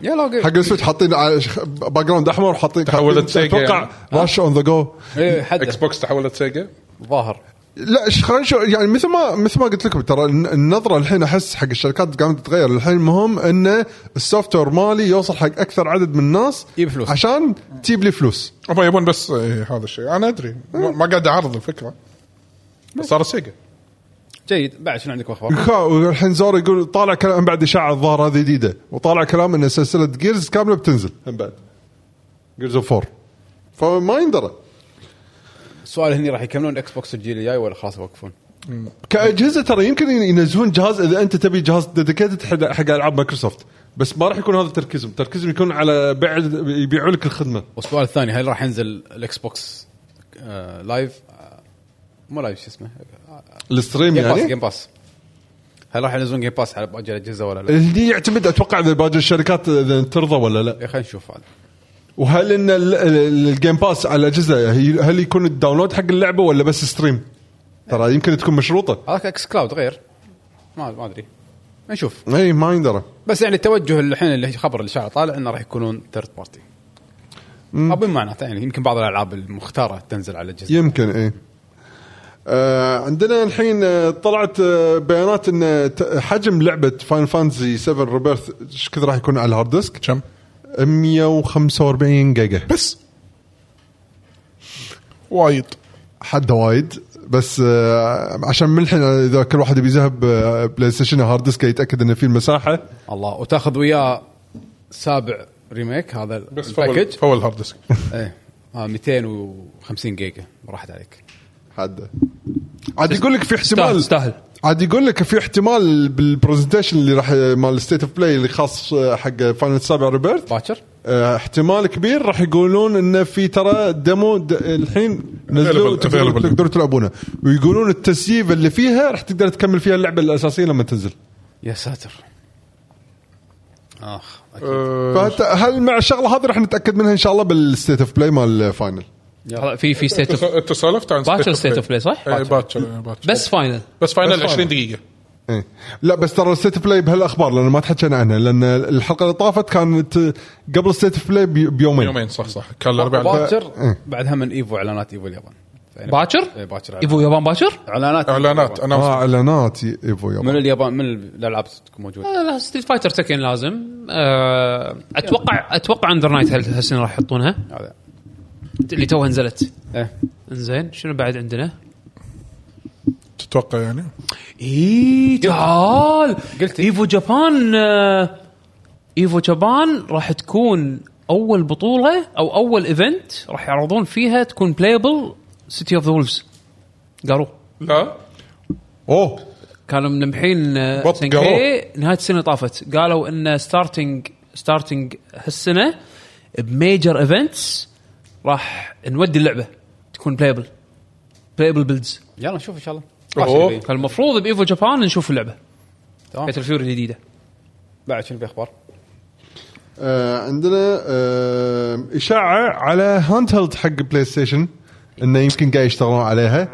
Speaker 3: يلا اوكي
Speaker 2: حق السويتش حاطين آه، على باك جراوند احمر حاطين
Speaker 4: تحولت
Speaker 2: حاطين-
Speaker 4: سيجا
Speaker 2: اتوقع
Speaker 3: يعني.
Speaker 2: رش اون ذا جو
Speaker 3: ايه حد
Speaker 4: اكس بوكس تحولت سيجا
Speaker 3: ظاهر
Speaker 2: لا إيش خلينا نشوف يعني مثل ما مثل ما قلت لكم ترى الن- النظره الحين احس حق الشركات قامت تتغير الحين المهم ان السوفت وير مالي يوصل حق اكثر عدد من الناس
Speaker 3: يجيب فلوس.
Speaker 2: عشان تجيب لي فلوس
Speaker 4: هم يبون بس إيه هذا الشيء انا ادري ما ما قاعد اعرض الفكره بس صار سيجا
Speaker 3: جيد بعد شنو عندكم اخبار؟
Speaker 2: الحين زور يقول طالع كلام بعد اشاعه الظاهر هذه جديده وطالع كلام ان سلسله جيرز كامله بتنزل هم بعد جيرز اوف 4 فما يندرى
Speaker 3: السؤال هني راح يكملون اكس بوكس الجيل الجاي ولا خلاص يوقفون؟
Speaker 2: كاجهزه ترى يمكن ينزلون جهاز اذا انت تبي جهاز ديديكيتد حق حق العاب مايكروسوفت بس ما راح يكون هذا تركيزهم تركيزهم يكون على بيع يبيعوا لك الخدمه
Speaker 3: والسؤال الثاني هل راح ينزل الاكس بوكس آه لايف آه مو لايف شو اسمه
Speaker 2: الستريم
Speaker 3: جيم باس
Speaker 2: يعني
Speaker 3: جيم باس هل راح ينزلون جيم باس على باقي الاجهزه ولا لا؟
Speaker 2: هني يعتمد اتوقع اذا باقي الشركات اذا ترضى ولا لا
Speaker 3: يا خلينا نشوف هذا
Speaker 2: وهل ان ال- ال- الجيم باس على الاجهزه هي- هل يكون الداونلود حق اللعبه ولا بس ستريم ترى يمكن تكون مشروطه
Speaker 3: هذاك اكس كلاود غير ما ما ادري نشوف
Speaker 2: اي ما يندرى
Speaker 3: بس يعني التوجه اللي الحين اللي خبر اللي شعر طالع انه راح يكونون ثيرد بارتي ابي معناته يعني يمكن بعض الالعاب المختاره تنزل على الاجهزه
Speaker 2: يمكن اي آه عندنا الحين آه، طلعت آه، بيانات ان آه، ت- حجم لعبه فاين فانتسي 7 ريبيرث ايش كثر راح يكون على الهارد ديسك؟
Speaker 4: كم
Speaker 2: 145 جيجا
Speaker 4: بس وايد
Speaker 2: حد وايد بس آه عشان من الحين اذا كل واحد يبي يذهب آه، بلاي ستيشن هارد ديسك يتاكد انه في المساحه
Speaker 3: الله وتاخذ وياه سابع ريميك هذا
Speaker 4: بس فول
Speaker 3: الباكج
Speaker 4: فول هارد ديسك
Speaker 3: ايه آه 250 جيجا راحت عليك
Speaker 2: حد عاد يقول لك في احتمال
Speaker 1: تستاهل
Speaker 2: عاد يقول لك في احتمال بالبرزنتيشن اللي راح مال ستيت اوف بلاي اللي خاص آه، حق فاينل 7 ريبيرث
Speaker 3: باكر
Speaker 2: آه، احتمال كبير راح يقولون انه في ترى ديمو د... الحين نزلوا
Speaker 4: Available-
Speaker 2: تقدروا-
Speaker 4: available.
Speaker 2: تقدروا تلعبونه ويقولون التسييف اللي فيها راح تقدر تكمل فيها اللعبه الاساسيه لما تنزل
Speaker 3: يا ساتر اخ أكيد.
Speaker 4: آه،
Speaker 2: فهل مع الشغله هذه راح نتاكد منها ان شاء الله بالستيت اوف بلاي مال فاينل
Speaker 1: هلا في في ستيت اوف
Speaker 4: انت سولفت عن
Speaker 1: باكر ستيت اوف بلاي صح؟
Speaker 4: إيه، باكر باكر.
Speaker 1: بس فاينل
Speaker 4: بس
Speaker 2: بس
Speaker 4: فاينل
Speaker 2: فاينل.
Speaker 4: 20 دقيقه
Speaker 2: إيه. لا بس ترى الستيت اوف بلاي بهالاخبار لان ما تحكينا عنها لان الحلقه اللي طافت كانت قبل الستيت اوف بلاي بيومين
Speaker 4: يومين صح صح كان الاربعاء
Speaker 3: باكر بعدها من ايفو اعلانات ايفو اليابان فأنا-
Speaker 1: باكر؟
Speaker 3: إيه، باكر
Speaker 1: ايفو يابان باكر؟
Speaker 3: اعلانات
Speaker 4: اعلانات
Speaker 2: اه
Speaker 4: انا
Speaker 2: اعلانات ي- يبو يابا
Speaker 3: من اليابان من الالعاب تكون موجوده
Speaker 1: آه، لا ستريت فايتر تكن لازم آه، اتوقع اتوقع اندر نايت هال- هالسنه راح يحطونها
Speaker 3: هذا
Speaker 1: اللي توها نزلت
Speaker 3: ايه
Speaker 1: انزين شنو بعد عندنا؟
Speaker 4: تتوقع يعني
Speaker 1: اي تعال
Speaker 3: إيه، قلت.
Speaker 1: ايفو جابان آه، ايفو جابان راح تكون اول بطوله او اول ايفنت راح يعرضون فيها تكون بلايبل سيتي اوف ذا وولفز قالوا
Speaker 4: لا
Speaker 2: اوه
Speaker 1: كانوا ملمحين آه،
Speaker 4: بط
Speaker 1: SNK
Speaker 4: قالوا.
Speaker 1: نهايه السنه طافت قالوا ان ستارتنج ستارتنج هالسنه بميجر ايفنتس راح نودي اللعبه تكون بلايبل بلايبل بيلدز
Speaker 3: يلا نشوف ان شاء الله
Speaker 4: أوه.
Speaker 3: راشد بي.
Speaker 1: فالمفروض بايفو جابان نشوف اللعبه
Speaker 3: تمام
Speaker 1: باتل فيوري الجديده
Speaker 3: بعد شنو في اخبار؟
Speaker 2: آه عندنا آه اشاعه على هاند هيلد حق بلاي ستيشن انه يمكن قاعد يشتغلون عليها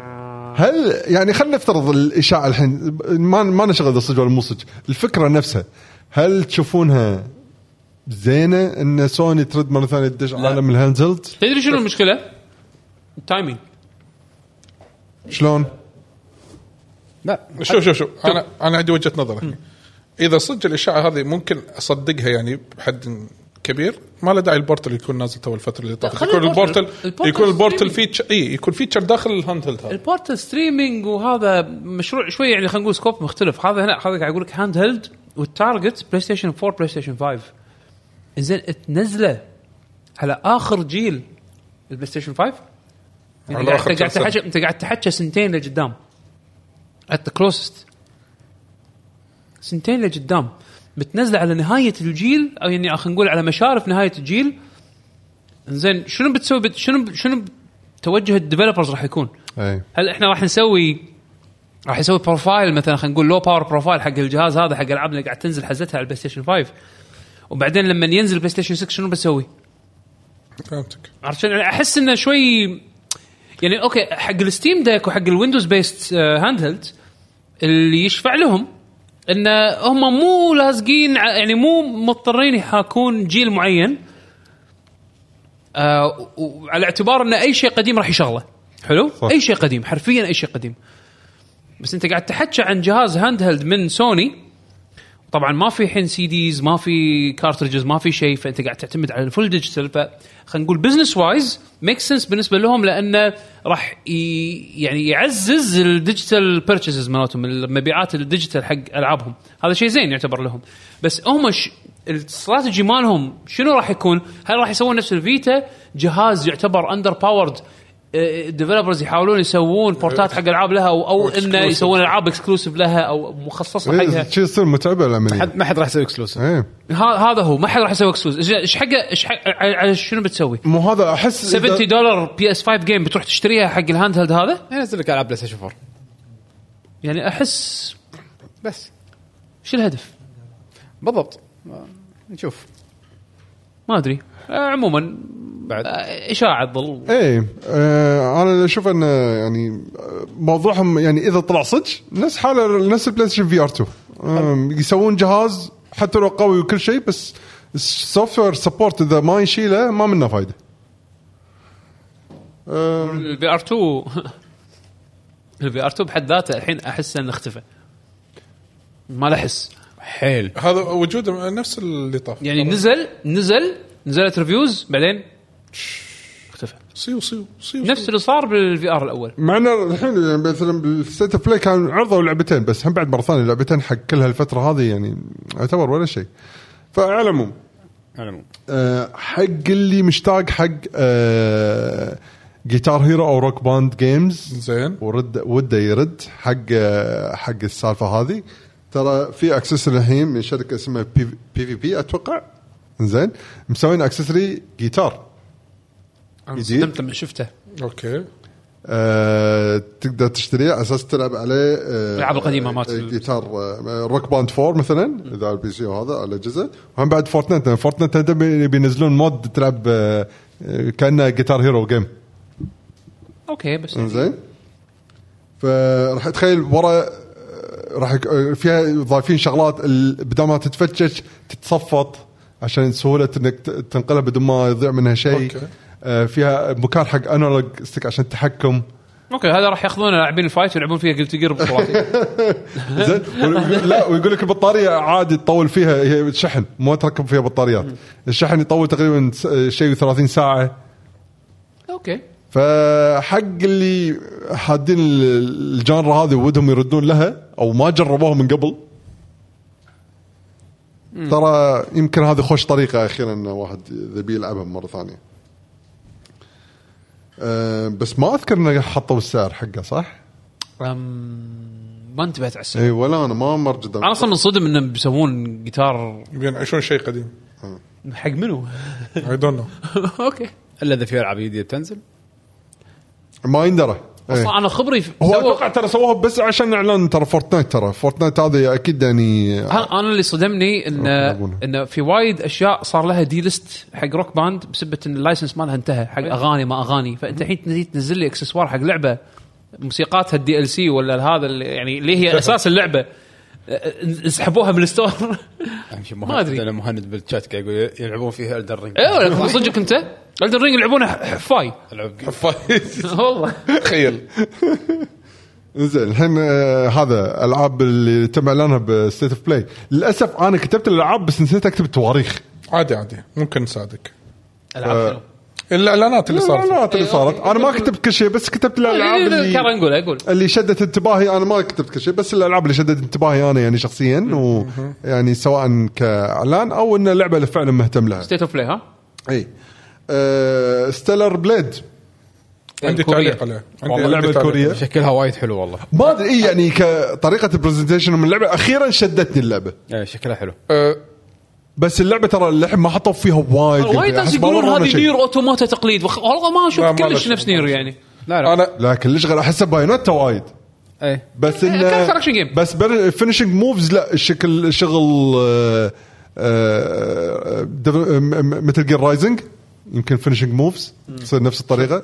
Speaker 2: هل يعني خلينا نفترض الاشاعه الحين ما ما نشغل اذا صدق ولا مو صدق الفكره نفسها هل تشوفونها زينه ان سوني ترد مره ثانيه تدش عالم الهاند هيلد
Speaker 1: تدري شنو المشكله؟ التايمينج
Speaker 2: شلون؟
Speaker 3: لا
Speaker 4: شوف شوف شوف انا انا عندي وجهه نظر هني. اذا صدق الاشاعه هذه ممكن اصدقها يعني بحد كبير ما له داعي البورتل يكون نازل تو الفتره اللي طافت
Speaker 1: خلي
Speaker 4: يكون
Speaker 1: البورتل.
Speaker 4: البورتل
Speaker 1: البورتل
Speaker 4: يكون البورتل
Speaker 1: ستريمينج.
Speaker 4: فيتشر اي يكون فيتشر داخل الهاند هيلد هذا
Speaker 1: البورتال ستريمينج وهذا مشروع شوي يعني خلينا نقول سكوب مختلف هذا هنا هذا قاعد اقول لك هاند هيلد والتارجت بلاي ستيشن 4 بلاي ستيشن 5 زين تنزله على اخر جيل البلاي ستيشن 5 انت
Speaker 4: على
Speaker 1: قاعد
Speaker 4: آخر
Speaker 1: أنت قاعد
Speaker 4: كم سنة.
Speaker 1: تحكي انت قاعد تحكي سنتين لقدام ات كلوزست سنتين لقدام بتنزله على نهايه الجيل او يعني خلينا نقول على مشارف نهايه الجيل زين شنو بتسوي بت- شنو شنو توجه الديفلوبرز راح يكون؟
Speaker 2: اي
Speaker 1: هل احنا راح نسوي راح يسوي بروفايل مثلا خلينا نقول لو باور بروفايل حق الجهاز هذا حق الالعاب اللي قاعد تنزل حزتها على البلاي ستيشن 5 وبعدين لما ينزل بلاي ستيشن 6 شنو بسوي؟
Speaker 4: فهمتك
Speaker 1: عرفت شلون؟ يعني احس انه شوي يعني اوكي حق الستيم ديك وحق الويندوز بيست هاند هيلد آه، اللي يشفع لهم ان هم مو لازقين ع- يعني مو مضطرين يحاكون جيل معين آه وعلى اعتبار ان اي شيء قديم راح يشغله حلو
Speaker 2: صح.
Speaker 1: اي شيء قديم حرفيا اي شيء قديم بس انت قاعد تحكي عن جهاز هاند هيلد من سوني طبعا ما في حين سي ديز ما في كارترجز ما في شيء فانت قاعد تعتمد على الفول ديجيتال فخلينا نقول بزنس وايز ميك سنس بالنسبه لهم لانه راح ي- يعني يعزز الديجيتال بيرتشيزز مالتهم المبيعات الديجيتال حق العابهم هذا شيء زين يعتبر لهم بس هم ش... الاستراتيجي مالهم شنو راح يكون؟ هل راح يسوون نفس الفيتا جهاز يعتبر اندر باورد الديفلوبرز يحاولون يسوون بورتات حق العاب لها او, أو انه
Speaker 4: Exclusive.
Speaker 1: يسوون العاب اكسكلوسيف لها او مخصصه حقها
Speaker 2: إيه، شي يصير متعبه العمليه
Speaker 3: حد ما حد راح يسوي اكسلوسيف
Speaker 2: ايه
Speaker 1: ه- هذا هو ما حد راح يسوي اكسوز إيش- ايش حقه ايش حق على على شنو بتسوي؟
Speaker 2: مو هذا احس
Speaker 1: 70 دولار بي اس 5 جيم بتروح تشتريها حق الهاند هيلد هذا؟
Speaker 3: ينزل لك العاب بلاي ستيشن 4
Speaker 1: يعني احس
Speaker 3: بس
Speaker 1: شو الهدف؟
Speaker 3: بالضبط ما- نشوف
Speaker 1: ما ادري آه، عموما
Speaker 3: بعد
Speaker 1: آه، اشاعه تظل
Speaker 2: ايه آه انا اللي اشوف انه يعني آه، موضوعهم يعني اذا طلع صدق نفس حاله نفس البلاي ستيشن في ار 2 آم، يسوون جهاز حتى لو قوي وكل شيء بس السوفت وير سبورت اذا ما يشيله ما منه فايده. آم،
Speaker 1: البي ار 2 البي ار 2 بحد ذاته الحين احس انه اختفى ما له حس
Speaker 3: حيل
Speaker 4: هذا وجوده نفس اللي طاف
Speaker 1: يعني نزل نزل نزلت ريفيوز بعدين اختفى
Speaker 4: سيو سيو سيو
Speaker 1: نفس اللي صار بالفي ار الاول
Speaker 2: مع ان الحين يعني مثلا بالستيت اوف بلاي كان عرضوا لعبتين بس هم بعد مره ثانيه لعبتين حق كل هالفتره هذه يعني يعتبر ولا شيء. فعلى العموم
Speaker 3: على العموم
Speaker 2: أه، حق اللي مشتاق حق أه، جيتار هيرو او روك باند جيمز
Speaker 4: زين
Speaker 2: ورد وده يرد حق أه، حق السالفه هذه ترى في اكسسوري الحين من شركه اسمها بي في بي اتوقع زين مسوين اكسسوري جيتار جديد
Speaker 1: انصدمت لما شفته
Speaker 4: اوكي
Speaker 2: أه تقدر تشتريه على اساس تلعب عليه أه،
Speaker 1: الألعاب القديمة مالت
Speaker 2: أه، جيتار أه، روك باند 4 مثلا اذا على البي سي وهذا على جزء وهم بعد فورتنايت لأن فورتنايت هذا بي- بينزلون مود تلعب أه، أه، كانه جيتار هيرو جيم
Speaker 1: اوكي بس
Speaker 2: زين فراح تخيل ورا أه، راح يك- أه، فيها ضايفين شغلات ال- بدل ما تتفتش تتصفط عشان سهوله انك ت- تنقلها بدون ما يضيع منها شيء آه،
Speaker 4: أوكي.
Speaker 2: أه، فيها مكان حق انالوج ستيك عشان التحكم
Speaker 1: اوكي هذا راح ياخذون لاعبين الفايت ويلعبون فيها قلت جير بطولات
Speaker 2: زين ويقول- لا ويقول لك البطاريه عادي تطول فيها هي شحن مو تركب فيها بطاريات الشحن يطول تقريبا س- شيء 30 ساعه
Speaker 1: اوكي
Speaker 2: فحق اللي حادين ال- الجانر هذه ودهم يردون لها او ما جربوها من قبل ترى يمكن هذه خوش طريقه اخيرا ان واحد اذا بيلعبها مره ثانيه أه بس ما اذكر انه حطوا السعر حقه صح؟
Speaker 1: أم، ما انتبهت على السعر
Speaker 2: اي إيه، ولا انا ما مرجد
Speaker 1: انا اصلا منصدم انهم بيسوون جيتار
Speaker 4: ينعشون شيء قديم
Speaker 1: حق منو؟
Speaker 4: اي دونت نو
Speaker 1: اوكي
Speaker 3: الا اذا في العاب جديده بتنزل
Speaker 2: ما يندرى إيه.
Speaker 1: اصلا انا خبري في-
Speaker 2: هو
Speaker 1: سووا-
Speaker 2: اتوقع ترى سووها بس عشان اعلان ترى فورتنايت ترى فورتنايت هذه اكيد يعني
Speaker 1: انا أنا اللي صدمني ان
Speaker 2: يلعبونها.
Speaker 1: ان في وايد اشياء صار لها دي ليست حق روك باند بسبه ان اللايسنس مالها انتهى حق اغاني ما اغاني فانت الحين تنزل- تنزل لي اكسسوار حق لعبه موسيقاتها الدي ال سي ولا هذا اللي يعني اللي هي اساس اللعبه أ- أ- سحبوها من الستور
Speaker 3: أهم شيء
Speaker 1: ما أدري.
Speaker 3: يعني مهند- انا مهند بالشات قاعد يقول يلعبون فيها الدر رينج
Speaker 1: ايوه صدقك انت الدن رينج يلعبونه حفاي والله
Speaker 4: تخيل
Speaker 2: زين الحين آه، هذا العاب اللي تم اعلانها بستيت اوف بلاي للاسف انا كتبت الالعاب بس نسيت إيه، اكتب التواريخ
Speaker 4: عادي عادي ممكن نساعدك
Speaker 1: العاب شنو؟
Speaker 4: الاعلانات اللي صارت
Speaker 2: الاعلانات اللي صارت انا ما كتبت كل شيء بس كتبت الالعاب
Speaker 1: إيه، كان
Speaker 2: اللي
Speaker 1: نقول اقول
Speaker 2: اللي شدت انتباهي انا ما كتبت كل شيء بس الالعاب اللي شدت انتباهي انا يعني شخصيا ويعني سواء كاعلان او ان اللعبه اللي فعلا مهتم لها إيه. آه،
Speaker 1: ستيت اوف بلاي ها؟
Speaker 2: اي ستيلر بليد
Speaker 4: عندي
Speaker 1: كوريا.
Speaker 4: تعليق عليها
Speaker 2: والله اللعبه الكوريه
Speaker 3: شكلها وايد حلو والله
Speaker 2: ما ادري اي يعني كطريقه البرزنتيشن من اللعبه اخيرا شدتني اللعبه
Speaker 3: إيه، شكلها حلو
Speaker 4: أه،
Speaker 2: بس اللعبه ترى اللحم ما حطوا فيها وايد
Speaker 1: وايد
Speaker 2: gameplay.
Speaker 1: ناس
Speaker 2: أحس ما
Speaker 1: يقولون
Speaker 2: ورونا
Speaker 1: هذه
Speaker 2: شيء.
Speaker 1: نير اوتوماتا تقليد وخ- والله ما
Speaker 4: لا،
Speaker 1: اشوف
Speaker 4: ما
Speaker 1: كلش
Speaker 4: بشوف.
Speaker 1: نفس نير يعني
Speaker 3: لا لا
Speaker 4: انا
Speaker 2: لكن ليش غير احسها بايونتا وايد
Speaker 3: ايه
Speaker 2: بس
Speaker 1: إيه،
Speaker 2: انه
Speaker 1: كان action game.
Speaker 2: بس فينشنج موفز لا الشكل آه، شغل آه، مثل جير رايزنج يمكن فينشنج موفز تصير نفس الطريقه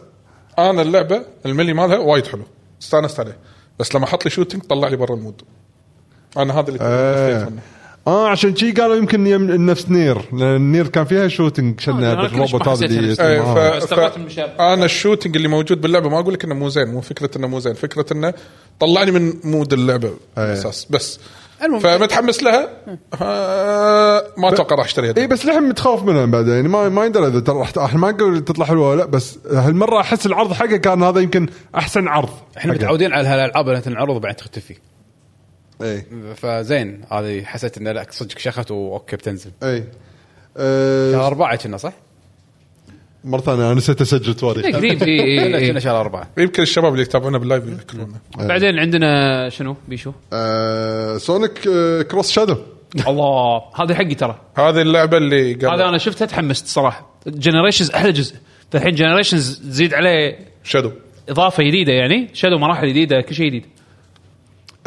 Speaker 4: انا اللعبه الملي مالها وايد حلو استانست عليه بس لما حط لي شوتنج طلع لي برا المود انا هذا اللي
Speaker 2: آه.
Speaker 4: تخفيت منه.
Speaker 2: اه عشان شي قالوا يمكن يم- نفس نير لان نير كان فيها شوتنج
Speaker 1: آه،
Speaker 2: شلنا
Speaker 1: أنا كلش ما
Speaker 2: بالروبوت هذا
Speaker 1: حسيتها
Speaker 2: اللي
Speaker 1: نفس
Speaker 2: يسمع.
Speaker 4: إيه،
Speaker 2: آه.
Speaker 4: ف...
Speaker 1: استغربت
Speaker 4: ف...
Speaker 1: من الشاب.
Speaker 4: انا الشوتنج اللي موجود باللعبه ما اقول لك انه مو زين مو فكره انه مو زين فكره انه طلعني من مود اللعبه
Speaker 2: آه.
Speaker 4: بالاساس بس
Speaker 3: المهم.
Speaker 4: فمتحمس لها آه، ما اتوقع راح اشتريها
Speaker 2: اي إيه، بس لحم متخوف منها بعد يعني ما ما يندرى اذا ترى راح- احنا ما نقول تطلع حلوه ولا لا بس هالمره احس العرض حقه كان هذا يمكن احسن عرض
Speaker 3: احنا
Speaker 2: حقه.
Speaker 3: متعودين على هالالعاب اللي تنعرض وبعدين تختفي
Speaker 2: اي
Speaker 3: فزين هذه حسيت انه لا صدق شخت واوكي بتنزل
Speaker 2: اي أه
Speaker 3: شهر اربعه كنا صح؟
Speaker 2: مره ثانيه انا نسيت اسجل
Speaker 1: إيه،
Speaker 2: تواريخ
Speaker 1: قريب إي، إي، إي.
Speaker 3: كنا شهر اربعه
Speaker 4: يمكن الشباب اللي يتابعونا باللايف يذكرونا
Speaker 1: بعدين
Speaker 4: إيه.
Speaker 1: عندنا شنو بيشو
Speaker 2: أه سونيك أه كروس شادو
Speaker 1: الله هذا حقي ترى
Speaker 4: هذه اللعبه اللي قبل
Speaker 1: هذا انا شفتها تحمست صراحه جنريشنز احلى جزء فالحين جنريشنز تزيد عليه
Speaker 4: شادو
Speaker 1: اضافه جديده يعني شادو مراحل جديده كل شيء جديد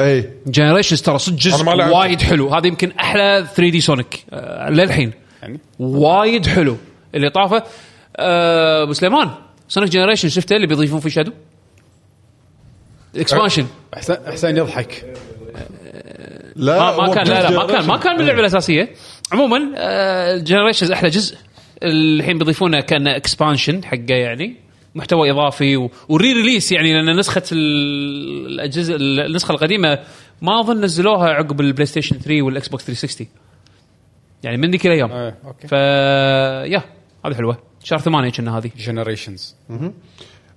Speaker 2: اي
Speaker 1: جنريشنز ترى صدق جزء
Speaker 4: أنا ما لعبت.
Speaker 1: وايد حلو هذا يمكن احلى 3 دي سونيك آه، للحين
Speaker 3: يعني
Speaker 1: وايد حلو اللي طافه آه، ابو سليمان سونيك جنريشن شفته اللي بيضيفون فيه شادو الاكسبانشن
Speaker 3: حسين حسين يضحك
Speaker 2: لا
Speaker 1: ما, ما
Speaker 2: آه، هو
Speaker 1: كان لا لا ما
Speaker 2: جنريشن.
Speaker 1: كان ما كان من اللعبه الاساسيه عموما الجنريشنز احلى آه، جزء الحين بيضيفونه كان اكسبانشن حقه يعني محتوى اضافي و... وري ريليس يعني لان نسخه ال- الاجهزه ال- النسخه القديمه ما اظن نزلوها عقب البلاي ستيشن 3 والاكس بوكس 360 يعني من ذيك الايام
Speaker 3: إيه، أوكي.
Speaker 1: ف يا هذه حلوه شهر ثمانية كنا هذه
Speaker 3: جنريشنز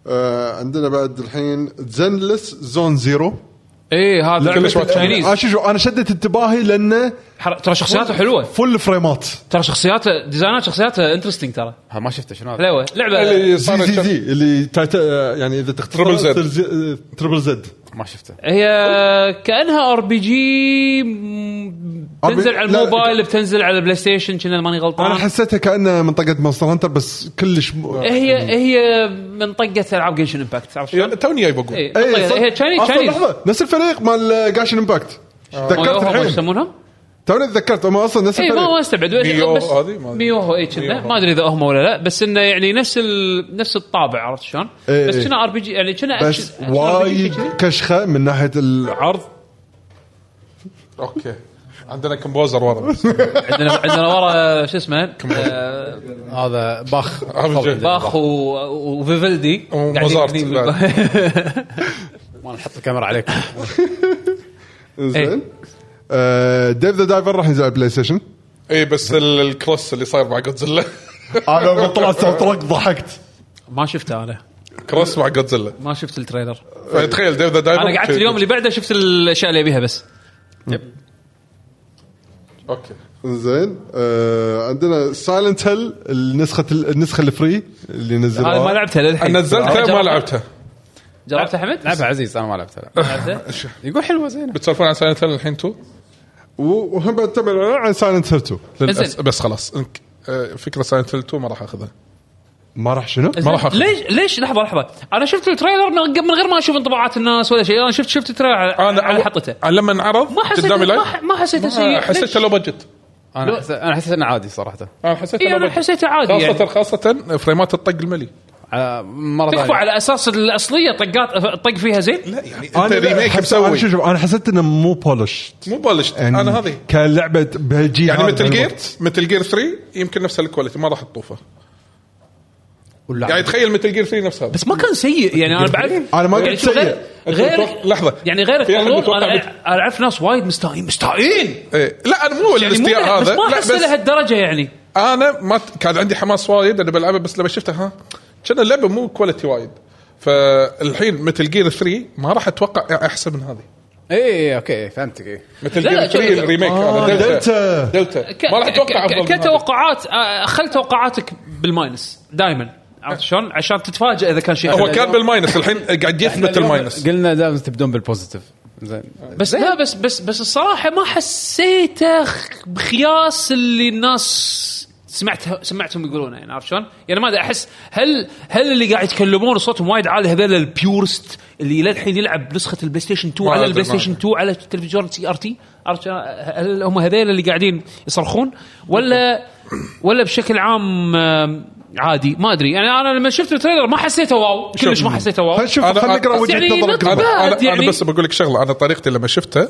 Speaker 2: أه عندنا بعد الحين زنلس زون زيرو
Speaker 1: اي هذا
Speaker 4: كلش
Speaker 1: لعبة
Speaker 4: وقت.
Speaker 1: تشاينيز
Speaker 2: آه، شو- شو، انا شدت انتباهي لانه
Speaker 1: حر- ترى شخصياته حلوه
Speaker 2: فل فريمات
Speaker 1: ترى شخصياته ديزاينات شخصياته انترستنج ترى
Speaker 3: ها ما شفته شنو هذا؟
Speaker 1: حلوه لعبه
Speaker 4: اللي
Speaker 2: زي
Speaker 4: صارت
Speaker 2: زي زي اللي تايت- آه، يعني اذا تختار
Speaker 4: تربل زد.
Speaker 2: تربل زد
Speaker 3: ما شفته
Speaker 1: هي كانها ار بي جي بتنزل
Speaker 2: RP
Speaker 1: على
Speaker 2: لا،
Speaker 1: الموبايل بتنزل على البلاي ستيشن كنا ماني
Speaker 2: انا
Speaker 1: غلطان
Speaker 2: حسيتها كانها منطقه مونستر هانتر بس كلش م...
Speaker 1: هي هي منطقه العاب جيشن امباكت عرفت شلون؟
Speaker 4: يا- يعني توني جاي بقول
Speaker 1: إيه،
Speaker 2: أي،
Speaker 1: منطقة- هي تشاينيز
Speaker 2: أصلاً
Speaker 1: تشاينيز
Speaker 2: لحظه نفس الفريق مال جاشن امباكت تذكرت
Speaker 1: مو
Speaker 2: الحين
Speaker 1: يسمونهم؟
Speaker 2: توني تذكرت هم اصلا نفس
Speaker 1: اي ما ما
Speaker 2: الفريق
Speaker 1: استبعد
Speaker 4: ميوهو
Speaker 1: بس-
Speaker 4: هذه ما أدري.
Speaker 1: ميوهو اي كنا
Speaker 4: ميوهو.
Speaker 1: ما ادري اذا هم ولا لا بس انه يعني نفس ال... نفس الطابع عرفت شلون؟
Speaker 2: إيه،
Speaker 1: بس
Speaker 2: إيه.
Speaker 1: كنا ار بي جي يعني كنا
Speaker 2: بس
Speaker 1: أكشن- أكشن RPG
Speaker 2: وايد
Speaker 1: شي كذي.
Speaker 2: كشخه من ناحيه العرض
Speaker 4: اوكي عندنا كمبوزر ورا بس.
Speaker 1: عندنا عندنا ورا شو اسمه آه،
Speaker 3: هذا باخ
Speaker 1: باخ و- وفيفلدي قاعدين
Speaker 4: وموزارت
Speaker 1: هني-
Speaker 4: بعد.
Speaker 3: ما نحط الكاميرا عليكم
Speaker 1: إيه.
Speaker 2: زين آه، ديف ذا دايفر راح ينزل على البلاي ستيشن
Speaker 4: اي إيه، بس ال- الكروس اللي صاير مع جودزيلا
Speaker 2: انا لما طلع ساوند تراك ضحكت
Speaker 1: ما شفته انا
Speaker 4: كروس مع جودزيلا
Speaker 1: ما شفت التريلر
Speaker 4: فتخيل ديف ذا دايفر
Speaker 1: انا قعدت اليوم اللي بعده شفت الاشياء اللي ابيها بس
Speaker 4: اوكي
Speaker 2: زين آه، عندنا سايلنت هيل النسخه النسخه الفري اللي
Speaker 1: هذا ما
Speaker 2: نزلوها
Speaker 1: لعبتها للحين
Speaker 4: انا نزلتها ما
Speaker 1: جربتها؟
Speaker 4: لعبتها
Speaker 1: جربتها حمد؟
Speaker 3: لعبها عزيز انا ما لعبتها
Speaker 1: لعبتها؟
Speaker 3: يقول حلوه زينه
Speaker 4: بتسولفون عن سايلنت هيل الحين تو
Speaker 2: و- وهم بعد تم الإعلان عن سايلنت هيل 2
Speaker 4: للأس-
Speaker 1: زين.
Speaker 4: بس خلاص إنك- آه، فكره سايلنت هيل 2 ما راح اخذها
Speaker 2: ما راح شنو؟
Speaker 1: زين.
Speaker 4: راح أخذ.
Speaker 1: ليش ليش لحظه لحظه انا شفت التريلر من من غير ما اشوف انطباعات الناس ولا شيء انا شفت شفت التريلر على على
Speaker 4: أول-
Speaker 1: حطته
Speaker 4: أنا آه، لما انعرض
Speaker 1: ما حسيت
Speaker 4: قدامي
Speaker 1: ما,
Speaker 4: لايف
Speaker 1: ح- ما حسيته سيء
Speaker 4: ما حسيته لو بجت
Speaker 1: لو-
Speaker 3: انا حس- انا حسيت انه عادي صراحه
Speaker 4: انا حسيته
Speaker 1: اي
Speaker 4: لو
Speaker 1: انا
Speaker 4: بجت
Speaker 1: حسيته عادي يعني
Speaker 4: خاصة خاصة فريمات الطق الملي
Speaker 3: على- مره
Speaker 1: تكفى
Speaker 3: ثانيه
Speaker 1: على اساس الاصليه طقات طق فيها زين
Speaker 4: لا يعني انت
Speaker 2: انا
Speaker 4: ريميك
Speaker 2: حس- أنا
Speaker 4: مسوي يعني
Speaker 2: شوف انا حسيت انه مو بولش
Speaker 4: مو بلشت انا هذه
Speaker 2: كلعبه بهالجيل
Speaker 4: يعني
Speaker 2: هذا
Speaker 4: مثل جير
Speaker 2: بالوقت.
Speaker 4: مثل جير 3 يمكن نفس الكواليتي ما راح تطوفه
Speaker 3: واللعبة-
Speaker 4: يعني تخيل مثل جير 3 نفس هذا
Speaker 1: بس ما كان سيء يعني انا بعد
Speaker 2: أنا ما
Speaker 1: يعني
Speaker 2: قلت
Speaker 1: شوف
Speaker 2: سيء.
Speaker 1: غير-
Speaker 4: أنت
Speaker 1: غير
Speaker 4: متوقع- لحظة.
Speaker 1: يعني غير
Speaker 4: في أحد
Speaker 1: التطور
Speaker 4: متوقع
Speaker 1: انا
Speaker 4: بت-
Speaker 1: أنا اعرف ناس وايد مستائين مستائين
Speaker 4: إيه. لا انا
Speaker 1: يعني
Speaker 4: مو
Speaker 1: مو
Speaker 4: الاستياء
Speaker 1: بس
Speaker 4: هذا
Speaker 1: ما
Speaker 4: لا
Speaker 1: احس
Speaker 4: بس
Speaker 1: لهالدرجه يعني
Speaker 4: انا ما ت- كان عندي حماس وايد انا بلعبها بس لما شفتها ها كان اللعبه مو كواليتي وايد فالحين مثل جير 3 ما راح اتوقع احسن من هذه
Speaker 3: اي اي اوكي إيه، فهمتك اي
Speaker 4: مثل
Speaker 1: لا،
Speaker 4: جير
Speaker 1: لا،
Speaker 4: 3
Speaker 1: شوف-
Speaker 4: الريميك
Speaker 2: آه،
Speaker 4: هذا دلتا
Speaker 2: دلتا.
Speaker 1: ك-
Speaker 4: دلتا ما راح
Speaker 1: ك-
Speaker 4: اتوقع
Speaker 1: ك-
Speaker 4: افضل من هذا.
Speaker 1: كتوقعات آه، خل توقعاتك بالماينس دائما عرفت شلون؟ عشان تتفاجئ اذا كان شيء
Speaker 4: هو
Speaker 1: حلو.
Speaker 4: كان بالماينس الحين قاعد يثبت الماينس
Speaker 3: قلنا لازم تبدون بالبوزيتيف زين
Speaker 1: بس لا بس بس بس الصراحه ما حسيته خ- بخياس اللي الناس سمعت سمعتهم يقولونه يعني عرفت شلون؟ يعني ما ادري احس هل هل اللي قاعد يتكلمون صوتهم وايد عالي هذول البيورست اللي للحين يلعب نسخه البلاي ستيشن 2
Speaker 4: ما
Speaker 1: على
Speaker 4: أدري،
Speaker 1: البلاي
Speaker 4: ما
Speaker 1: ستيشن 2 على تلفزيون سي ار تي عرفت شلون؟ هل هم هذول اللي قاعدين يصرخون ولا ولا بشكل عام آم، عادي ما ادري يعني انا لما شفت التريلر ما حسيته واو كلش ما حسيته واو
Speaker 2: خلينا نشوف
Speaker 4: أنا-
Speaker 2: خلينا نقرا
Speaker 4: بس
Speaker 2: وجهه
Speaker 1: يعني
Speaker 2: نظرك
Speaker 1: نقطة.
Speaker 2: بالضبط.
Speaker 4: انا انا,
Speaker 1: بعد يعني-
Speaker 4: أنا بس بقول لك شغله انا طريقتي لما شفته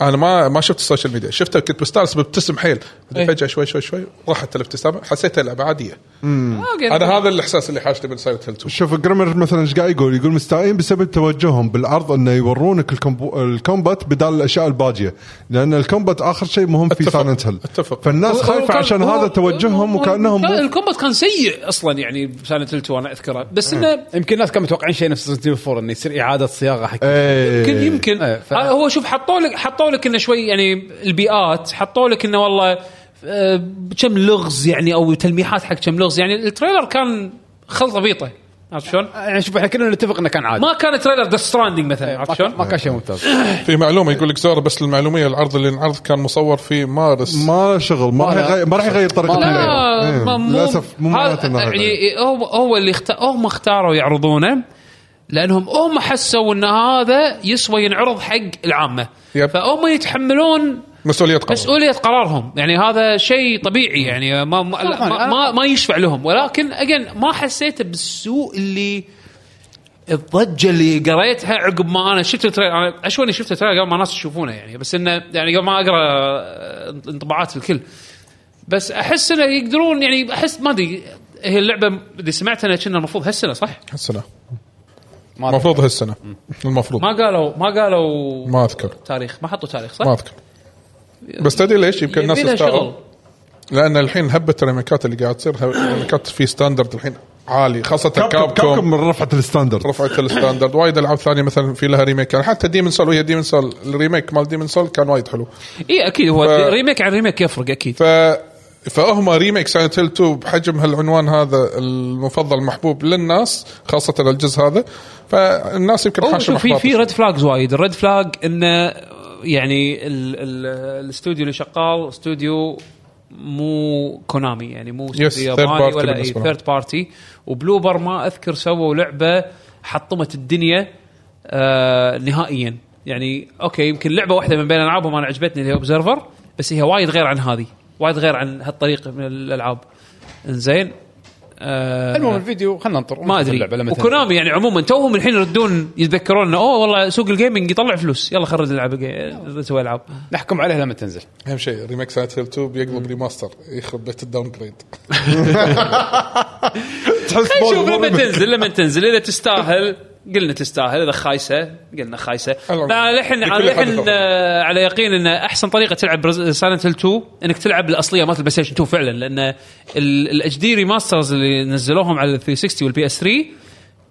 Speaker 4: انا ما ما شفت السوشيال ميديا شفته كنت مستانس ببتسم حيل
Speaker 1: إيه.
Speaker 4: بعدين فجاه شوي شوي شوي راحت الابتسامه حسيتها لعبه عاديه
Speaker 1: آه، أوكي.
Speaker 4: انا هذا الاحساس اللي حاشني من سايلنت هيل 2
Speaker 2: شوف جرامر مثلا ايش قاعد يقول يقول مستائين بسبب توجههم بالعرض انه يورونك الكمبو- الكومبات بدال الاشياء الباجيه لان الكومبات اخر شيء مهم في
Speaker 4: أتفق.
Speaker 2: سايلنت هيل
Speaker 4: أتفق.
Speaker 2: فالناس
Speaker 1: هو-
Speaker 2: خايفه
Speaker 1: هو
Speaker 2: عشان
Speaker 1: كان- هو-
Speaker 2: هذا توجههم
Speaker 1: هو-
Speaker 2: وكانهم
Speaker 1: كان
Speaker 2: مو-
Speaker 1: الكومبات كان سيء اصلا يعني بسنه التو انا اذكره بس انه
Speaker 3: يمكن الناس كانوا متوقعين شيء نفس ريزنت 4 انه يصير اعاده صياغه حق
Speaker 2: إيه.
Speaker 1: يمكن يمكن
Speaker 3: إيه، ف-
Speaker 1: آه، هو شوف حطوا لك حطوا لك انه شوي يعني البيئات حطوا لك انه والله آه، كم لغز يعني او تلميحات حق كم لغز يعني التريلر كان خلطه بيطه عرفت شلون؟
Speaker 3: يعني شوف احنا كلنا نتفق انه كان عادي
Speaker 1: ما كان تريلر ذا ستراندنج مثلا عرفت
Speaker 3: إيه، ما كان-
Speaker 1: شلون؟
Speaker 3: ما كان شيء ممتاز
Speaker 4: في معلومه يقول لك زوره بس المعلوميه العرض اللي انعرض كان مصور في مارس
Speaker 2: ما له شغل ما راح
Speaker 3: لا.
Speaker 2: يغير ما راح يغير طريقه
Speaker 3: لا،
Speaker 2: اللعب. إيه.
Speaker 1: ما- مو-
Speaker 2: للاسف مو
Speaker 1: هذا-
Speaker 2: معناته انه راح يغير.
Speaker 1: يعني هو هو اللي اخت... هم اختاروا يعرضونه لانهم هم حسوا ان هذا يسوى ينعرض حق العامه
Speaker 4: يب.
Speaker 1: فهم يتحملون
Speaker 4: مسؤوليه قرار
Speaker 1: مسؤوليه قرارهم يعني هذا شيء طبيعي يعني ما ما,
Speaker 3: طبعاً،
Speaker 1: ما,
Speaker 3: أنا-
Speaker 1: ما, ما يشفع لهم ولكن اجين ما حسيت بالسوء اللي الضجه اللي قريتها عقب ما انا شفت التريلر انا اشوني شفت التريلر قبل ما الناس تشوفونه يعني بس انه يعني قبل ما اقرا آه، انطباعات الكل بس احس انه يقدرون يعني احس ما ادري هي اللعبه اللي سمعت انها كنا المفروض هالسنه صح؟
Speaker 4: هالسنه
Speaker 3: ما أدري.
Speaker 4: المفروض هالسنه المفروض
Speaker 1: ما قالوا ما قالوا
Speaker 4: ما اذكر
Speaker 1: تاريخ ما حطوا تاريخ صح؟
Speaker 4: ما اذكر بس تدري ليش يمكن الناس
Speaker 1: طيب. يبي لها
Speaker 4: تستاهل
Speaker 1: شغل.
Speaker 4: لان الحين هبه الريميكات اللي قاعد تصير ه- ريميكات في ستاندرد الحين عالي خاصه
Speaker 2: كابكوم
Speaker 4: كابكوم
Speaker 2: كابكوم من رفعت الستاندرد
Speaker 4: رفعت الستاندرد وايد العاب ثانيه مثلا في لها ريميك يعني حتى ديمن سول وهي ديمن سول الريميك مال ديمن سول كان وايد حلو
Speaker 1: اي اكيد إيه، هو
Speaker 4: ف-
Speaker 1: ريميك عن ريميك يفرق اكيد
Speaker 4: ف فهم ريميك سايلنت هيل 2 بحجم هالعنوان هذا المفضل محبوب للناس خاصه الجزء هذا فالناس يمكن
Speaker 1: هو
Speaker 4: حاشوا
Speaker 1: شوف في
Speaker 4: محباط.
Speaker 1: في ريد فلاجز وايد الريد فلاج انه يعني ال ال الاستوديو اللي شغال استوديو مو كونامي يعني مو استوديو
Speaker 4: third
Speaker 1: ياباني
Speaker 4: party
Speaker 1: ولا اي
Speaker 4: بالنسبة لهم.
Speaker 1: ثيرد بارتي وبلوبر ما اذكر سووا لعبه حطمت الدنيا آه نهائيا يعني اوكي يمكن لعبه واحده من بين العابهم انا عجبتني اللي هي اوبزرفر بس هي وايد غير عن هذه وايد غير عن هالطريقه من الالعاب انزين آه،
Speaker 3: المهم الفيديو خلينا ننطر
Speaker 1: ما ادري
Speaker 3: اللعبة لما تنزل.
Speaker 1: وكونامي يعني عموما توهم الحين يردون يتذكرون انه اوه والله سوق الجيمنج يطلع فلوس يلا خرج العاب الجي- نسوي العاب
Speaker 3: نحكم عليها لما تنزل
Speaker 4: اهم شيء ريميك سايت هيل 2 بيقلب ريماستر يخرب بيت الداون جريد
Speaker 2: تحس
Speaker 1: نشوف
Speaker 2: بول-
Speaker 1: لما تنزل لما تنزل اذا تستاهل قلنا تستاهل اذا خايسه قلنا خايسه
Speaker 4: الله.
Speaker 1: لا الحين
Speaker 4: بكل
Speaker 1: على
Speaker 4: حد
Speaker 1: الحين
Speaker 4: طبعاً.
Speaker 1: آه، على يقين ان احسن طريقه تلعب سايلنت هيل 2 انك تلعب الاصليه مالت البلاي ستيشن 2 فعلا لان الاتش دي ريماسترز اللي نزلوهم على ال 360 والبي اس 3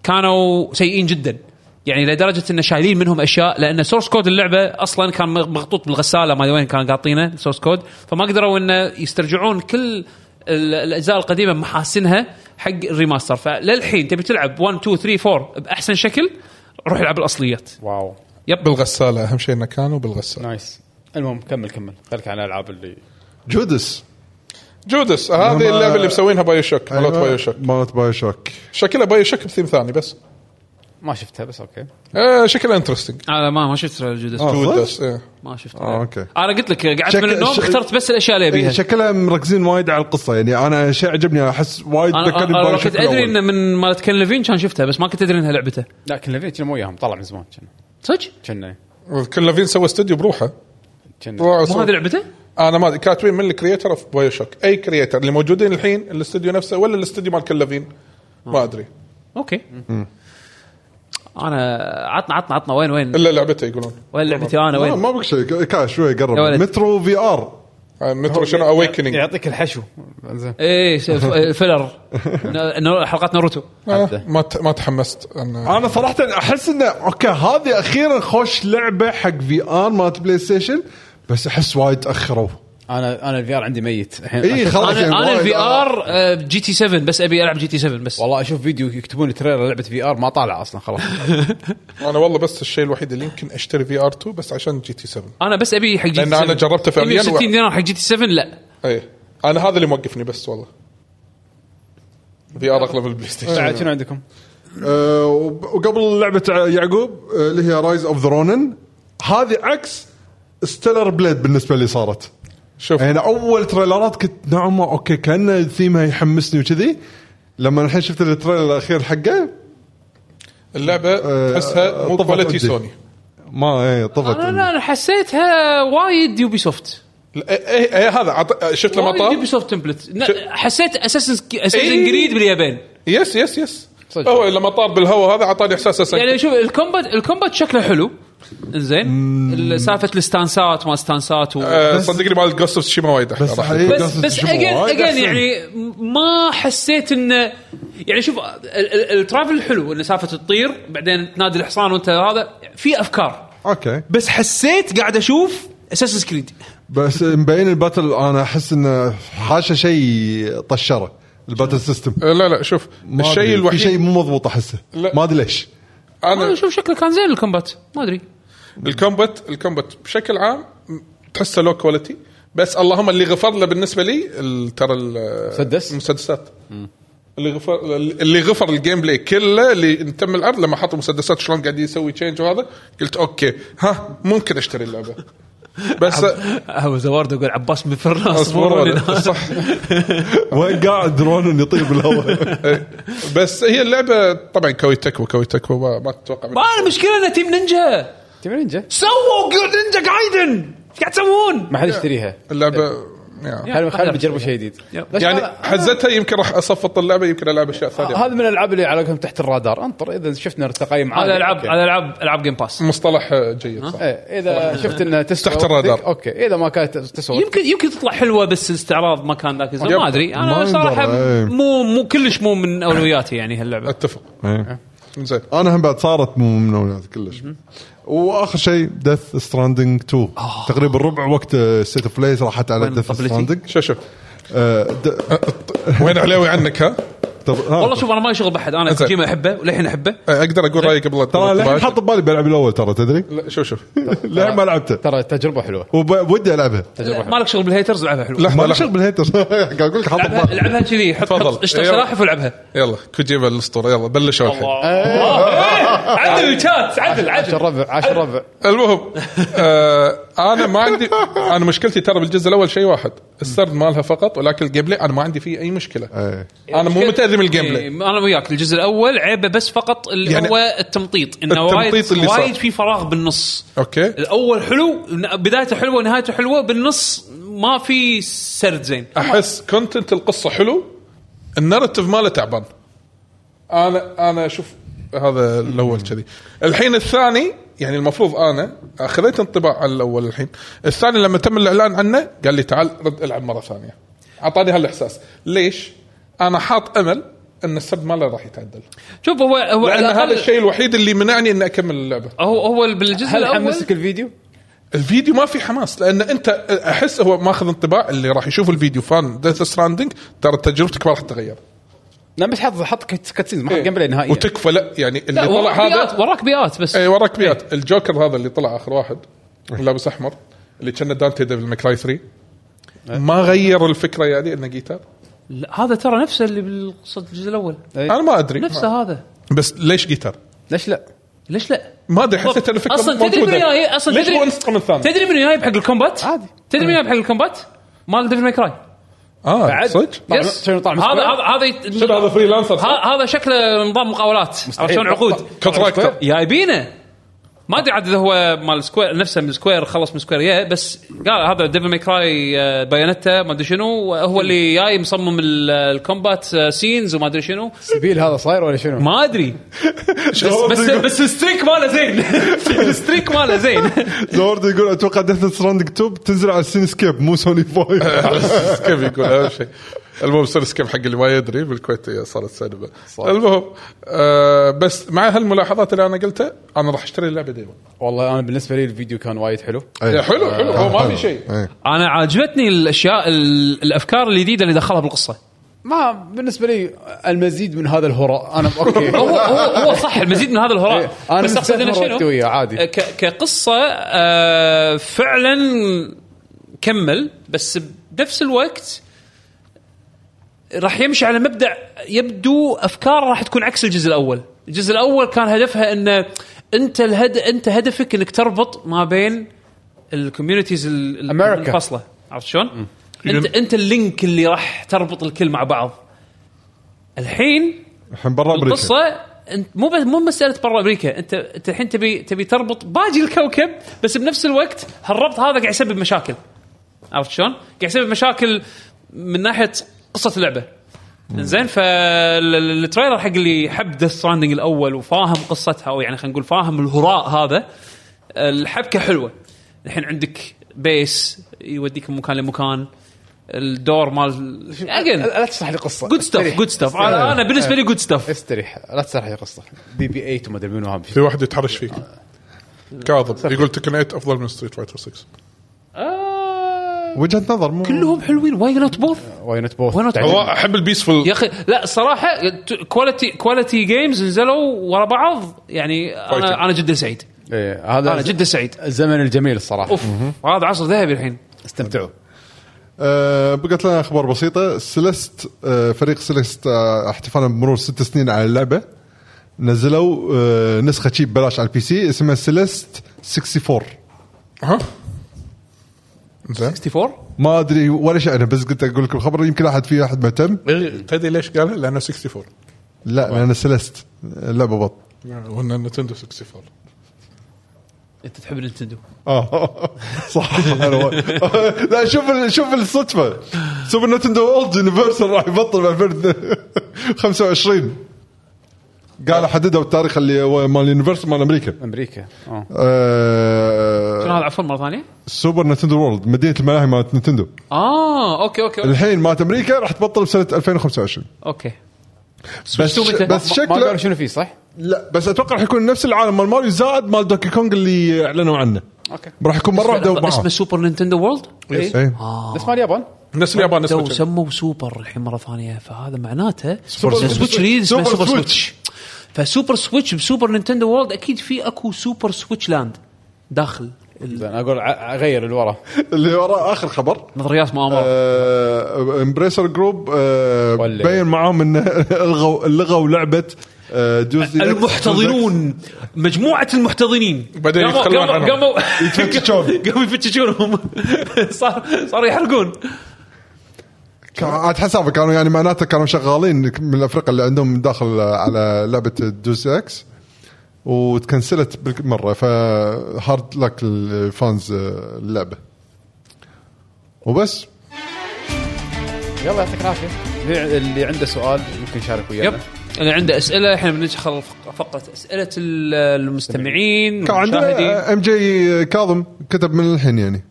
Speaker 1: كانوا سيئين جدا يعني لدرجه انه شايلين منهم اشياء لان سورس كود اللعبه اصلا كان مغطوط بالغساله ما ادري وين كان قاطينه سورس كود فما قدروا انه يسترجعون كل ال- الاجزاء القديمه محاسنها حق الريماستر فللحين تبي تلعب 1 2 3 4 باحسن شكل روح العب الاصليات
Speaker 3: واو
Speaker 4: بالغساله اهم شيء انه كانوا بالغساله
Speaker 3: نايس المهم كمل كمل خليك على الالعاب اللي
Speaker 2: جودس
Speaker 4: جودس آه، هذه
Speaker 2: أنا ما-
Speaker 4: اللعبه اللي مسوينها بايو شوك مالت
Speaker 2: أيوة.
Speaker 4: بايو شوك
Speaker 2: مالت بايو شوك
Speaker 4: شكلها بايو شوك بثيم ثاني بس
Speaker 3: ما شفتها بس اوكي
Speaker 4: آه شكلها انترستنج
Speaker 1: انا ما ما شفت جودس
Speaker 2: آه.
Speaker 4: جودس إيه.
Speaker 1: ما شفت
Speaker 2: آه، أوكي.
Speaker 1: انا قلت لك قعدت
Speaker 2: شك-
Speaker 1: من النوم
Speaker 2: ش-
Speaker 1: اخترت بس الاشياء اللي ابيها
Speaker 2: إيه، شكلها مركزين وايد على القصه يعني انا شيء عجبني احس وايد
Speaker 1: انا,
Speaker 2: ذكرني
Speaker 1: أنا
Speaker 2: ببايو
Speaker 1: كنت
Speaker 2: شوك
Speaker 1: ادري
Speaker 2: الأول.
Speaker 1: انه من مالت كين ليفين كان شفتها بس ما كنت ادري انها لعبته
Speaker 3: لا كنا ليفين كنا مو وياهم طلع من زمان كنا
Speaker 1: صدق؟
Speaker 3: كنا
Speaker 4: كل لافين سوى استوديو بروحه
Speaker 3: كنا
Speaker 4: طلعوا
Speaker 1: مو
Speaker 4: سووا-
Speaker 1: هذه لعبته؟
Speaker 4: انا ما أدري، كاتبين من الكريتر اوف بايو شوك اي كريتر اللي موجودين الحين الاستوديو نفسه ولا الاستوديو مال كل لافين ما ادري
Speaker 1: اوكي انا عطنا عطنا عطنا وين وين
Speaker 4: الا لعبته يقولون
Speaker 1: وين لعبتي انا
Speaker 2: لا،
Speaker 1: وين؟
Speaker 2: ما بك شيء كاش شوي
Speaker 1: يا
Speaker 2: قرب
Speaker 1: ولد.
Speaker 2: مترو في ار
Speaker 4: آه، مترو شنو اويكننج
Speaker 3: يعطيك الحشو زين
Speaker 1: ايه س- ف- فيلر ن- نو- حلقات ناروتو
Speaker 4: آه، ما ت- ما تحمست أنا
Speaker 2: انا صراحه احس انه اوكي هذه اخيرا خوش لعبه حق في ار مالت بلاي ستيشن بس احس وايد تاخروا
Speaker 3: انا انا الفي ار عندي ميت الحين
Speaker 2: اي
Speaker 3: أشوف-
Speaker 2: خلاص
Speaker 1: انا انا الفي
Speaker 2: ار
Speaker 1: ار آه، جي تي 7 بس ابي العب جي تي 7 بس
Speaker 3: والله اشوف فيديو يكتبون لي تريلر لعبه في ار ما طالع اصلا خلاص
Speaker 4: انا والله بس الشيء الوحيد اللي يمكن اشتري في ار 2 بس عشان جي تي 7
Speaker 1: انا بس ابي حق جي تي 7
Speaker 4: لأن أنا جربته فعلياً و-
Speaker 1: 60 دينار حق جي تي 7 لا
Speaker 4: اي انا إيه. هذا اللي موقفني بس والله في ار اغلب البلاي ستيشن
Speaker 3: بعد شنو عندكم؟
Speaker 2: أه، وقبل لعبه يعقوب آه، اللي هي رايز اوف ذا رونن هذه عكس ستيلر بليد بالنسبه لي صارت
Speaker 4: شوف
Speaker 2: يعني اول تريلرات كنت نعم اوكي كانه ثيمها يحمسني وكذي لما الحين شفت التريلر الاخير حقه
Speaker 4: اللعبه
Speaker 2: آه،
Speaker 4: تحسها مو
Speaker 2: طفت
Speaker 4: كواليتي
Speaker 2: عندي.
Speaker 4: سوني
Speaker 2: ما اي طفت
Speaker 1: انا آه، لا انا حسيتها وايد يوبي سوفت
Speaker 4: لا، إيه- إيه- إيه، هذا عط- شفت لما
Speaker 1: وايد يوبي
Speaker 4: طار
Speaker 1: سوفت تمبلت نا-
Speaker 4: ش-
Speaker 1: حسيت اساسن اساسن
Speaker 4: إيه.
Speaker 1: جريد باليابان
Speaker 4: يس يس يس
Speaker 3: صدق.
Speaker 4: هو لما طار بالهواء هذا اعطاني احساس أساساً
Speaker 1: يعني شوف الكومبات الكومبات شكله حلو زين سالفه الستانسات ما استانسات و...
Speaker 4: آه،
Speaker 2: بس-
Speaker 4: صدقني مال جوست اوف تشيما وايد احلى
Speaker 2: بس
Speaker 4: راح.
Speaker 2: حقيقة
Speaker 1: بس
Speaker 2: قصة
Speaker 1: بس
Speaker 2: تشوفه
Speaker 1: اجين
Speaker 2: وايد
Speaker 1: اجين
Speaker 2: أحسن.
Speaker 1: يعني ما حسيت انه يعني شوف ال- ال- الترافل حلو انه سالفه تطير بعدين تنادي الحصان وانت هذا في افكار
Speaker 2: اوكي
Speaker 1: بس حسيت قاعد اشوف اساس كريد
Speaker 2: بس مبين الباتل انا احس انه حاشه شيء طشره الباتل سيستم
Speaker 4: آه، لا لا شوف
Speaker 2: ما أدري،
Speaker 4: الشيء
Speaker 2: في شيء
Speaker 4: الوحيد
Speaker 2: مو مضبوط احسه
Speaker 4: لا.
Speaker 2: ما ادري ليش
Speaker 1: انا
Speaker 4: انا
Speaker 1: اشوف شكله كان زين الكومبات ما ادري
Speaker 4: الكومبت الكومبت بشكل عام م- تحسه لو كواليتي بس اللهم اللي غفر له بالنسبه لي ال- ترى ال-
Speaker 3: مسدس؟
Speaker 4: المسدسات اللي غفر اللي غفر الجيم بلاي كله اللي تم العرض لما حطوا مسدسات شلون قاعد يسوي تشينج وهذا قلت اوكي ها ممكن اشتري اللعبه بس
Speaker 1: ابو زوارد يقول عباس من فرناس
Speaker 4: اصبر صح
Speaker 2: وين قاعد درون يطير بالهواء
Speaker 4: إيه. بس هي اللعبه طبعا كوي تكو كوي تكو ما, ما تتوقع
Speaker 1: ما
Speaker 4: منها.
Speaker 1: انا مشكله ان تيم نينجا
Speaker 3: تبي نينجا؟
Speaker 1: سووا نينجا قايدن ايش قاعد تسوون؟
Speaker 3: ما حد يشتريها
Speaker 4: اللعبه يعني
Speaker 3: خلينا خلينا نجرب شيء جديد
Speaker 1: يب.
Speaker 3: ليش
Speaker 4: يعني
Speaker 3: أنا-
Speaker 4: حزتها يمكن راح اصفط اللعبه يمكن العب اشياء ثانيه
Speaker 3: هذا من الالعاب اللي على قولتهم تحت الرادار انطر اذا شفنا التقييم عالي
Speaker 1: هذا العاب
Speaker 3: أوكي.
Speaker 1: هذا العاب العاب جيم باس
Speaker 4: مصطلح جيد صح
Speaker 3: إيه، اذا شفت انها تسوى
Speaker 4: تحت الرادار.
Speaker 3: اوكي اذا ما كانت تسوى
Speaker 1: يمكن يمكن تطلع حلوه بس الاستعراض ما كان ذاك الزمان
Speaker 4: يب.
Speaker 1: ما ادري انا
Speaker 2: ما
Speaker 1: صراحه
Speaker 2: نقدر، إيه.
Speaker 1: مو مو كلش مو من اولوياتي يعني هاللعبه
Speaker 4: اتفق
Speaker 2: إيه.
Speaker 4: زين
Speaker 2: انا هم بعد صارت مو من اولاد كلش واخر شيء ديث ستراندنج 2 تقريبا ربع وقت آه، ستيت اوف بلايز راحت على
Speaker 1: آه.
Speaker 2: آه،
Speaker 1: وين
Speaker 2: ديث
Speaker 1: طبلتي؟
Speaker 2: ستراندنج
Speaker 4: شو شو وين عليوي عنك ها؟
Speaker 1: والله شوف انا ما شغل بحد انا
Speaker 4: زين.
Speaker 1: كوجيما احبه وللحين احبه
Speaker 4: أه، اقدر اقول رايي قبل لا
Speaker 2: ترى الحين
Speaker 4: تبعت.
Speaker 2: حاط ببالي بلعب الاول ترى تدري
Speaker 4: لا شو شو
Speaker 2: لعب ما لعبته
Speaker 3: ترى تجربه حلوه
Speaker 2: وودي العبها
Speaker 3: تجربه حلوه
Speaker 1: مالك شغل بالهيترز العبها حلو
Speaker 2: ما
Speaker 4: لحظه
Speaker 2: لي
Speaker 4: لحظه
Speaker 2: شغل بالهيتر قاعد اقول لك حاط
Speaker 1: العبها
Speaker 2: ببالي
Speaker 1: العبها كذي حط
Speaker 4: تفضل.
Speaker 1: حط- اشتري
Speaker 4: يلا.
Speaker 1: سلاحف والعبها
Speaker 4: يلا كوجيما الاسطوره يلا بلشوا الحين
Speaker 1: عدل الشات عدل
Speaker 3: عشر
Speaker 1: عدل
Speaker 3: ربع عشر ربع
Speaker 4: المهم آه انا ما عندي انا مشكلتي ترى بالجزء الاول شيء واحد السرد مالها فقط ولكن الجيم بلاي انا ما عندي فيه اي مشكله
Speaker 2: إيه.
Speaker 4: انا مو متاذي من الجيم
Speaker 1: إيه،
Speaker 4: بلاي
Speaker 1: انا وياك الجزء الاول عيبه بس فقط اللي
Speaker 4: يعني
Speaker 1: هو التمطيط انه
Speaker 4: التمطيط
Speaker 1: وايد
Speaker 4: اللي صار.
Speaker 1: وايد في فراغ بالنص
Speaker 4: اوكي
Speaker 1: الاول حلو ن- بدايته حلوه نهايته حلوه بالنص ما في سرد زين
Speaker 4: احس كونتنت القصه حلو النراتيف ماله تعبان انا انا اشوف هذا الاول كذي الحين الثاني يعني المفروض انا اخذت انطباع على الاول الحين الثاني لما تم الاعلان عنه قال لي تعال رد العب مره ثانيه اعطاني هالاحساس ليش انا حاط امل ان السرد ماله راح يتعدل
Speaker 1: شوف هو هو على
Speaker 4: لان هذا
Speaker 1: الأقل-
Speaker 4: الشيء الوحيد اللي منعني اني اكمل اللعبه
Speaker 1: هو هو بالجزء
Speaker 3: هل
Speaker 1: الاول
Speaker 3: حمسك الفيديو؟
Speaker 4: الفيديو ما في حماس لان انت احس هو ماخذ انطباع اللي راح يشوف الفيديو فان ديث ستراندنج ترى تجربتك ما راح تتغير
Speaker 3: لا بس حط حط كت- كاتسينز
Speaker 1: إيه.
Speaker 3: ما حط جيم بلاي نهائيا
Speaker 4: إيه. وتكفى لا يعني اللي
Speaker 1: لا
Speaker 4: طلع
Speaker 1: وراك إيه. بيئات
Speaker 4: هذا إيه.
Speaker 1: وراك بيئات بس
Speaker 4: اي وراك بيات الجوكر هذا اللي طلع اخر واحد لابس احمر اللي كان دانتي ديفل ماكراي 3
Speaker 1: إيه.
Speaker 4: ما غير الفكره يعني انه جيتار
Speaker 1: لا، هذا ترى نفسه اللي بالقصه الجزء الاول
Speaker 3: إيه.
Speaker 4: انا ما ادري ما-
Speaker 1: نفسه هذا
Speaker 4: بس ليش جيتار؟
Speaker 3: ليش لا؟
Speaker 1: ليش لا؟
Speaker 4: ما ادري حسيت ان الفكره
Speaker 1: اصلا تدري من
Speaker 4: موجودة.
Speaker 1: جاي اصلا
Speaker 4: ليش
Speaker 1: تدري
Speaker 4: مو انستقم الثاني؟
Speaker 1: تدري من جاي بحق الكومبات؟
Speaker 3: عادي.
Speaker 1: تدري من جايب حق الكومبات؟ مال ديفل ماي كراي
Speaker 4: اه صدق؟
Speaker 3: طعم-
Speaker 1: يس.
Speaker 3: شنو طعم
Speaker 1: هذا
Speaker 3: سكوير؟
Speaker 1: هذا هذا يت-
Speaker 4: شنو هذا فريلانسر؟
Speaker 1: ه- هذا شكله نظام مقاولات عرفت شلون عقود
Speaker 4: كونتراكتر
Speaker 1: جايبينه طيب، ما ادري عاد اذا هو مال سكوير نفسه من سكوير خلص من سكوير يا بس قال هذا ديفل ماي كراي آه، بايونيتا ما ادري شنو هو اللي جاي مصمم ال- الكومبات آه، سينز وما ادري شنو
Speaker 3: سبيل هذا صاير ولا شنو؟
Speaker 1: ما ادري بس بس, بس الستريك ماله زين الستريك ماله زين
Speaker 2: زورد يقول اتوقع ديث ستراندنج 2 تنزل على سكيب مو سوني 5
Speaker 4: سكيب يقول اهم شيء المهم صار سكيب حق اللي ما يدري بالكويت صارت سينما المهم آه بس مع هالملاحظات اللي انا قلتها انا راح اشتري اللعبه ديما
Speaker 3: والله انا بالنسبه لي الفيديو كان وايد حلو
Speaker 4: يا حلو حلو هو ما في شيء
Speaker 1: انا عجبتني الاشياء ال- الافكار الجديده اللي دخلها بالقصه
Speaker 3: ما بالنسبه لي المزيد من هذا الهراء انا اوكي
Speaker 1: هو هو هو صح المزيد من هذا
Speaker 3: إيه،
Speaker 1: الهراء
Speaker 3: أنا
Speaker 1: بس اقصد انه
Speaker 3: مستثمر وقتي
Speaker 1: شنو؟
Speaker 3: وياه عادي.
Speaker 1: ك- كقصه آه، فعلا كمل بس بنفس الوقت راح يمشي على مبدا يبدو افكار راح تكون عكس الجزء الاول، الجزء الاول كان هدفها انه انت الهد انت هدفك انك تربط ما بين الكوميونيتيز
Speaker 3: أمريكا.
Speaker 1: المنفصله عرفت شلون؟ انت انت اللينك اللي راح تربط الكل مع بعض. الحين
Speaker 2: الحين برا امريكا
Speaker 1: القصه انت مو بس مو مساله برا امريكا انت انت الحين تبي تبي تربط باقي الكوكب بس بنفس الوقت هالربط هذا قاعد يسبب مشاكل عرفت شلون؟ قاعد يسبب مشاكل من ناحيه قصه اللعبه زين فالتريلر حق اللي حب ذا ستراندنج الاول وفاهم قصتها او يعني خلينا نقول فاهم الهراء هذا الحبكه حلوه الحين عندك بيس يوديك من مكان لمكان الدور مال
Speaker 3: لا
Speaker 1: Again.
Speaker 3: لا تشرح لي قصه
Speaker 1: جود ستاف جود ستاف
Speaker 3: إيه.
Speaker 1: انا أنا بالنسبه لي جود ستاف
Speaker 3: استريح لا تشرح لي قصه بي بي 8 وما ادري منو هذا
Speaker 4: في واحد يتحرش فيك كاظم يقول تكنيت افضل من ستريت فايتر 6
Speaker 2: وجهه نظر مو
Speaker 1: آه. كلهم حلوين واي نوت بوث
Speaker 3: واي نوت بوث
Speaker 1: Why not
Speaker 3: تعجبني.
Speaker 4: والله احب البيسفول
Speaker 1: يا اخي لا صراحه كواليتي كواليتي جيمز نزلوا ورا بعض يعني
Speaker 4: Fighting.
Speaker 1: انا انا جدا سعيد
Speaker 3: إيه، هذا
Speaker 1: أنا جدا سعيد.
Speaker 3: الزمن الجميل الصراحه
Speaker 1: اوف هذا عصر ذهبي الحين
Speaker 3: استمتعوا
Speaker 2: آه، بقت لنا اخبار بسيطه سيليست آه، فريق سيليست آه، احتفالا بمرور ست سنين على اللعبه نزلوا آه، نسخه شيب ببلاش على البي سي اسمها سيليست 64
Speaker 4: ها زين
Speaker 1: 64
Speaker 2: ما ادري ولا شيء انا بس قلت اقول لكم خبر يمكن احد في احد مهتم
Speaker 4: إيه، تدري ليش قالها؟ لانه 64
Speaker 2: لا لان سيليست لعبه بط
Speaker 4: قلنا نتندو 64
Speaker 1: انت تحب نينتندو
Speaker 2: اه صح أنا و- لا شوف ال- شوف الصدفه سوبر نتندو اولد يونيفرسال راح يبطل ب 2025 قالوا حددوا التاريخ اللي هو مال يونيفرسال مال امريكا
Speaker 3: امريكا اه
Speaker 1: شنو
Speaker 2: آه،
Speaker 1: هذا عفوا مره ثانيه؟
Speaker 2: سوبر نتندو وورلد مدينه الملاهي مالت نتندو
Speaker 1: اه اوكي اوكي
Speaker 2: الحين مالت امريكا راح تبطل بسنه 2025
Speaker 1: اوكي
Speaker 2: بس
Speaker 1: متى؟
Speaker 2: بس
Speaker 3: ما قالوا
Speaker 2: شكله
Speaker 3: شنو فيه صح؟
Speaker 2: لا بس اتوقع راح يكون نفس العالم مال ماريو زائد مال دوكي كونج اللي اعلنوا عنه
Speaker 3: اوكي
Speaker 2: راح يكون مره واحده معاه.
Speaker 1: اسمه سوبر نينتندو وورلد؟
Speaker 2: إيه.
Speaker 3: بس مال اليابان
Speaker 4: نفس اليابان نفس
Speaker 1: تو
Speaker 4: اليابان.
Speaker 1: سموا سوبر الحين مره ثانيه فهذا معناته
Speaker 2: سوبر
Speaker 1: إن
Speaker 2: سويتش.
Speaker 1: سويتش ريليز اسمه
Speaker 2: سوبر
Speaker 1: سوبر
Speaker 2: سويتش.
Speaker 1: سويتش فسوبر سويتش بسوبر نينتندو وورلد اكيد في اكو سوبر سويتش لاند داخل
Speaker 3: زين اقول ع- اغير اللي ورا
Speaker 2: اللي وراه اخر خبر
Speaker 1: نظريات مؤامره
Speaker 2: آه، امبريسر جروب آه،
Speaker 3: ولا إيه؟
Speaker 2: بين معاهم ان الغوا لغوا لعبه آه، جزء
Speaker 1: المحتضنون مجموعه المحتضنين
Speaker 4: بعدين
Speaker 1: قاموا-
Speaker 4: يتخلون
Speaker 1: قاموا
Speaker 4: عنهم.
Speaker 1: قاموا
Speaker 2: يتفتشون.
Speaker 1: قاموا يفتشونهم صار صاروا يحرقون
Speaker 2: كان عاد حسابه كانوا يعني معناته كانوا شغالين من الافرقه اللي عندهم داخل على لعبه دوس اكس وتكنسلت بالمره فهارد لك الفانز اللعبه وبس
Speaker 3: يلا يعطيك العافيه اللي- اللي عنده سؤال ممكن يشارك ويانا
Speaker 1: يب اللي عنده اسئله احنا بندخل فق- فقره اسئله ال- المستمعين
Speaker 2: كان
Speaker 1: المشاهدين
Speaker 2: عندنا ام جي كاظم كتب من الحين يعني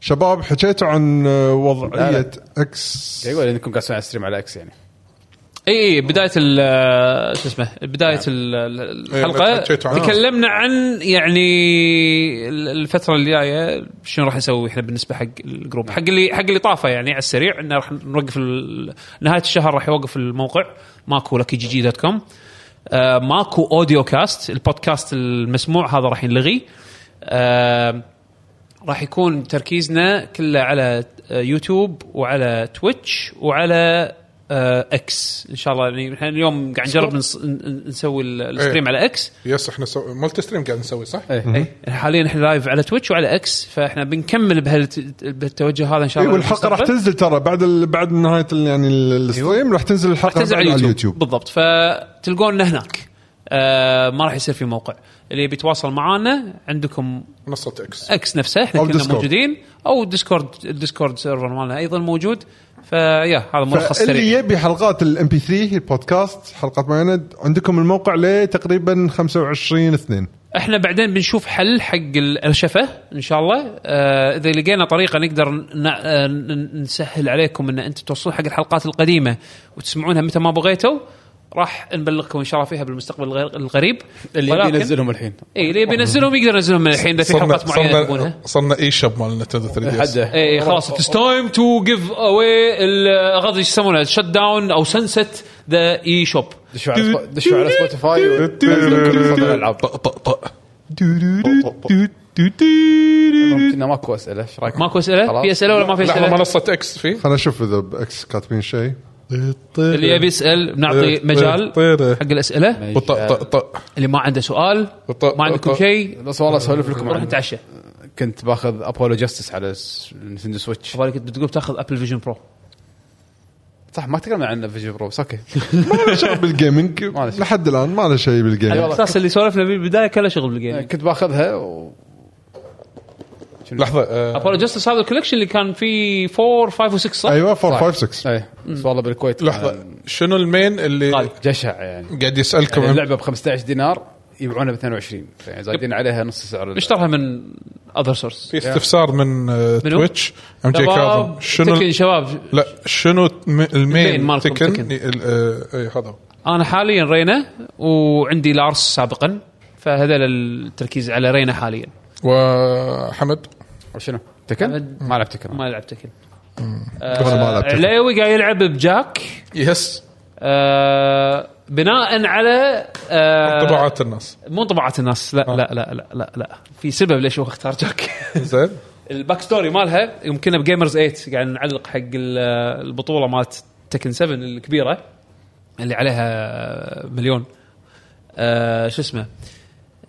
Speaker 2: شباب حكيتوا عن آه، وضعيه اكس
Speaker 3: قاعد يقول انكم قاعد تسوون على الستريم على اكس يعني
Speaker 1: اي اي بدايه ال- شو اسمه بدايه ال- ال-
Speaker 4: إيه،
Speaker 1: الحلقه
Speaker 4: حكيتوا عنها.
Speaker 1: تكلمنا عن يعني ال- الفتره اللي جايه شنو راح نسوي احنا بالنسبه حق الجروب حق اللي حق اللي طافه يعني على السريع انه راح نوقف ال- نهايه الشهر راح يوقف الموقع ماكو لكي جي جي دوت كوم آه، ماكو اوديو كاست البودكاست المسموع هذا راح ينلغي آه، راح يكون تركيزنا كله على آه، يوتيوب وعلى تويتش وعلى آه، اكس ان شاء الله يعني احنا اليوم قاعد نجرب نص- ن- نسوي ال- الستريم
Speaker 4: إيه.
Speaker 1: على اكس
Speaker 4: يس احنا سو... مالتي ستريم قاعد نسوي صح؟
Speaker 1: اي حاليا احنا لايف على تويتش وعلى اكس فاحنا بنكمل بهالت- بهالتوجه هذا ان شاء
Speaker 2: اي
Speaker 1: الله
Speaker 2: والحلقه إيه، راح
Speaker 1: بالمستقبل.
Speaker 2: تنزل ترى بعد ال... بعد نهايه ال... يعني ال- الستريم راح تنزل الحلقه
Speaker 1: أيوة. راح تنزل
Speaker 2: بعد
Speaker 1: على اليوتيوب, بالضبط فتلقونا هناك آه ما راح يصير في موقع اللي بيتواصل معانا عندكم
Speaker 4: منصه اكس
Speaker 1: اكس نفسه احنا
Speaker 2: أو
Speaker 1: كنا
Speaker 2: ديسكورد.
Speaker 1: موجودين او ديسكورد الديسكورد سيرفر مالنا ايضا موجود فيا هذا ملخص
Speaker 2: اللي
Speaker 1: سريع
Speaker 2: يبي حلقات الام بي 3 البودكاست حلقات معينه عندكم الموقع لتقريبا 25 2
Speaker 1: احنا بعدين بنشوف حل حق الارشفه ان شاء الله آه اذا لقينا طريقه نقدر ن- آه، ن- نسهل عليكم ان انتم توصلون حق الحلقات القديمه وتسمعونها متى ما بغيتوا راح نبلغكم ان شاء الله فيها بالمستقبل الغير- القريب
Speaker 3: اللي
Speaker 1: ولكن-
Speaker 3: يبي ينزلهم الحين
Speaker 1: اي اللي بينزلهم يقدر ينزلهم من الحين اذا في حلقات معينه يبونها إيه،
Speaker 4: صرنا صرنا اي شب مال نتندو 3 دي اس
Speaker 3: حده
Speaker 1: اي خلاص اتس تايم تو جيف اواي غض ايش يسمونه شت داون او سنست ذا اي شوب
Speaker 3: دشوا على سبو- دشوا على سبوتيفاي ونزلوا كل صدر الالعاب
Speaker 4: طق طق طق
Speaker 3: كنا ماكو اسئله ايش رايكم؟
Speaker 1: ماكو اسئله؟
Speaker 3: خلاص.
Speaker 1: في اسئله ولا ما في
Speaker 4: لحظه
Speaker 1: اسئله؟
Speaker 4: منصه اكس في
Speaker 2: خلينا نشوف اذا باكس كاتبين شيء
Speaker 1: اللي يبي يسال بنعطي إيه،
Speaker 4: طيب،
Speaker 1: مجال إيه. حق الاسئله
Speaker 4: طق طق طق
Speaker 1: اللي ما عنده سؤال
Speaker 3: طيب.
Speaker 1: ما عندكم شيء
Speaker 3: بس والله اسولف لكم
Speaker 1: نروح
Speaker 3: عن
Speaker 1: نتعشى
Speaker 3: كنت باخذ ابولو جاستس على س- نينتندو سويتش
Speaker 1: بالك بتقول تاخذ ابل فيجن برو
Speaker 3: صح ما تكلمنا عن فيجن برو بس اوكي
Speaker 2: شغل بالجيمنج
Speaker 3: له شيء.
Speaker 2: لحد الان ما له شيء بالجيمنج
Speaker 3: أيوة.
Speaker 1: الاساس اللي سولفنا به بالبدايه كله شغل بالجيمنج
Speaker 3: يعني كنت باخذها و...
Speaker 4: لحظه آه،
Speaker 1: ابولو جاستس هذا الكولكشن اللي كان فيه 4 5 و6 صح؟
Speaker 2: ايوه 4 5 6
Speaker 1: إيه.
Speaker 3: اي بس والله بالكويت
Speaker 4: لحظه شنو المين اللي
Speaker 1: آه. غالي.
Speaker 3: جشع يعني
Speaker 4: قاعد يسالكم
Speaker 3: يعني
Speaker 4: عن-
Speaker 3: اللعبه ب 15 دينار يبيعونها ب 22
Speaker 1: طيب.
Speaker 3: يعني زايدين عليها نص سعر اللعبة.
Speaker 1: اشتراها من اذر سورس
Speaker 4: في استفسار من آه،
Speaker 1: منو؟
Speaker 4: تويتش ام جي كاظم شنو
Speaker 1: تكن شباب
Speaker 4: لا شنو الم-
Speaker 1: المين
Speaker 4: المين
Speaker 1: مالكم
Speaker 4: تكن
Speaker 1: تكن.
Speaker 4: ال- آه، اي هذا هو.
Speaker 1: انا حاليا رينا وعندي لارس سابقا فهذا التركيز على رينا حاليا
Speaker 4: وحمد
Speaker 3: شنو تكن؟
Speaker 1: أبد.
Speaker 3: ما لعبت تكن
Speaker 1: ما لعب تكن آه،
Speaker 2: أنا ما لعبت تكن.
Speaker 1: عليوي قاعد يلعب بجاك
Speaker 4: يس
Speaker 1: آه بناء على آه
Speaker 4: طباعات الناس
Speaker 1: مو انطباعات الناس لا لا لا لا لا لا في سبب ليش هو اختار جاك
Speaker 4: زين
Speaker 1: الباك ستوري مالها يوم كنا بجيمرز 8 قاعد نعلق حق ال- البطوله مالت تكن 7 الكبيره اللي عليها مليون آه شو اسمه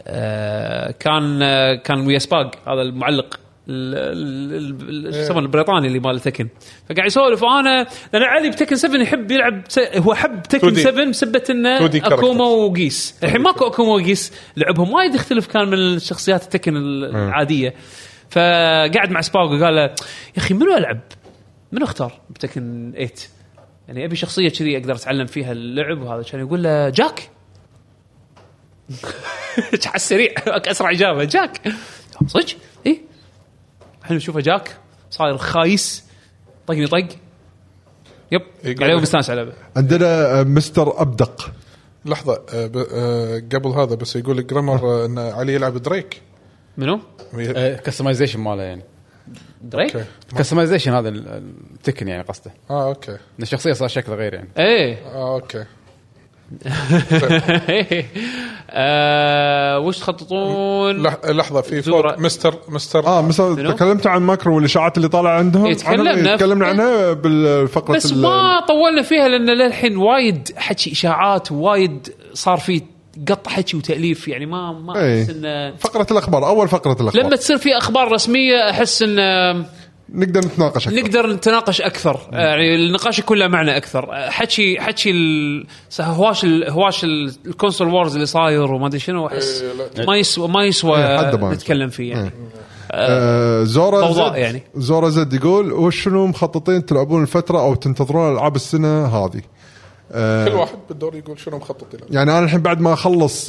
Speaker 1: آه كان آه كان ويا سباق هذا المعلق ال- ال- ال- شو يسمونه البريطاني اللي مال تكن فقاعد يسولف انا لان علي بتكن 7 يحب يلعب س- هو حب تكن
Speaker 4: 2D
Speaker 1: 7 بسبه انه
Speaker 4: 2D characters.
Speaker 1: اكوما وقيس الحين ماكو اكوما وقيس لعبهم وايد يختلف كان من الشخصيات التكن ال- العاديه فقعد مع سباق وقال له يا اخي منو العب؟ منو اختار بتكن 8؟ يعني ابي شخصيه كذي اقدر اتعلم فيها اللعب وهذا كان يقول له جاك على السريع اسرع اجابه جاك صدق؟ اي الحين شوفه جاك صاير خايس طقني طق يب
Speaker 4: يقول-
Speaker 1: عليهم مستانس على اللعبة.
Speaker 2: عندنا آه، مستر ابدق
Speaker 4: لحظه آه، ب- آه، قبل هذا بس يقول جرامر آه، ان علي يلعب دريك
Speaker 1: منو؟ آه.
Speaker 3: كستمايزيشن إيه، ماله يعني
Speaker 1: دريك؟
Speaker 3: كستمايزيشن هذا ال- التكن يعني قصده
Speaker 4: اه اوكي
Speaker 3: ان الشخصيه صار شكلها غير يعني
Speaker 1: ايه
Speaker 4: اه اوكي
Speaker 1: آه، وش تخططون؟
Speaker 4: لح- لحظه في
Speaker 1: زورا.
Speaker 4: فوق مستر مستر
Speaker 2: اه
Speaker 1: منو؟
Speaker 2: مثلا تكلمتوا عن ماكرو والاشاعات اللي طالعه عندهم
Speaker 1: إيه، تكلمنا.
Speaker 2: عنهم، إيه، تكلمنا عنها بالفقره
Speaker 1: بس
Speaker 2: ال-
Speaker 1: ما طولنا فيها لان للحين وايد حكي اشاعات وايد صار في قط حكي وتاليف يعني ما ما
Speaker 2: إيه.
Speaker 1: احس انه
Speaker 2: فقره الاخبار اول فقره الاخبار
Speaker 1: لما تصير في اخبار رسميه احس انه
Speaker 2: نقدر نتناقش اكثر
Speaker 1: نقدر نتناقش اكثر يعني النقاش يكون له معنى اكثر حكي حكي ال- هواش ال هواش ال- الكونسول وورز اللي صاير وما ادري شنو احس ما يسوى ما يسوى
Speaker 2: إيه، حد ما إيه.
Speaker 1: نتكلم فيه يعني
Speaker 2: آه، زورا
Speaker 1: موضوع
Speaker 2: زد
Speaker 1: يعني.
Speaker 2: زورا زد يقول وش شنو مخططين تلعبون الفتره او تنتظرون العاب السنه هذه
Speaker 4: كل واحد بالدور يقول شنو مخطط له
Speaker 2: يعني انا الحين بعد ما آه، اخلص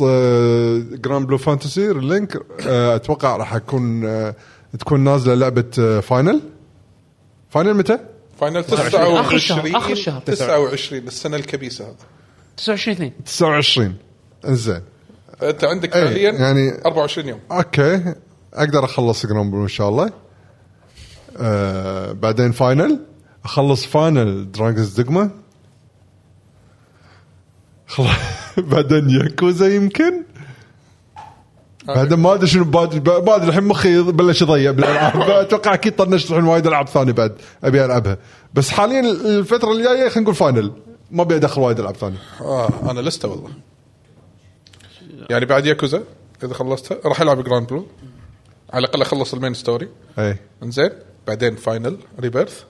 Speaker 2: جراند بلو فانتسي لينك اتوقع آه، راح اكون آه، تكون نازله لعبه فاينل فاينل متى؟
Speaker 4: فاينل 29
Speaker 1: آخر الشهر، آخر الشهر.
Speaker 4: 29 السنه الكبيسه هذا
Speaker 1: 29 2
Speaker 2: 29 انزين
Speaker 4: انت عندك
Speaker 2: إيه،
Speaker 4: حاليا
Speaker 2: يعني-
Speaker 4: 24 يوم
Speaker 2: اوكي اقدر اخلص جراند بلو ان شاء الله آه بعدين فاينل اخلص فاينل دراجونز دجما بعدين ياكوزا يمكن بعدين ما ادري شنو بادري ما ادري الحين مخي بلش يضيع بالالعاب اتوقع اكيد طنشت الحين وايد العاب ثانيه بعد ابي العبها بس حاليا الفتره الجايه خلينا نقول فاينل ما ابي ادخل وايد العاب ثانيه
Speaker 4: اه انا لسته والله يعني بعد ياكوزا اذا خلصتها راح العب جراند بلو على الاقل اخلص المين ستوري
Speaker 2: اي
Speaker 4: انزين بعدين فاينل ريبيرث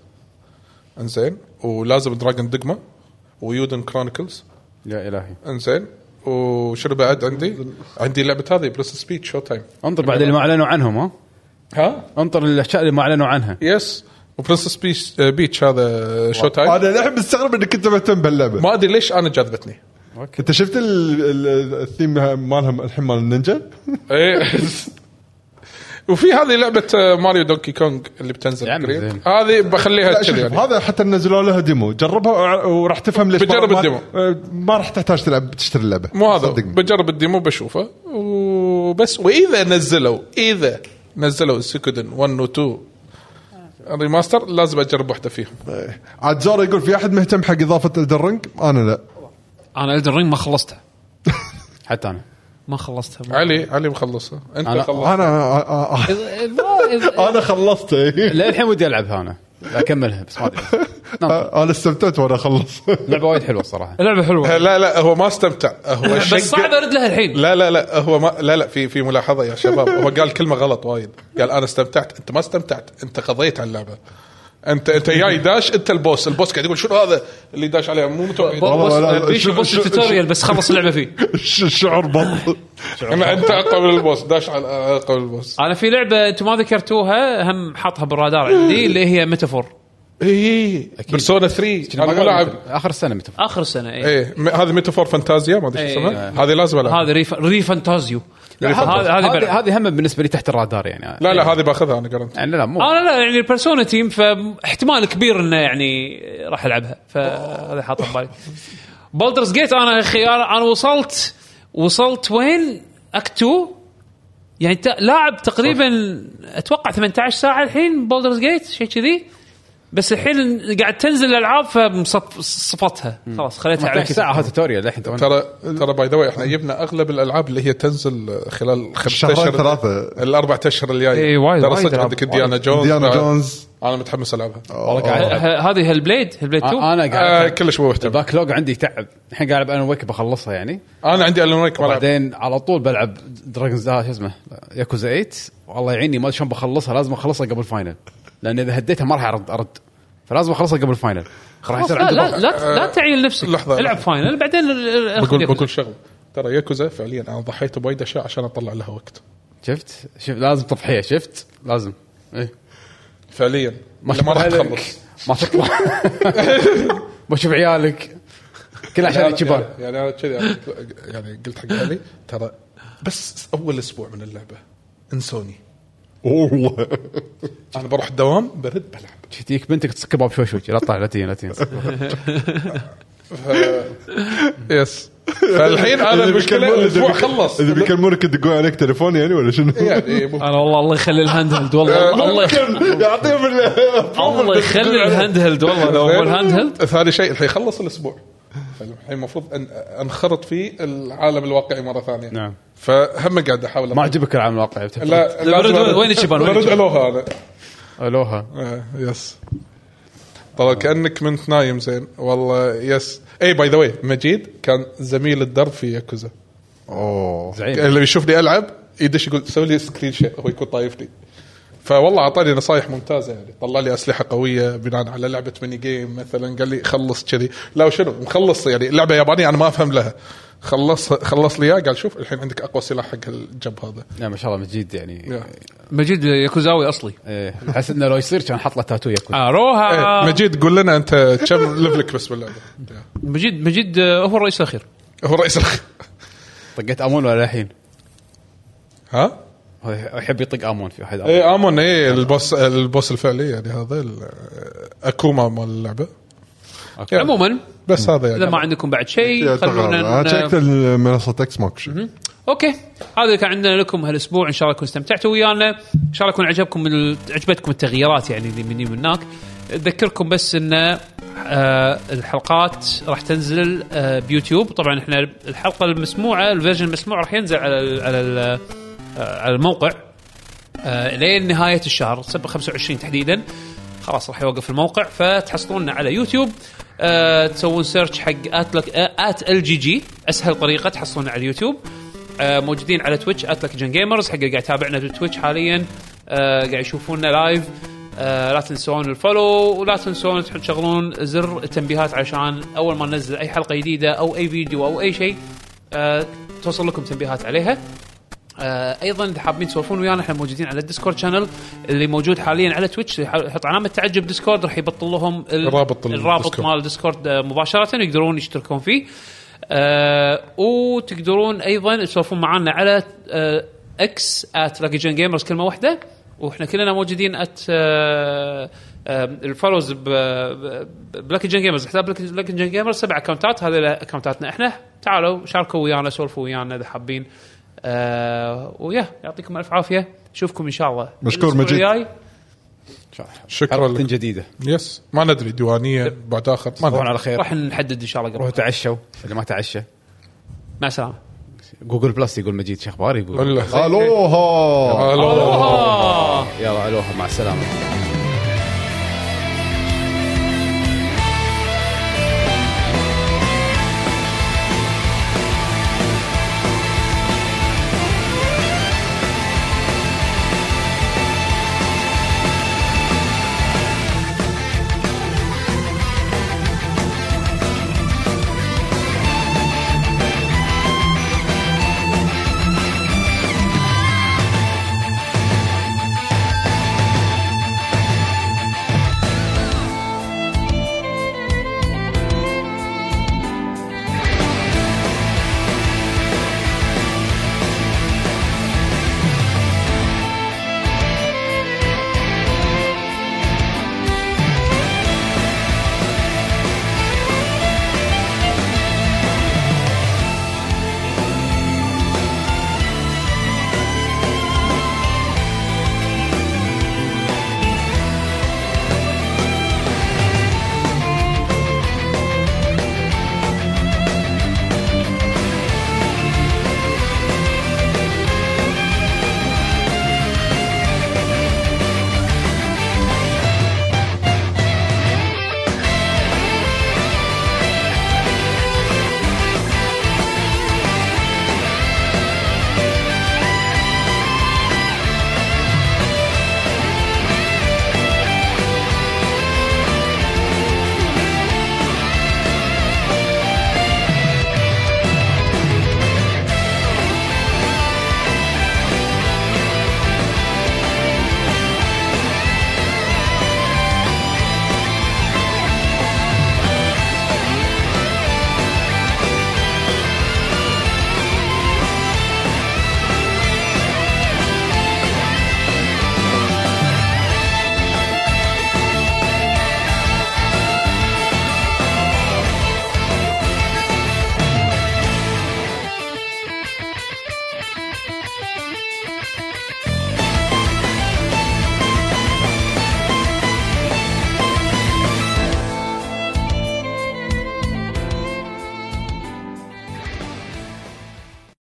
Speaker 4: انزين ولازم دراجون دجما ويودن كرونيكلز
Speaker 3: يا الهي
Speaker 4: انزين وشنو بعد عندي؟ عندي لعبه هذه بريس سبيد شو تايم
Speaker 3: انطر بعد اللي ما اعلنوا عنهم ها
Speaker 4: ها؟
Speaker 3: انطر الاشياء اللي ما اعلنوا عنها
Speaker 4: يس وبرنسس بيش بيتش هذا شو تايم
Speaker 2: انا الحين مستغرب انك انت مهتم باللعبه
Speaker 4: ما ادري ليش انا جذبتني
Speaker 2: انت شفت ال- ال- الثيم مالهم الحين مال النينجا؟
Speaker 4: إيه. وفي هذه لعبه آه، ماريو دونكي كونغ اللي بتنزل
Speaker 3: يا عم
Speaker 4: قريب.
Speaker 3: زين.
Speaker 4: هذه بخليها
Speaker 2: لا
Speaker 4: كذي
Speaker 2: شوف
Speaker 4: يعني
Speaker 2: هذا حتى نزلوا لها ديمو جربها وع- وراح تفهم ليش ما-
Speaker 4: بجرب
Speaker 2: ما-
Speaker 4: الديمو.
Speaker 2: آه، ما راح تحتاج تلعب تشتري اللعبه
Speaker 4: مو هذا
Speaker 2: صدقني.
Speaker 4: بجرب الديمو بشوفه وبس واذا نزلوا اذا نزلوا سيكودن 1 و 2 ريماستر لازم اجرب واحده فيهم
Speaker 2: عاد زورا يقول في احد مهتم حق اضافه الدرنج انا لا
Speaker 1: انا الدر رينج ما خلصتها
Speaker 3: حتى انا
Speaker 1: ما خلصتها
Speaker 4: علي علي مخلصها انت
Speaker 3: أنا-
Speaker 4: خلصت
Speaker 2: انا آه، آه، انا خلصت إيه.
Speaker 3: للحين ودي العبها انا اكملها بس ما ادري
Speaker 2: آه، انا استمتعت وانا اخلص
Speaker 3: لعبه وايد حلوه الصراحه
Speaker 1: اللعبه حلوه
Speaker 4: لا لا هو ما استمتع هو شق-
Speaker 1: بس صعب ارد لها الحين
Speaker 4: لا لا لا هو ما لا لا في في ملاحظه يا شباب هو قال كلمه غلط وايد قال انا استمتعت انت ما استمتعت انت قضيت على اللعبه انت انت جاي داش انت البوس البوس قاعد يقول شنو هذا اللي داش عليه مو متوقع
Speaker 1: بوس
Speaker 2: والله لا،
Speaker 1: بيش
Speaker 2: شو-
Speaker 1: بوس
Speaker 2: شو-
Speaker 1: التوتوريال بس خلص اللعبه فيه
Speaker 2: الش- الشعور بطل
Speaker 4: انا انت اقوى من البوس داش على اقوى من البوس
Speaker 1: انا في لعبه انتم ما ذكرتوها هم حاطها بالرادار عندي اللي هي ميتافور
Speaker 4: إيه، اي بيرسونا 3 انا بلعب
Speaker 3: اخر السنه متى
Speaker 1: اخر سنه
Speaker 2: إيه.
Speaker 1: ايه
Speaker 4: ايه م- هذه ميتافور فانتازيا ما ادري شو
Speaker 1: إيه.
Speaker 4: اسمها هذه لازم العبها
Speaker 1: هذا ريف ريفانتازيو هذا هذا بلعب.
Speaker 3: هذه هم بالنسبه لي تحت الرادار يعني
Speaker 4: لا لا هذه باخذها انا قرنت
Speaker 3: يعني لا مو
Speaker 1: انا لا يعني البيرسونا تيم فاحتمال كبير انه يعني راح العبها فهذا حاطه ببالي بولدرز جيت انا خيار انا وصلت وصلت وين اكتو يعني تا- لاعب تقريبا اتوقع 18 ساعه الحين بولدرز جيت شيء كذي بس الحين قاعد تنزل الالعاب فصفتها خلاص خليتها على
Speaker 3: 18
Speaker 1: كذا
Speaker 3: ساعه هذا توتوريال للحين تو
Speaker 4: ترى ترى باي ذا احنا جبنا اغلب الالعاب اللي هي تنزل خلال خمسة
Speaker 2: شهرين
Speaker 4: اشهر
Speaker 2: ثلاثة.
Speaker 4: الاربع اشهر الجايه
Speaker 1: إيه، وايد-
Speaker 4: ترى
Speaker 1: وايد
Speaker 4: صدق
Speaker 1: ألعاب.
Speaker 4: عندك ديانا جونز
Speaker 2: ديانا
Speaker 4: بعد.
Speaker 2: جونز
Speaker 4: انا متحمس العبها
Speaker 3: قاعد
Speaker 1: ه- هذه هالبليد هالبليد 2
Speaker 3: انا
Speaker 4: آه
Speaker 3: قاعد
Speaker 4: كلش مو مهتم
Speaker 3: الباك لوج عندي تعب الحين قاعد العب انا ويك بخلصها يعني
Speaker 4: انا عندي الون ويك ملعب
Speaker 3: بعدين على طول بلعب دراجونز آه شو اسمه ياكوزا 8 والله يعيني ما ادري شلون بخلصها لازم اخلصها قبل فاينل لان اذا هديتها ما راح ارد ارد فلازم اخلصها قبل فاينل راح يصير
Speaker 1: لا
Speaker 3: عندي
Speaker 1: لا
Speaker 3: ضغط.
Speaker 1: لا, لا تعيل نفسك
Speaker 4: لحظة.
Speaker 1: العب فاينل بعدين ال- ال- ال-
Speaker 4: بقول
Speaker 1: ياكوزا.
Speaker 4: بقول شغله ترى ياكوزا فعليا انا ضحيت بوايد اشياء عشان اطلع لها وقت
Speaker 3: شفت شفت لازم تضحيه شفت لازم ايه
Speaker 4: فعليا اللي ما راح
Speaker 3: تبالك.
Speaker 4: تخلص
Speaker 3: ما تطلع بشوف عيالك كل عشان الجبال
Speaker 4: يعني انا كذي يعني قلت حق اهلي ترى بس اول اسبوع من اللعبه انسوني
Speaker 2: والله
Speaker 4: انا بروح الدوام برد بلعب
Speaker 3: تجيك بنتك تسك باب شوي شوي لا تطلع لا تجي لا تجي
Speaker 4: يس فالحين انا المشكله الاسبوع خلص
Speaker 2: اذا بيكلمونك يدقون عليك تليفون يعني ولا شنو؟
Speaker 4: يعني مو-
Speaker 1: انا والله الله يخلي الهاند هيلد والله الله يخلي
Speaker 2: يعطيهم ال-
Speaker 1: الله يخلي الهاند هيلد والله لو هو الهاند هيلد
Speaker 4: ثاني شيء الحين خلص الاسبوع الحين المفروض ان انخرط في العالم الواقعي مره ثانيه
Speaker 3: نعم.
Speaker 4: فهم قاعد احاول
Speaker 3: ما عجبك العالم الواقعي بتحب
Speaker 4: لا
Speaker 1: برد-
Speaker 4: لازم-
Speaker 1: وين الشيبان؟ وين
Speaker 4: برد
Speaker 1: الشيبان؟
Speaker 4: الوها انا
Speaker 3: الوها
Speaker 4: آه، يس ترى كانك منت نايم زين والله يس إيه، اي باي ذا واي مجيد كان زميل الدرب في ياكوزا
Speaker 2: اوه
Speaker 3: زعيم
Speaker 4: اللي يشوفني العب يدش يقول سوي لي سكرين شير هو يكون طايفني فوالله اعطاني نصايح ممتازه يعني طلع لي اسلحه قويه بناء على لعبه ميني جيم مثلا قال لي خلص كذي لا وشنو مخلص يعني لعبه يابانيه انا ما افهم لها خلص خلص لي اياه قال شوف الحين عندك اقوى سلاح حق الجب هذا
Speaker 3: لا ما شاء الله مجيد يعني
Speaker 4: يا.
Speaker 1: مجيد ياكوزاوي اصلي
Speaker 3: إيه، احس انه لو يصير كان حط له تاتو
Speaker 1: آه.
Speaker 3: ياكوزا
Speaker 1: اروها
Speaker 4: إيه، مجيد قول لنا انت كم ليفلك بس باللعبه يا.
Speaker 1: مجيد مجيد آه، هو الرئيس الاخير
Speaker 4: هو الرئيس الخ...
Speaker 3: طقيت امون ولا الحين
Speaker 4: ها؟ آه.
Speaker 3: هو يحب يطق امون في واحد
Speaker 4: اي امون اي إيه، البوس البوس الفعلي يعني هذا ال- اكوما مال اللعبه يعني
Speaker 1: عموما
Speaker 4: بس هذا
Speaker 1: اذا
Speaker 4: يعني
Speaker 1: ما عندكم بعد شيء خلونا
Speaker 2: انا شيكت منصه اكس ماكو شيء
Speaker 1: اوكي هذا اللي كان عندنا لكم هالاسبوع ان شاء الله تكونوا استمتعتوا ويانا ان شاء الله يكون عجبكم ال- عجبتكم التغييرات يعني اللي مني من هناك اذكركم بس ان آه، الحلقات راح تنزل آه، بيوتيوب طبعا احنا الحلقه المسموعه الفيرجن المسموع راح ينزل على ال على ال آه، على الموقع آه، لين نهايه الشهر سبعة- 25 تحديدا خلاص راح يوقف الموقع فتحصلوننا على يوتيوب آه، تسوون سيرش حق اتلك ات ال جي جي اسهل طريقه تحصلون على اليوتيوب آه، موجودين على تويتش اتلك جن جيمرز حق اللي قاعد يتابعنا بالتويتش حاليا آه، قاعد يشوفونا لايف آه، لا تنسون الفولو ولا تنسون تح- تشغلون زر التنبيهات عشان اول ما ننزل اي حلقه جديده او اي فيديو او اي شيء آه، توصل لكم تنبيهات عليها آه، ايضا اذا حابين تسولفون ويانا احنا موجودين على الديسكورد شانل اللي موجود حاليا على تويتش يحط علامه تعجب ديسكورد راح يبطل لهم ال-
Speaker 4: الرابط ال-
Speaker 1: الرابط
Speaker 4: Discord.
Speaker 1: مال الديسكورد آه، مباشره يقدرون يشتركون فيه آه وتقدرون ايضا تسولفون معنا على آه اكس ات جن جيمرز كلمه واحده واحنا كلنا موجودين ات آه آه الفولوز بلاكي جن جيمرز حساب بلاكي جن جيمرز سبع اكونتات هذه اكونتاتنا احنا تعالوا شاركوا ويانا سولفوا ويانا اذا حابين آه ويا يعطيكم الف عافيه نشوفكم ان شاء الله
Speaker 2: مشكور
Speaker 1: الأسبوع
Speaker 2: مجيد.
Speaker 1: الجاي.
Speaker 4: شكراً
Speaker 3: حلقه
Speaker 4: لك.
Speaker 3: جديده
Speaker 4: يس ما ندري ديوانيه بعد اخر ما
Speaker 3: تصبحون
Speaker 4: ندري
Speaker 3: على خير
Speaker 1: راح نحدد ان شاء الله
Speaker 3: روحوا
Speaker 1: قبل
Speaker 3: تعشوا اللي ما تعشى
Speaker 1: مع السلامه
Speaker 3: جوجل بلس يقول مجيد شو اخباري يقول
Speaker 4: ولا-
Speaker 2: الوها
Speaker 4: الو
Speaker 1: آه.
Speaker 3: يلا الوها مع السلامه